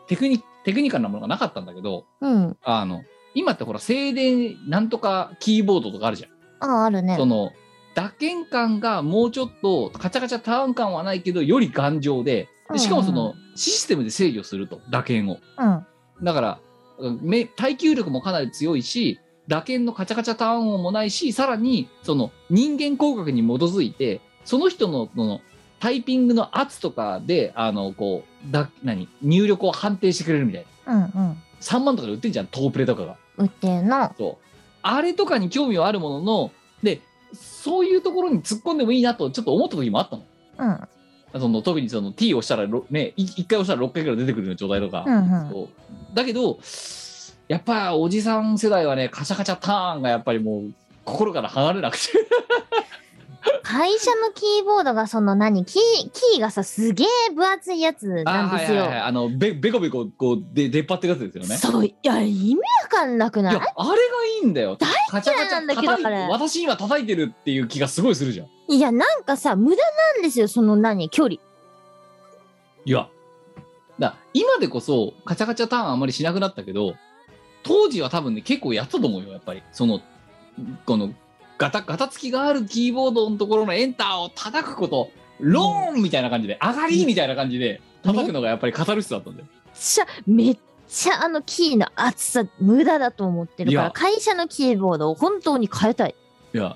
Speaker 3: テクニテクニカルなものがなかったんだけど
Speaker 1: うん。
Speaker 3: あの今ってほら静電なんとかキーボードとかあるじゃん
Speaker 1: あ、あるね
Speaker 3: そ。の打鍵感がもうちょっとカチャカチャターン感はないけどより頑丈ででしかもそのシステムで制御すると打鍵を
Speaker 1: うん。
Speaker 3: だからうんめ耐久力もかなり強いし打鍵のカチャカチャターン音もないしさらにその人間工学に基づいてその人のそのタイピングの圧とかであのこうだ何入力を判定してくれるみたいな
Speaker 1: うんうん。
Speaker 3: 3万とかで売ってんじゃんトープレとかが。
Speaker 1: 売ってるの。
Speaker 3: そうあれとかに興味はあるもののでそういうところに突っ込んでもいいなとちょっと思った時もあったの
Speaker 1: うん。
Speaker 3: その特にその T を押したらろ、ね、い1回押したら6回ぐらい出てくるような状態とか
Speaker 1: う、んうん。
Speaker 3: そうだけどやっぱおじさん世代はねカチャカチャターンがやっぱりもう心から離れな くて
Speaker 1: 会社のキーボードがその何キー、キーがさ、すげえ分厚いやつなんです
Speaker 3: あはいはいはい
Speaker 1: よ。
Speaker 3: あのべべこべここうで出っ張ってるやつですよね
Speaker 1: そう、いや、意味わかんなくないい
Speaker 3: やあれがいいんだよカチャカチ
Speaker 1: な
Speaker 3: ャ
Speaker 1: んだけど
Speaker 3: 叩い
Speaker 1: あれ
Speaker 3: 私今叩いてるっていう気がすごいするじゃん
Speaker 1: いや、なんかさ、無駄なんですよ、その何、距離。
Speaker 3: いや、だ今でこそ、カチャカチャターンあんまりしなくなったけど、当時は多分ね、結構やったと思うよ、やっぱり。その、この、ガタ、ガタつきがあるキーボードのところのエンターを叩くこと、ローンみたいな感じで、上がりみたいな感じで、叩くのがやっぱりカタルシスだったんだよ。
Speaker 1: ちゃ、めっちゃあのキーの厚さ、無駄だと思ってるか
Speaker 3: いや
Speaker 1: ら、会社のキーボードを本当に変えたい。
Speaker 3: いや、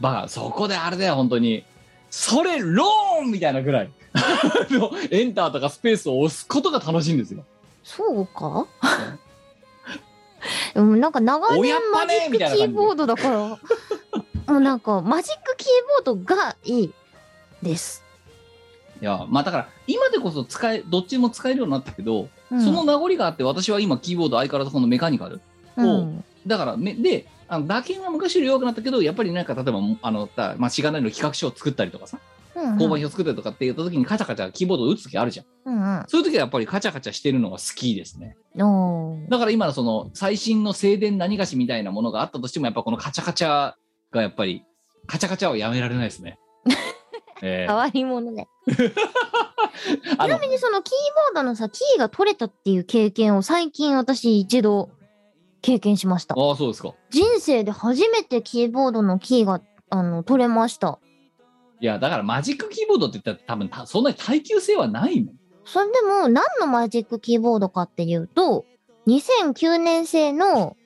Speaker 3: バカ、そこであれだよ、本当に。それ、ローンみたいなぐらい。 あのエンターとかスペースを押すことが楽しいんですよ。
Speaker 1: そうかでもなんか長
Speaker 3: おや
Speaker 1: 年
Speaker 3: っぱ
Speaker 1: マジ
Speaker 3: ね
Speaker 1: ックキーボードだから、もうなんかマジックキーボードがいいです。
Speaker 3: いや、まあだから、今でこそ使え、どっちも使えるようになったけど、
Speaker 1: うん
Speaker 3: その名残があって、私は今、キーボード相変わらずこのメカニカル。
Speaker 1: うん
Speaker 3: だからめ、で、あの打鍵は昔より弱くなったけど、やっぱりなんか、例えば、 あの、だまあ、しがないの企画書を作ったりとかさ、
Speaker 1: うんうん
Speaker 3: 購買表作ったりとかって言った時に、カチャカチャキーボードを打つ時あるじゃん。
Speaker 1: うんうん
Speaker 3: そういう時はやっぱりカチャカチャしてるのが好きですね。
Speaker 1: おー
Speaker 3: だから今のその、最新の静電何がしみたいなものがあったとしても、やっぱこのカチャカチャがやっぱり、カチャカチャはやめられないです ね。ええ
Speaker 1: 変わり者ね。
Speaker 3: あ
Speaker 1: ちな
Speaker 3: の
Speaker 1: みにそのキーボードのさ、キーが取れたっていう経験を最近私一度経験しました。
Speaker 3: ああ、そうですか。
Speaker 1: 人生で初めてキーボードのキーがあの取れました。
Speaker 3: いや、だからマジックキーボードって言ったら多分たそんなに耐久性はないもん。
Speaker 1: それでも何のマジックキーボードかっていうと、2009年製の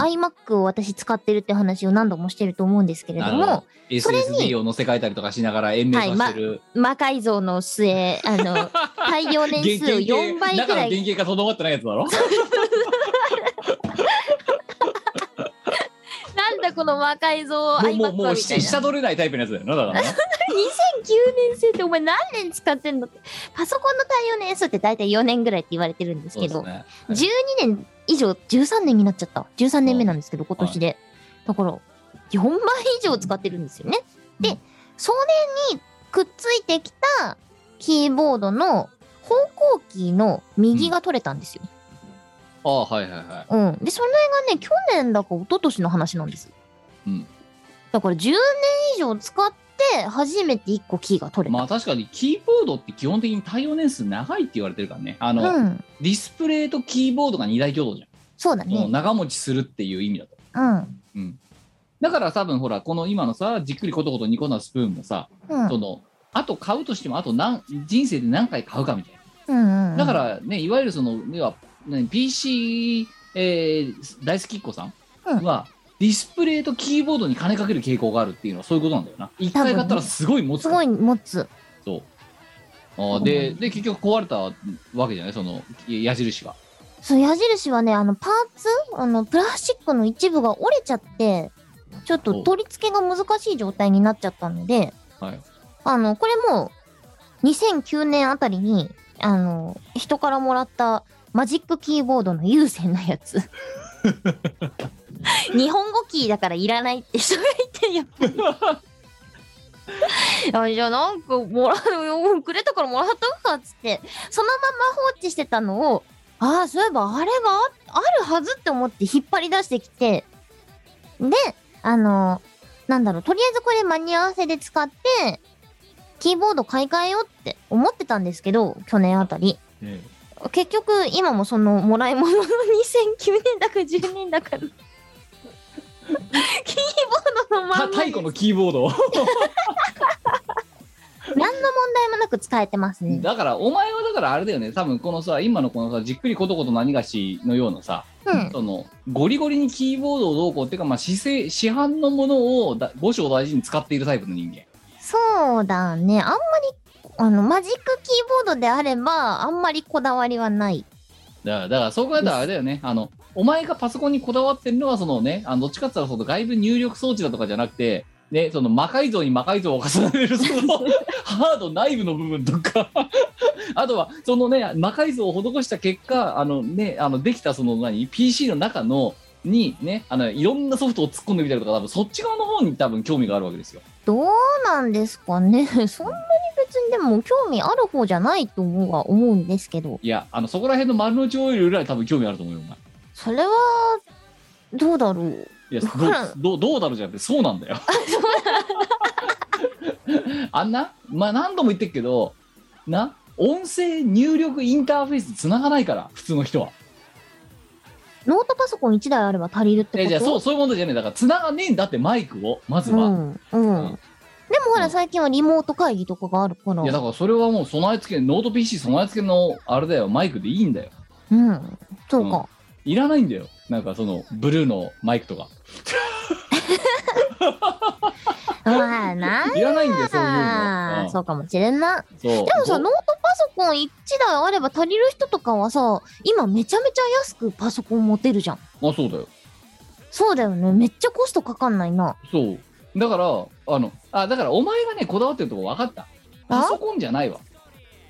Speaker 1: iMac を私使ってるって話を何度もしてると思うんですけれど
Speaker 3: なるほ
Speaker 1: も、それに
Speaker 3: SSD を乗せ替えたりとかしながら延命させてる。
Speaker 1: 魔改造の 末、あの、耐用年数を4倍く
Speaker 3: 中の
Speaker 1: ら
Speaker 3: 原
Speaker 1: い、
Speaker 3: 型がとどまってないやつだろ
Speaker 1: なんだこの魔改造
Speaker 3: もう
Speaker 1: iMac
Speaker 3: も
Speaker 1: は
Speaker 3: う
Speaker 1: み
Speaker 3: もう
Speaker 1: たいな。
Speaker 3: 下取れないタイプのやつだよな。だからな
Speaker 1: 2009年製ってお前何年使ってんのってパソコンの対応年数って大体4年ぐらいって言われてるんです
Speaker 3: そう
Speaker 1: け
Speaker 3: です
Speaker 1: ど、
Speaker 3: ね。はい
Speaker 1: 12年以上13年になっちゃった13年目なんですけど今年で、だから4万以上使ってるんですよねでそれにくっついてきたキーボードの方向キーの右が取れたんですよ、
Speaker 3: ああ、はいはいはい。
Speaker 1: うんでそれがね去年だか一昨年の話なんです、
Speaker 3: うん
Speaker 1: だから10年以上使ってで初めて1個キーが取れた。
Speaker 3: まあ確かにキーボードって基本的に対応年数長いって言われてるからねあの、
Speaker 1: うん、
Speaker 3: ディスプレイとキーボードが二大共同じゃん、
Speaker 1: そうだ
Speaker 3: その
Speaker 1: ね。
Speaker 3: 長持ちするっていう意味だと、
Speaker 1: うん。
Speaker 3: うん、だから多分ほらこの今のさじっくりことこと煮込んだスプーンもさ、
Speaker 1: うん。
Speaker 3: そのあと買うとしてもあと何人生で何回買うかみたいな
Speaker 1: うんうん、
Speaker 3: だか、らね、いわゆるその、要は、何 PC、えー大好きっ子さ
Speaker 1: うん
Speaker 3: んは、ディスプレイとキーボードに金かける傾向があるっていうのはそういうことなんだよな。一
Speaker 1: 多分
Speaker 3: 回
Speaker 1: ね
Speaker 3: 買ったらすごい持つ
Speaker 1: す
Speaker 3: から
Speaker 1: ごい持つ。
Speaker 3: そうあーで、で、結局壊れたわけじゃないその、矢印が。
Speaker 1: そう、矢印はね、あの、パーツあの、プラスチックの一部が折れちゃって、ちょっと取り付けが難しい状態になっちゃったので、
Speaker 3: はい。
Speaker 1: あの、これも、2009年あたりに、あの、人からもらったマジックキーボードの有線なや つ。日本語キーだからいらないって人がいて、やっぱり。 あじゃあなんかもらうくれたからもらっとくかっつってそのまま放置してたのをああそういえばあれがああるはずって思って引っ張り出してきてであのなんだろうとりあえずこれ間に合わせで使ってキーボード買い替えようって思ってたんですけど去年あたり
Speaker 3: え
Speaker 1: 結局今もそのもらい物の2009年だか10年だかのキーボードの
Speaker 3: た
Speaker 1: まんま
Speaker 3: 太
Speaker 1: に
Speaker 3: 古のキーボードを
Speaker 1: 何の問題もなく使えてますね。
Speaker 3: だから、お前はだからあれだよね。多分このさ、今のこのさ、じっくりことこと何がしのようなさ、
Speaker 1: うん、
Speaker 3: そのゴリゴリにキーボードをどうこうっていうか、まあ、市政市販のものをだ五章を大事に使っているタイプの人間
Speaker 1: そうだね。あんまりあのマジックキーボードであればあんまりこだわりはない。
Speaker 3: だからだからそう考えたらあれだよねあのお前がパソコンにこだわってるのはそのねあのどっちかって言ったらその外部入力装置だとかじゃなくてね、その魔改造に魔改造を重ねるそのハード内部の部分とかあとはそのね魔改造を施した結果あのねあのできたその何 PC の中のにねあのいろんなソフトを突っ込んでみたりとか多分そっち側の方に多分興味があるわけですよ
Speaker 1: どうなんですかね。 そんなに別にでも興味ある方じゃないと思うは思うんですけど、
Speaker 3: いや、あの、そこら辺の丸の内オイルぐらい多分興味あると思うよ、お前。
Speaker 1: それはどうだろう。
Speaker 3: いや、
Speaker 1: ほら
Speaker 3: どう、どうどうだろうじゃなくて、そうなんだよ。あんな、まあ、何度も言ってるけど、な、音声入力インターフェース繋がないから、普通の人は。
Speaker 1: ノートパソコン1台あれば足りるってこと
Speaker 3: え、じゃあ、そう、そういう問題じゃねえ。だから、繋がねえんだって、マイクを、まず
Speaker 1: う
Speaker 3: は。
Speaker 1: ん、うん。
Speaker 3: うん
Speaker 1: でもほ
Speaker 3: う
Speaker 1: ら
Speaker 3: ん
Speaker 1: 最近はリモート会議とかがあるから。
Speaker 3: いや、だから、それはもう備え付け、ノート PC 備え付けの、あれだよ、マイクでいいんだよ。
Speaker 1: うん、そうか。
Speaker 3: いらないんだよ。なんか、その、ブルーのマイクとか。
Speaker 1: まあな。
Speaker 3: いらないんだよ、そういう
Speaker 1: ああ、
Speaker 3: の。
Speaker 1: そうかもしれんな。
Speaker 3: うんそう。
Speaker 1: でもさ、ノートパソコン1台あれば足りる人とかはさ、今めちゃめちゃ安くパソコン持てるじゃん。
Speaker 3: あ、そうだよ。
Speaker 1: そうだよね。めっちゃコストかかんないな。
Speaker 3: そう。だから、あの、あ、だからお前がね、こだわってるとこ分かった。パソコンじゃないわ。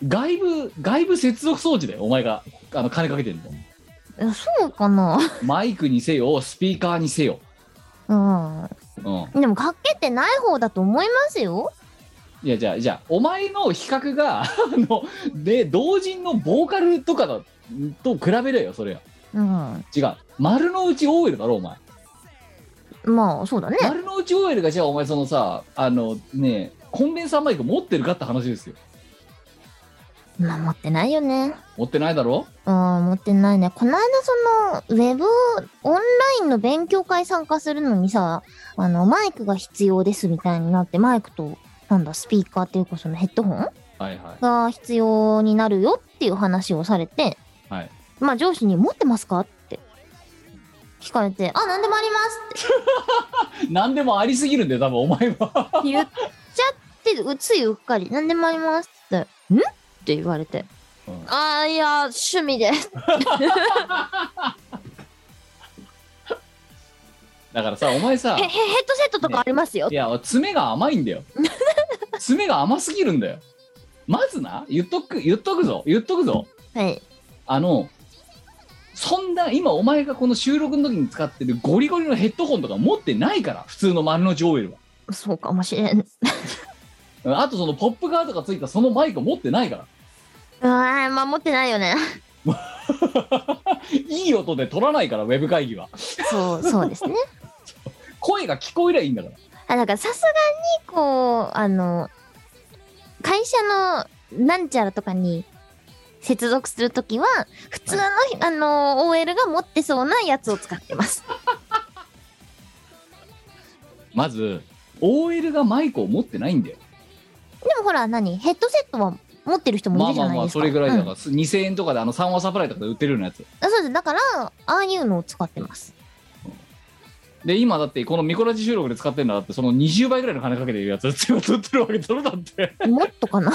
Speaker 3: 外部、外部接続装置だよ、お前が、あの、金かけてるの。
Speaker 1: えそうかな。
Speaker 3: マイクにせよ、スピーカーにせよ。
Speaker 1: う
Speaker 3: うん。
Speaker 1: ん。でも、かけてない方だと思いますよ。
Speaker 3: いや、じゃあ、じゃあ、お前の比較が、 あの、で、同人のボーカルとかだと比べれよ、それは。
Speaker 1: うん。
Speaker 3: 違う。丸の内 OL だろ、お前。
Speaker 1: まあ、そうだね。
Speaker 3: 丸の内 OL が、じゃあ、お前、そのさ、あの、ね、コンデンサーマイク持ってるかって話ですよ。
Speaker 1: まあ、持ってないよね。
Speaker 3: 持ってないだろ
Speaker 1: うん、持ってないね。この間、その、ウェブ、オンラインの勉強会参加するのにさ、あの、マイクが必要ですみたいになって、マイクと、なんだ、スピーカーっていうか、そのヘッドホン
Speaker 3: はいはい。
Speaker 1: が必要になるよっていう話をされて、
Speaker 3: はい
Speaker 1: まあ上司に「持ってますか?」って聞かれて「あ何でもあります」
Speaker 3: 何でもありすぎるんだよ多分お前は
Speaker 1: って言っちゃってうついうっかり「何でもあります」って「ん?」って言われて「
Speaker 3: うん
Speaker 1: ああいや趣味で
Speaker 3: だからさお前さ
Speaker 1: へへヘッドセットとかありますよ」
Speaker 3: いや爪が甘いんだよ爪が甘すぎるんだよまずな言っとく言っとくぞ言っとくぞ
Speaker 1: はい
Speaker 3: あのそんな今お前がこの収録の時に使ってるゴリゴリのヘッドホンとか持ってないから普通の丸のジョーエルは
Speaker 1: そうかもしれんう
Speaker 3: うんあとそのポップカードがついたそのマイク持ってないから
Speaker 1: わーまあ持ってないよね
Speaker 3: いい音で撮らないからウェブ会議は
Speaker 1: そうそうですね
Speaker 3: 声が聞こえりゃいいんだから
Speaker 1: あ、だからさすがに、こう、あの、会社のなんちゃらとかに接続するときは、普通の、あの、OL が持ってそうなやつを使ってます。
Speaker 3: まず OL がマイクを持ってないんだよ
Speaker 1: でもほら、何ヘッドセットは持ってる人もい
Speaker 3: まあ
Speaker 1: るじ
Speaker 3: ま
Speaker 1: ゃ
Speaker 3: あ
Speaker 1: ない
Speaker 3: まあ
Speaker 1: です
Speaker 3: そ
Speaker 1: か。
Speaker 3: れぐらいだ
Speaker 1: うん
Speaker 3: から、す2000円とかであの3話サプライとかで売ってるようなやつ
Speaker 1: あそうです。だから、ああいうのを使ってます。
Speaker 3: で今だってこのミコラジ収録で使ってるのはだってその20倍ぐらいの金かけてるやつって今撮ってるわけだろだって
Speaker 1: もっとかな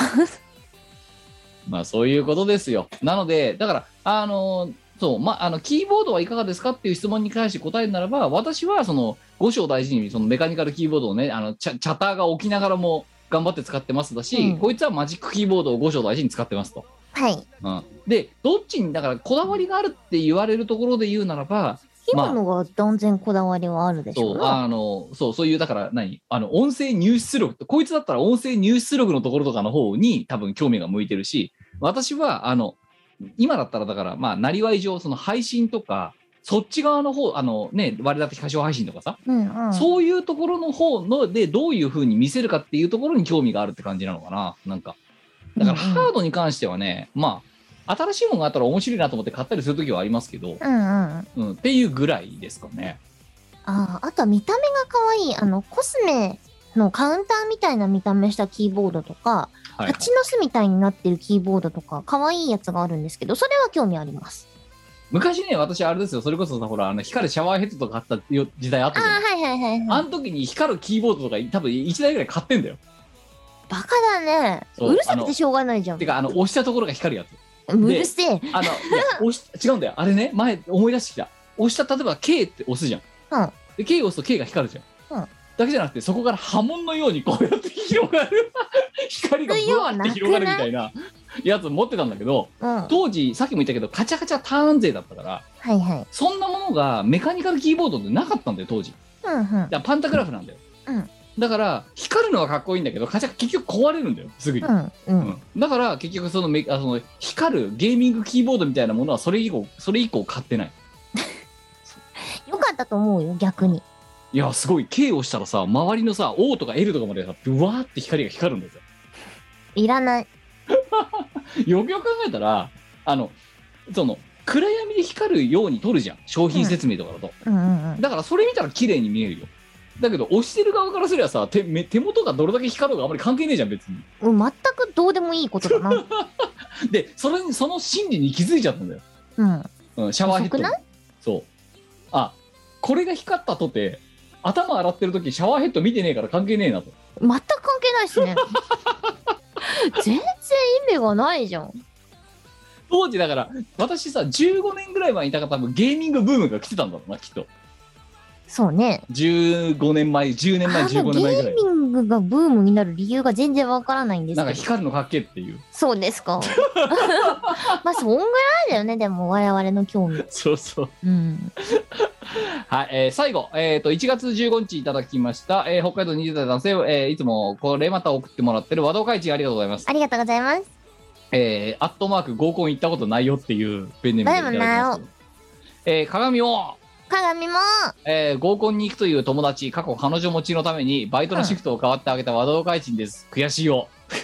Speaker 3: まあそういうことですよ。なので、だから、あのそう、まあ、あの、キーボードはいかがですかっていう質問に対して答えるならば、私は、その、五章大事に、そのメカニカルキーボードをね、あの、チャチャターが起きながらも頑張って使ってますだし、
Speaker 1: うん
Speaker 3: こいつはマジックキーボードを五章大事に使ってますと。
Speaker 1: はい。
Speaker 3: うん。で、どっちに、だから、こだわりがあるって言われるところで言うならば、
Speaker 1: ヒムのが断然こだわりはあるでしょ
Speaker 3: そうう、
Speaker 1: な。
Speaker 3: あの、そう、そういう、だから何、あの、音声入出力って、こいつだったら音声入出力のところとかの方に多分興味が向いてるし、私は、あの、今だったら、だから、まあ、なりわい上、その配信とか、そっち側の方、あのね、割り当て歌唱配信とかさ、
Speaker 1: うんうん。
Speaker 3: そういうところの方ので、どういう風に見せるかっていうところに興味があるって感じなのかな、なんか。だから、
Speaker 1: うんうん
Speaker 3: ハードに関してはね、まあ、新しいものがあったら面白いなと思って買ったりするときはありますけど、
Speaker 1: うんうん。
Speaker 3: うん、っていうぐらいですかね。
Speaker 1: ああ、あとは見た目が可愛い。あの、コスメのカウンターみたいな見た目したキーボードとか、
Speaker 3: はい、
Speaker 1: 蜂の巣みたいになってるキーボードとか、可愛いやつがあるんですけど、それは興味あります。
Speaker 3: 昔ね、私、あれですよ、それこそさ、ほら、あの光るシャワーヘッドとか買ったよ時代あっ
Speaker 1: あ
Speaker 3: た
Speaker 1: あ、
Speaker 3: じゃない。
Speaker 1: はいはいはい、は
Speaker 3: あ
Speaker 1: い。
Speaker 3: の時に光るキーボードとか、多分1台ぐらい買ってんだよ。
Speaker 1: バカだね。
Speaker 3: そう
Speaker 1: うるさくてしょうがないじゃん
Speaker 3: て。か、あの、押したところが光るやつ。
Speaker 1: うるせえ。
Speaker 3: あの、いや、押し、違うんだよ。あれね、前、思い出してきた。押した、例えば、K って押すじゃん。
Speaker 1: うん
Speaker 3: で、K 押すと K が光るじゃん。
Speaker 1: うん
Speaker 3: だけじゃなくて、そこから波紋のようにこうやって広がる、 光がブワーって広がるみたいなやつ持ってたんだけど、
Speaker 1: うん。はい
Speaker 3: 当時、さっきも言ったけど、カチャカチャターン勢だったから、
Speaker 1: はい。
Speaker 3: そんなものがメカニカルキーボードってなかったんだよ、当時。
Speaker 1: うんうん。
Speaker 3: だからパンタグラフなんだよ、
Speaker 1: うん
Speaker 3: だから光るのはかっこいいんだけどカチャ結局壊れるんだよすぐに、
Speaker 1: うんうん。
Speaker 3: うんだから結局そのメあその光るゲーミングキーボードみたいなものはそれ以降それ以降買ってない
Speaker 1: よかったと思うよ、逆に。
Speaker 3: いやすごい K を押したらさ周りのさ O とか L とかまでさブワーって光が光るんですよ
Speaker 1: いらない。
Speaker 3: よくよく考えたらあのその暗闇で光るように撮るじゃん商品説明とかだと、
Speaker 1: うんうんうん。
Speaker 3: だからそれ見たら綺麗に見えるよだけど押してる側からすればさ手目手元がどれだけ光ろうがあまり関係ねえじゃん別に
Speaker 1: うん全くどうでもいいことだな。
Speaker 3: でそれにその心理に気づいちゃったんだよ、
Speaker 1: うん。
Speaker 3: うん、シャワーヘッド
Speaker 1: 遅くな
Speaker 3: そうあこれが光ったとて頭洗ってる時シャワーヘッド見てねえから関係ねえなと
Speaker 1: 全く関係ない ですね。全然意味がないじゃん。
Speaker 3: 当時だから私さ15年ぐらい前にいたから多分ゲーミングブームが来てたんだろうなきっと
Speaker 1: そうね。
Speaker 3: 15年前10年前
Speaker 1: あの
Speaker 3: 15年前ぐらい
Speaker 1: ゲーミングがブームになる理由が全然わからないんです
Speaker 3: なん
Speaker 1: け
Speaker 3: か
Speaker 1: ど。
Speaker 3: 光るのかっけえっていう
Speaker 1: そうです か。まあそんぐらいだよね、でも我々の興味。
Speaker 3: そうそう
Speaker 1: うん。
Speaker 3: はい、えー最後、えー、と1月15日いただきました、えー北海道20代男性、えーいつもこれまた送ってもらってる和道会長ありがとうございます
Speaker 1: ありがとうございます。
Speaker 3: えー、アットマーク合コン行ったことないよっていうペンネームでいただきま
Speaker 1: ないも
Speaker 3: す
Speaker 1: ん
Speaker 3: けど、えー、鏡を、
Speaker 1: 鏡も、
Speaker 3: えー合コンに行くという友達過去彼女持ちのためにバイトのシフトを変わってあげた和道会人です悔しいよ
Speaker 1: かわい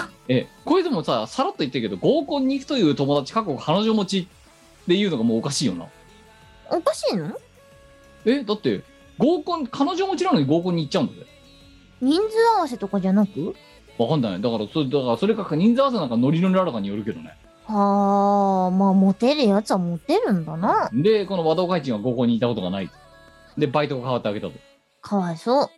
Speaker 1: そ
Speaker 3: えー、これでもささらっと言ってるけど合コンに行くという友達過去彼女持ちっていうのがもうおかしいよな
Speaker 1: う。おかしいの
Speaker 3: えだって合コン彼女持ちなのに合コンに行っちゃうんだぜ
Speaker 1: 人数合わせとかじゃなく
Speaker 3: わかんないだからそれだからそれか人数合わせなんかノリノリなのかによるけどね
Speaker 1: はあ、まあモテるやつはモテるんだな。
Speaker 3: でこの和道会人は合コンに行ったことがないでバイトが変わってあげたと
Speaker 1: かわいそう。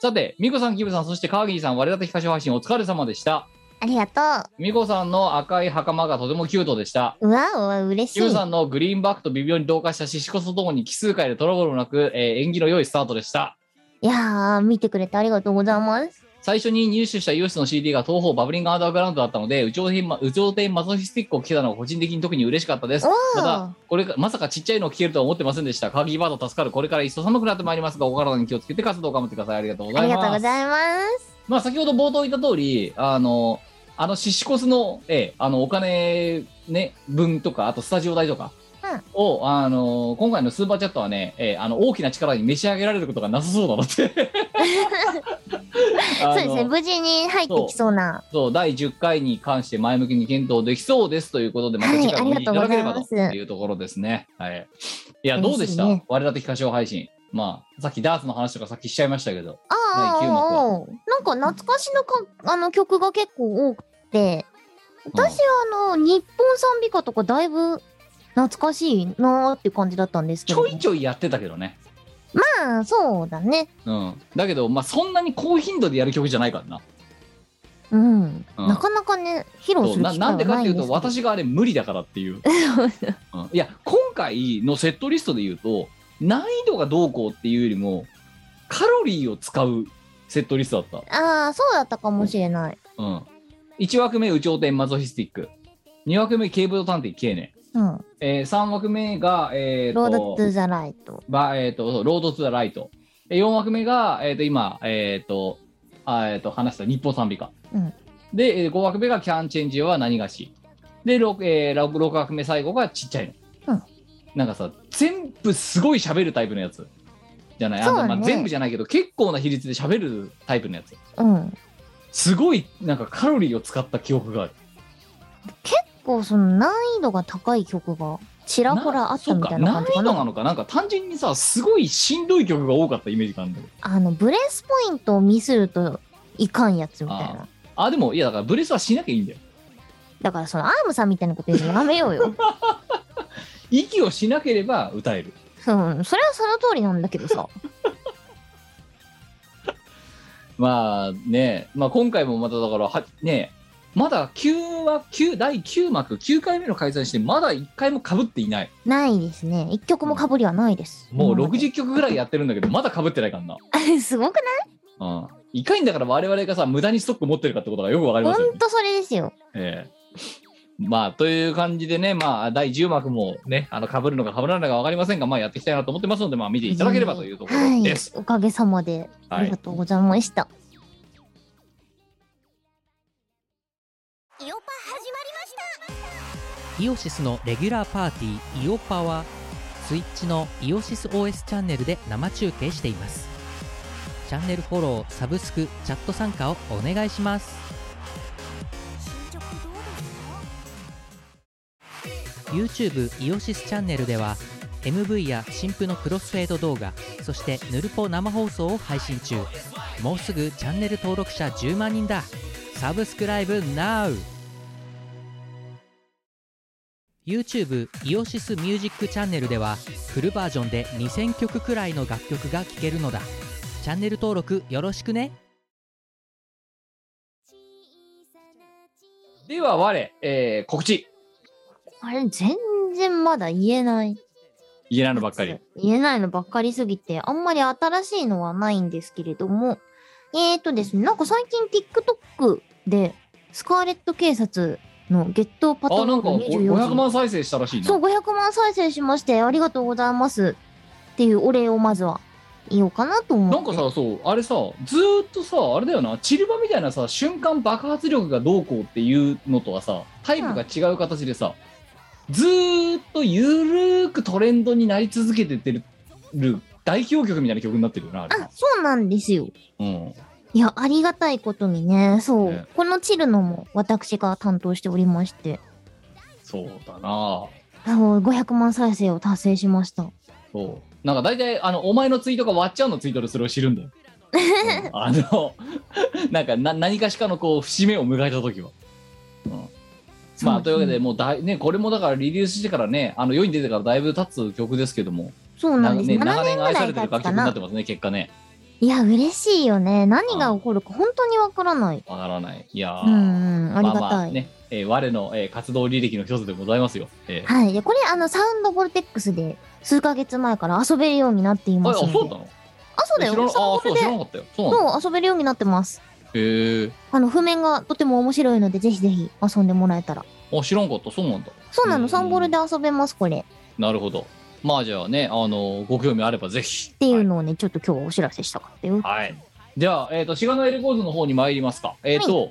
Speaker 3: さて、ミコさん、キムさん、そして川岸さん、我立て歌唱配信お疲れ様でした。
Speaker 1: ありがと
Speaker 3: ミコさんの赤い袴がとてもキュートでした。
Speaker 1: う。うわうわ、嬉し
Speaker 3: キム
Speaker 1: い。
Speaker 3: さんのグリーンバックと微妙に同化したシシコソともに奇数回でトラブルもなく、えー演技の良いスタートでした。
Speaker 1: いやー、見てくれてありがとうございます。
Speaker 3: 最初に入手したユースの CD が東方バブリングアンダーグラウンドだったので、宇宙天、宇宙天マゾフィスティックを聴けたのが個人的に特に嬉しかったです。
Speaker 1: おー
Speaker 3: また、これか、まさかちっちゃいのを聴けるとは思ってませんでした。カーギーバード助かる。これから一層寒くなってまいりますが、お体に気をつけて活動を頑張ってください。ありがとう
Speaker 1: あ
Speaker 3: ござい
Speaker 1: り
Speaker 3: ます。
Speaker 1: がとうございます。
Speaker 3: まあ、先ほど冒頭言った通り、あの、あのシシコスの、ええ、あの、お金、ね、分とか、あとスタジオ代とか、
Speaker 1: ううん
Speaker 3: を、あのー今回のスーパーチャットはね、えーあの大きな力に召し上げられることがなさそうだなって
Speaker 1: そ
Speaker 3: あ
Speaker 1: うで
Speaker 3: の
Speaker 1: すね無事に入ってきそうな
Speaker 3: そう第10回に関して前向きに検討できそうですということでまた
Speaker 1: はい
Speaker 3: 次回も見ていただけれ
Speaker 1: あ
Speaker 3: ば
Speaker 1: りがとうござ
Speaker 3: と
Speaker 1: います
Speaker 3: いうところですねはいいや
Speaker 1: 嬉しいね
Speaker 3: どうでした、我ら的歌唱配信まあさっきダーツの話とかさっきしちゃいましたけど
Speaker 1: あああ
Speaker 3: 第九幕
Speaker 1: あああなんか懐かしのかあの曲が結構多くて私はあの日本賛美歌とかだいぶ懐かしいなーって感じだったんですけ
Speaker 3: ち
Speaker 1: ど
Speaker 3: ょいちょいやってたけどね
Speaker 1: まあそうだね
Speaker 3: うんだけどまあそんなに高頻度でやる曲じゃないからな
Speaker 1: うん、
Speaker 3: うん
Speaker 1: なかなかね披露す
Speaker 3: そう
Speaker 1: る
Speaker 3: な
Speaker 1: 機
Speaker 3: な
Speaker 1: 会
Speaker 3: んで
Speaker 1: は
Speaker 3: かっ
Speaker 1: な
Speaker 3: て
Speaker 1: い
Speaker 3: い
Speaker 1: ん
Speaker 3: う
Speaker 1: です
Speaker 3: と
Speaker 1: けど
Speaker 3: 私があれ無理だからっていう、
Speaker 1: そう
Speaker 3: うんいや今回のセットリストで言うと難易度がどうこうっていうよりもカロリーを使うセットリストだっ
Speaker 1: ああそうだったかもしれない
Speaker 3: た、うん、1枠目「有頂天マゾヒスティック」2枠目「ケーブル探偵ケーネ
Speaker 1: うん」
Speaker 3: えー、3枠目が、えー
Speaker 1: ロード・
Speaker 3: と
Speaker 1: トゥ・ザ・ライト
Speaker 3: ばえーとそうロード・トゥ・ザ・ライトえー4枠目が、えー、と今、えーとあーえー、と話した日本賛美歌、
Speaker 1: うん
Speaker 3: で、えー、5枠目が「キャン・チェンジは何がし」で 6,、えー、6枠目最後がちっちゃいの、
Speaker 1: うん
Speaker 3: なんかさ全部すごい喋るタイプのやつじゃない、あ
Speaker 1: そうだね
Speaker 3: まあ、全部じゃないけど結構な比率で喋るタイプのやつ
Speaker 1: うん
Speaker 3: すごいなんかカロリーを使った記憶がある
Speaker 1: こうその難易度が高い曲がちらほらあったみたいな
Speaker 3: そう
Speaker 1: 感
Speaker 3: か
Speaker 1: じか
Speaker 3: 難易
Speaker 1: な
Speaker 3: 度なのかなんか単純にさすごいしんどい曲が多かったイメージがあるんだけど
Speaker 1: あのブレスポイントをミスるといかんやつみたいな
Speaker 3: あでもいやだからブレスはしなきゃいいんだよ
Speaker 1: だからそのアームさんみたいなこと言うのやめよう よ
Speaker 3: 息をしなければ歌える
Speaker 1: うんそれはその通りなんだけどさ
Speaker 3: まあね、まあ、今回もまただからはねまだ9は9第9幕9回目の開催してまだ1回もかぶっていない
Speaker 1: ないですね一曲もかぶりはないです
Speaker 3: もう
Speaker 1: 今まで
Speaker 3: 60曲ぐらいやってるんだけどまだかぶってないからな、
Speaker 1: すごくない
Speaker 3: うん、いかにだから我々がさ無駄にストック持ってるかってことがよくわかり
Speaker 1: ほ
Speaker 3: ますよ
Speaker 1: ん
Speaker 3: ね、
Speaker 1: とそれですよ
Speaker 3: ええまあという感じでねまあ第10幕もねあのかぶるのかかぶらないのかわかりませんがまあやっていきたいなと思ってますのでまあ見ていただければというところです、
Speaker 1: はい、おかげさまで
Speaker 3: は
Speaker 1: あ
Speaker 3: い
Speaker 1: りがとうございました、イオパ始
Speaker 2: イオシスのレギュラーパーティー「イオパ」はスイッチのイオシス OS チャンネルで生中継していますチャンネルフォローサブスクチャット参加をお願いします
Speaker 1: まり進捗どうですか
Speaker 2: YouTube イオシスチャンネルでは MV や新婦のクロスフェード動画そしてヌルポ生放送を配信中もうすぐチャンネル登録者10万人だサブスクライブ NOWYouTube イオシスミュージックチャンネルではフルバージョンで2000曲くらいの楽曲が聴けるのだチャンネル登録よろしくね
Speaker 3: では我、えー告知
Speaker 1: あれ全然まだ言えない
Speaker 3: 言えないのばっかり
Speaker 1: 言えないのばっかりすぎてあんまり新しいのはないんですけれどもえーとですねなんか最近 TikTok でスカーレット警察のゲットパ
Speaker 3: あ
Speaker 1: ト
Speaker 3: な
Speaker 1: ロ
Speaker 3: んか
Speaker 1: ール
Speaker 3: 500
Speaker 1: 24時
Speaker 3: 万再生したらしいな
Speaker 1: そう500万再生しましてありがとうございますっていうお礼をまずは言おうかなと思って
Speaker 3: なんかさそうあれさずーっとさあれだよなチルバみたいなさ瞬間爆発力がどうこうっていうのとはさタイプが違う形でさ、ずーっとゆるーくトレンドになり続けてってる代表曲みたいな曲になってるよなあれ
Speaker 1: あそうなんですよ
Speaker 3: うん
Speaker 1: いやありがたいことにねそう、
Speaker 3: ね
Speaker 1: このチルのも私が担当しておりまして
Speaker 3: そうだな
Speaker 1: あの500万再生を達成しました
Speaker 3: そうなんか大体あのお前のツイートがわっちゃんのツイートでそれを知るんだ よ、うんあの なんかな何かしかのこう節目を迎えた時は、うんま
Speaker 1: そ
Speaker 3: あ
Speaker 1: う
Speaker 3: というわけでもうだい、ね、これもだからリリースしてからねあの世に出てからだいぶ経つ曲ですけども
Speaker 1: そうなんです、
Speaker 3: ね、
Speaker 1: 7年
Speaker 3: 長年
Speaker 1: ぐ
Speaker 3: 愛
Speaker 1: ら
Speaker 3: さ
Speaker 1: い
Speaker 3: れて
Speaker 1: 経
Speaker 3: る
Speaker 1: つ
Speaker 3: 楽
Speaker 1: か
Speaker 3: 曲になっ
Speaker 1: な
Speaker 3: てますね結果ね
Speaker 1: いや嬉しいよね何が起こるか本当にわからない
Speaker 3: わからないいやー
Speaker 1: うんうんありがたい、
Speaker 3: まあまあね、えー我の、えー活動履歴の一つでございますよ、えー
Speaker 1: はいでこれあのサウンドボルテックスで数ヶ月前から遊べるようになってい
Speaker 3: あ
Speaker 1: ま
Speaker 3: あ
Speaker 1: すので
Speaker 3: そうなの
Speaker 1: あそうだ
Speaker 3: 知ら
Speaker 1: よ
Speaker 3: な
Speaker 1: サウ
Speaker 3: あ
Speaker 1: ン
Speaker 3: あ
Speaker 1: ド
Speaker 3: そ
Speaker 1: ボル
Speaker 3: う知
Speaker 1: で
Speaker 3: らなかったよそうなの
Speaker 1: そう遊べるようになってます
Speaker 3: へえ
Speaker 1: あの譜面がとても面白いのでぜひぜひ遊んでもらえたら
Speaker 3: あ知らんかったそうなんだ
Speaker 1: そうな
Speaker 3: う
Speaker 1: の
Speaker 3: ん
Speaker 1: サンボルで遊べますこれ
Speaker 3: なるほど。まあじゃあね、あのご興味あればぜひ。っ
Speaker 1: っていうのをね、ちょっと今日はお知らせしたかったよ
Speaker 3: はい。はいでは、えっ、と、シガナエレコーズの方に参りますか。えっ、と、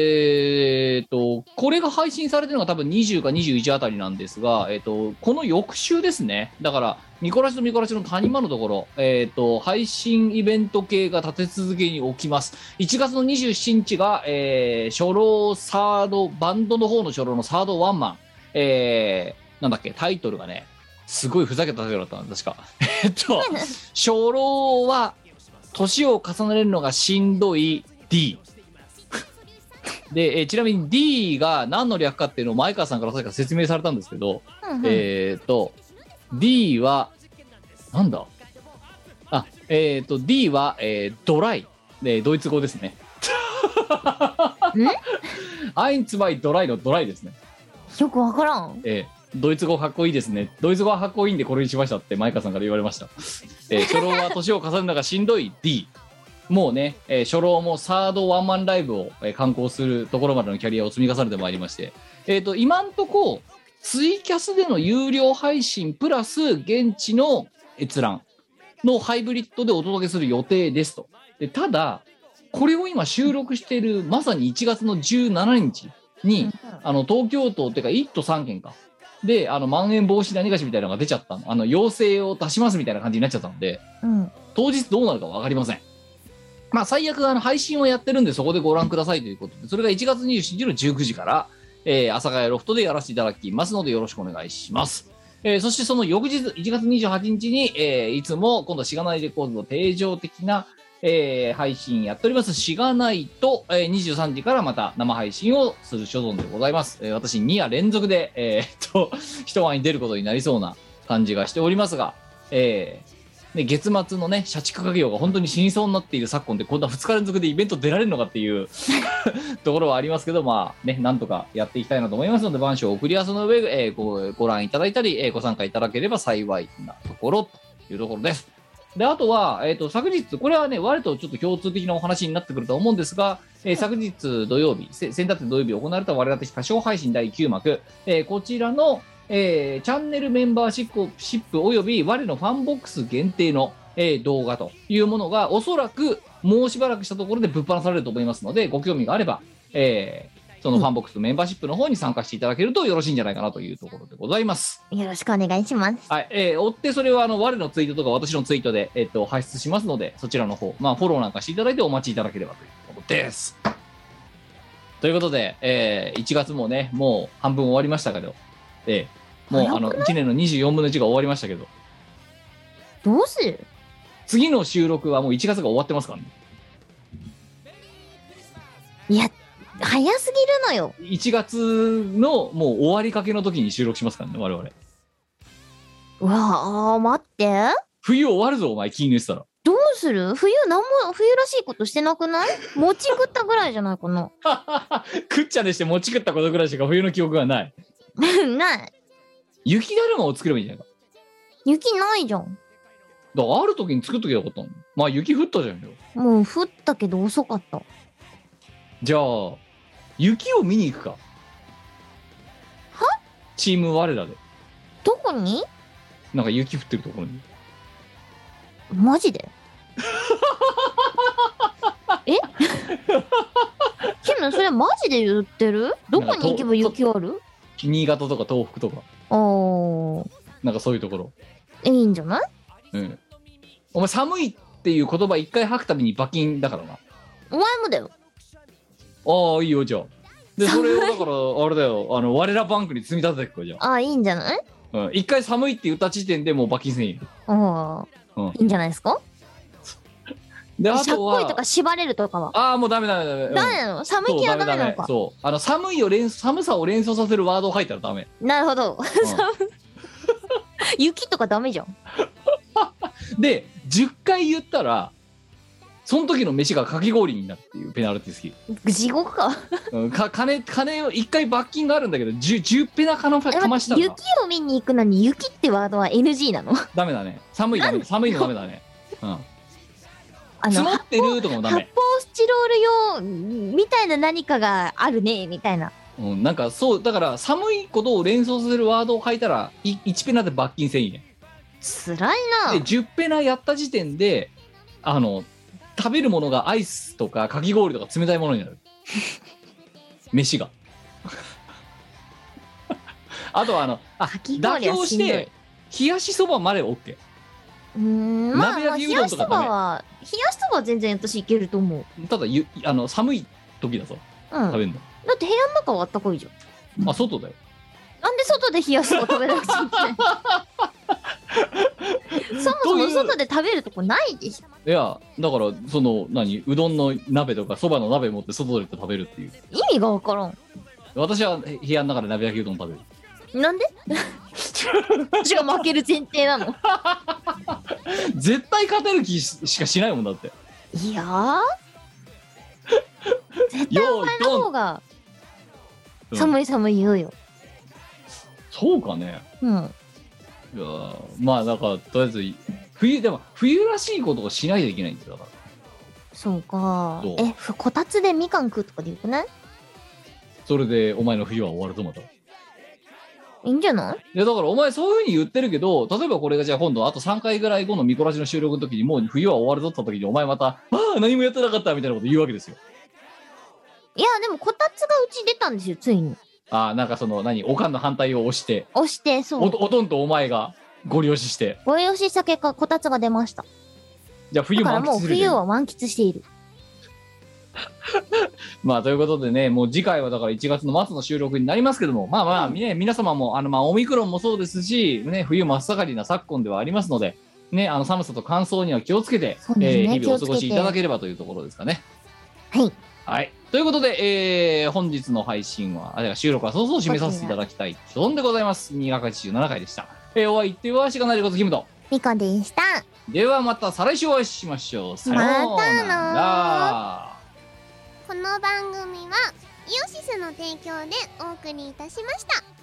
Speaker 3: えー、と、これが配信されてるのが多分20か21あたりなんですが、えっ、と、この翌週ですね。だから、ミコラシとミコラシの谷間のところ、えっ、と、配信イベント系が立て続けに起きます。1月の27日が、えー、初老サード、バンドの方の初老のサードワンマン。えー、なんだっけ、タイトルがね、すごいふざけたタイトルだったんです、確か。 えっと、初老は、年を重ねるのがしんどい D。で、えーちなみに D が何の略かっていうのを前川さんから確か説明されたんですけど、
Speaker 1: うんうん
Speaker 3: えっ、と、D は、なんだあ、えっ、と、D は、えードライ。えードイツ語ですね。 アインツバイドライのドライですね。
Speaker 1: よくわからん。
Speaker 3: えードイツ語かっこいいですね。ドイツ語はかっこいいんでこれにしましたって前川さんから言われました。えー初老は年を重ねるのがしんどい D。もうね、えー初老もサードワンマンライブを、えー観光するところまでのキャリアを積み重ねてまいりまして、えっ、と、今んとこ、ツイキャスでの有料配信プラス現地の閲覧のハイブリッドでお届けする予定ですと。でただ、これを今収録しているまさに1月の17日に、あの東京都っていうか1都3県かであのまん延防止何がしみたいなのが出ちゃったのあの要請を出しますみたいな感じになっちゃったので
Speaker 1: うん。
Speaker 3: 当日どうなるか分かりませんまあ最悪あの配信をやってるんでそこでご覧くださいということでそれが1月27日の19時から、えー、阿佐ヶ谷ロフトでやらせていただきますのでよろしくお願いしますえーそしてその翌日、1月28日に、えーいつも今度はしがないレコードの定常的な、えー配信やっております、しがないと、えー23時からまた生配信をする所存でございます。えー私、2夜連続で、えーっと、一晩に出ることになりそうな感じがしておりますが、えーね月末のね、社畜家業が本当に死にそうになっている昨今で、こんな2日連続でイベント出られるのかっていうところはありますけど、まあね、なんとかやっていきたいなと思いますので、番書を送り合わせの上、えーごご覧いただいたり、えーご参加いただければ幸いなところというところです。で、あとは、えっ、と、昨日、これはね、我とちょっと共通的なお話になってくると思うんですが、えー昨日土曜日、せ先立って土曜日行われた我々的歌唱配信第9幕、えーこちらの、えーチャンネルメンバーシップシップおよび我のファンボックス限定の、えー動画というものが、おそらくもうしばらくしたところでぶっ放されると思いますので、ご興味があれば、えーそのファンボックスメンバーシップの方に参加していただけるとよろしいんじゃないかなというところでございます。
Speaker 1: よろしくお願いします。
Speaker 3: はい、えー追ってそれはあの我のツイートとか私のツイートで、えっと発出しますので、そちらの方、まあ、フォローなんかしていただいてお待ちいただければということです。ということで、えー1月もね、もう半分終わりましたけど、えーもうあの1年の24分の1が終わりましたけど、
Speaker 1: どうする
Speaker 3: 次の収録はもう1月が終わってますからね。
Speaker 1: いや、早すぎるのよ。
Speaker 3: 1月のもう終わりかけの時に収録しますからね、我々。
Speaker 1: うわあ、待って。
Speaker 3: 冬終わるぞ、お前、気に入ってたら。
Speaker 1: どうする冬なんも、冬らしいことしてなくない餅食ったぐらいじゃないかな。
Speaker 3: 食っちゃねして持ち食ったことぐらいしか冬の記憶がない。
Speaker 1: ない。
Speaker 3: 雪だるまを作ればいいんじゃないか。
Speaker 1: 雪ないじゃん。
Speaker 3: だからある時に作っときゃよかったのまあ雪降ったじゃんよ
Speaker 1: もう降ったけど遅かった。
Speaker 3: じゃあ雪を見に行くかはチーム我らで
Speaker 1: どこに
Speaker 3: なんか雪降ってるところに
Speaker 1: マジ でえキムそれマジで言ってるどこに行けば雪ある
Speaker 3: 新潟とか東北とか
Speaker 1: あー
Speaker 3: なんかそういうところ
Speaker 1: いいんじゃない
Speaker 3: うんお前寒いっていう言葉一回吐くたびに罰金だからな
Speaker 1: お前もだよ
Speaker 3: ああいいよじゃあでそれをだからあれだよあの我らバンクに積み立てていくかじゃ
Speaker 1: あーいいんじゃない
Speaker 3: あ、うん、一回寒いって言った時点でもう罰金せんよ
Speaker 1: ああ、
Speaker 3: うん
Speaker 1: いいんじゃないですか
Speaker 3: であ
Speaker 1: しゃっ
Speaker 3: と
Speaker 1: こいと
Speaker 3: は
Speaker 1: か縛れるとかは
Speaker 3: ああもうダメダメダメ、うん
Speaker 1: ダメなの寒
Speaker 3: そう
Speaker 1: 気は
Speaker 3: ダ
Speaker 1: ダ
Speaker 3: メ
Speaker 1: メ
Speaker 3: ダ
Speaker 1: な
Speaker 3: メ
Speaker 1: のか
Speaker 3: そうあの寒いを連寒さを連想させるワードを書いたら ダメ、
Speaker 1: なるほど
Speaker 3: う
Speaker 1: 雪とかダメじゃん
Speaker 3: んで10回言ったらその時の飯がかき氷になるっていうペナルティー付き、
Speaker 1: 地獄か
Speaker 3: うん、か金金を1回罰金があるんだけど 10, 10ペナかのか
Speaker 1: え
Speaker 3: ま
Speaker 1: 待
Speaker 3: した
Speaker 1: って
Speaker 3: ら
Speaker 1: 雪を見に行くのに雪ってワードは NG なの
Speaker 3: ダメだね寒いダメ寒いのダメだね、うん、
Speaker 1: あ
Speaker 3: 積
Speaker 1: の
Speaker 3: もってるとかもダ
Speaker 1: 発
Speaker 3: メ、
Speaker 1: 泡スチロール用みたいな何かがあるねみたいな
Speaker 3: うん、なんかそうだから寒いことを連想させるワードを書いたらい1ペナで罰金1000円
Speaker 1: 辛いな
Speaker 3: で10ペナやった時点であの食べるものがアイスとかかき氷とか冷たいものに なる飯が あとはあのあ
Speaker 1: かき
Speaker 3: 妥
Speaker 1: 氷は
Speaker 3: 協
Speaker 1: し
Speaker 3: し
Speaker 1: んどい
Speaker 3: て冷やしそばまで OK
Speaker 1: うーんまあ、
Speaker 3: 鍋
Speaker 1: まあ、
Speaker 3: 焼
Speaker 1: 冷
Speaker 3: きうど
Speaker 1: や
Speaker 3: ん
Speaker 1: し
Speaker 3: と
Speaker 1: そ
Speaker 3: か
Speaker 1: ばは冷やしそばは全然私いけると思う、
Speaker 3: ただゆあの寒い時だぞ
Speaker 1: うん、
Speaker 3: 食
Speaker 1: だ
Speaker 3: べるの、
Speaker 1: って部屋の中はあったかいじゃん
Speaker 3: あ外だよ
Speaker 1: なんで外で冷やしそば食べなくちゃい けないそもそ
Speaker 3: どうい
Speaker 1: も
Speaker 3: う
Speaker 1: 外で食べるとこないでしょ
Speaker 3: いやだからその何うどんの鍋とかそばの鍋持って外で食べるっていう
Speaker 1: 意味がわからん
Speaker 3: 私は部屋の中で鍋焼きうどん食べる
Speaker 1: なんで 私が負ける前提なの
Speaker 3: 絶対勝てる気ししかしないもんだって
Speaker 1: いやー絶対
Speaker 3: よ
Speaker 1: お
Speaker 3: ーい
Speaker 1: 前の
Speaker 3: ど
Speaker 1: 方
Speaker 3: ん
Speaker 1: が
Speaker 3: うん
Speaker 1: 寒い寒い言うよ
Speaker 3: そうかね
Speaker 1: うん
Speaker 3: いやーまあなんかとりあえず冬でも冬らしいことをしないといけないんですよだか
Speaker 1: そうか
Speaker 3: どう
Speaker 1: えふこたつでみかん食うとかでよくない
Speaker 3: らそれでお前の冬は終わるとまたい
Speaker 1: いいんじゃない
Speaker 3: やだからお前そういうふうに言ってるけど例えばこれがじゃあ今度あと3回ぐらい後のミコラジの収録の時にもう冬は終わるぞって言った時にお前また「ああ何もやってなかった」みたいなこと言うわけですよ
Speaker 1: いやでもこたつがうち出たんですよついに
Speaker 3: ああなんかその何おかんの反対を押して
Speaker 1: 押してそ
Speaker 3: お
Speaker 1: う
Speaker 3: とおとんとお前がご利用しして
Speaker 1: ご用しした結果こたつが出ました
Speaker 3: じゃあ冬
Speaker 1: だから
Speaker 3: 満
Speaker 1: も
Speaker 3: 喫
Speaker 1: う
Speaker 3: する
Speaker 1: 冬
Speaker 3: けど
Speaker 1: は満喫している
Speaker 3: まあということでねもう次回はだから1月の末の収録になりますけどもまあまあ、ね、皆様もあの、まあ、オミクロンもそうですし、ね、冬真っ盛りな昨今ではありますので、ね、あの寒さと乾燥には気をつけて、
Speaker 1: そうですね
Speaker 3: えー日々お
Speaker 1: 気
Speaker 3: 過
Speaker 1: をつけて
Speaker 3: ごしいただければというところですかね。
Speaker 1: はい
Speaker 3: はい、ということで、えー本日の配信はあれ収録は早々締めさせていただきたい所存でございます287回でした。えー、お相手はしがないでことキムと
Speaker 1: みかんでした
Speaker 3: ではまた再来週お会いしましょう。さような
Speaker 1: ま
Speaker 3: ら。
Speaker 1: たなこの番組はイオシスの提供でお送りいたしました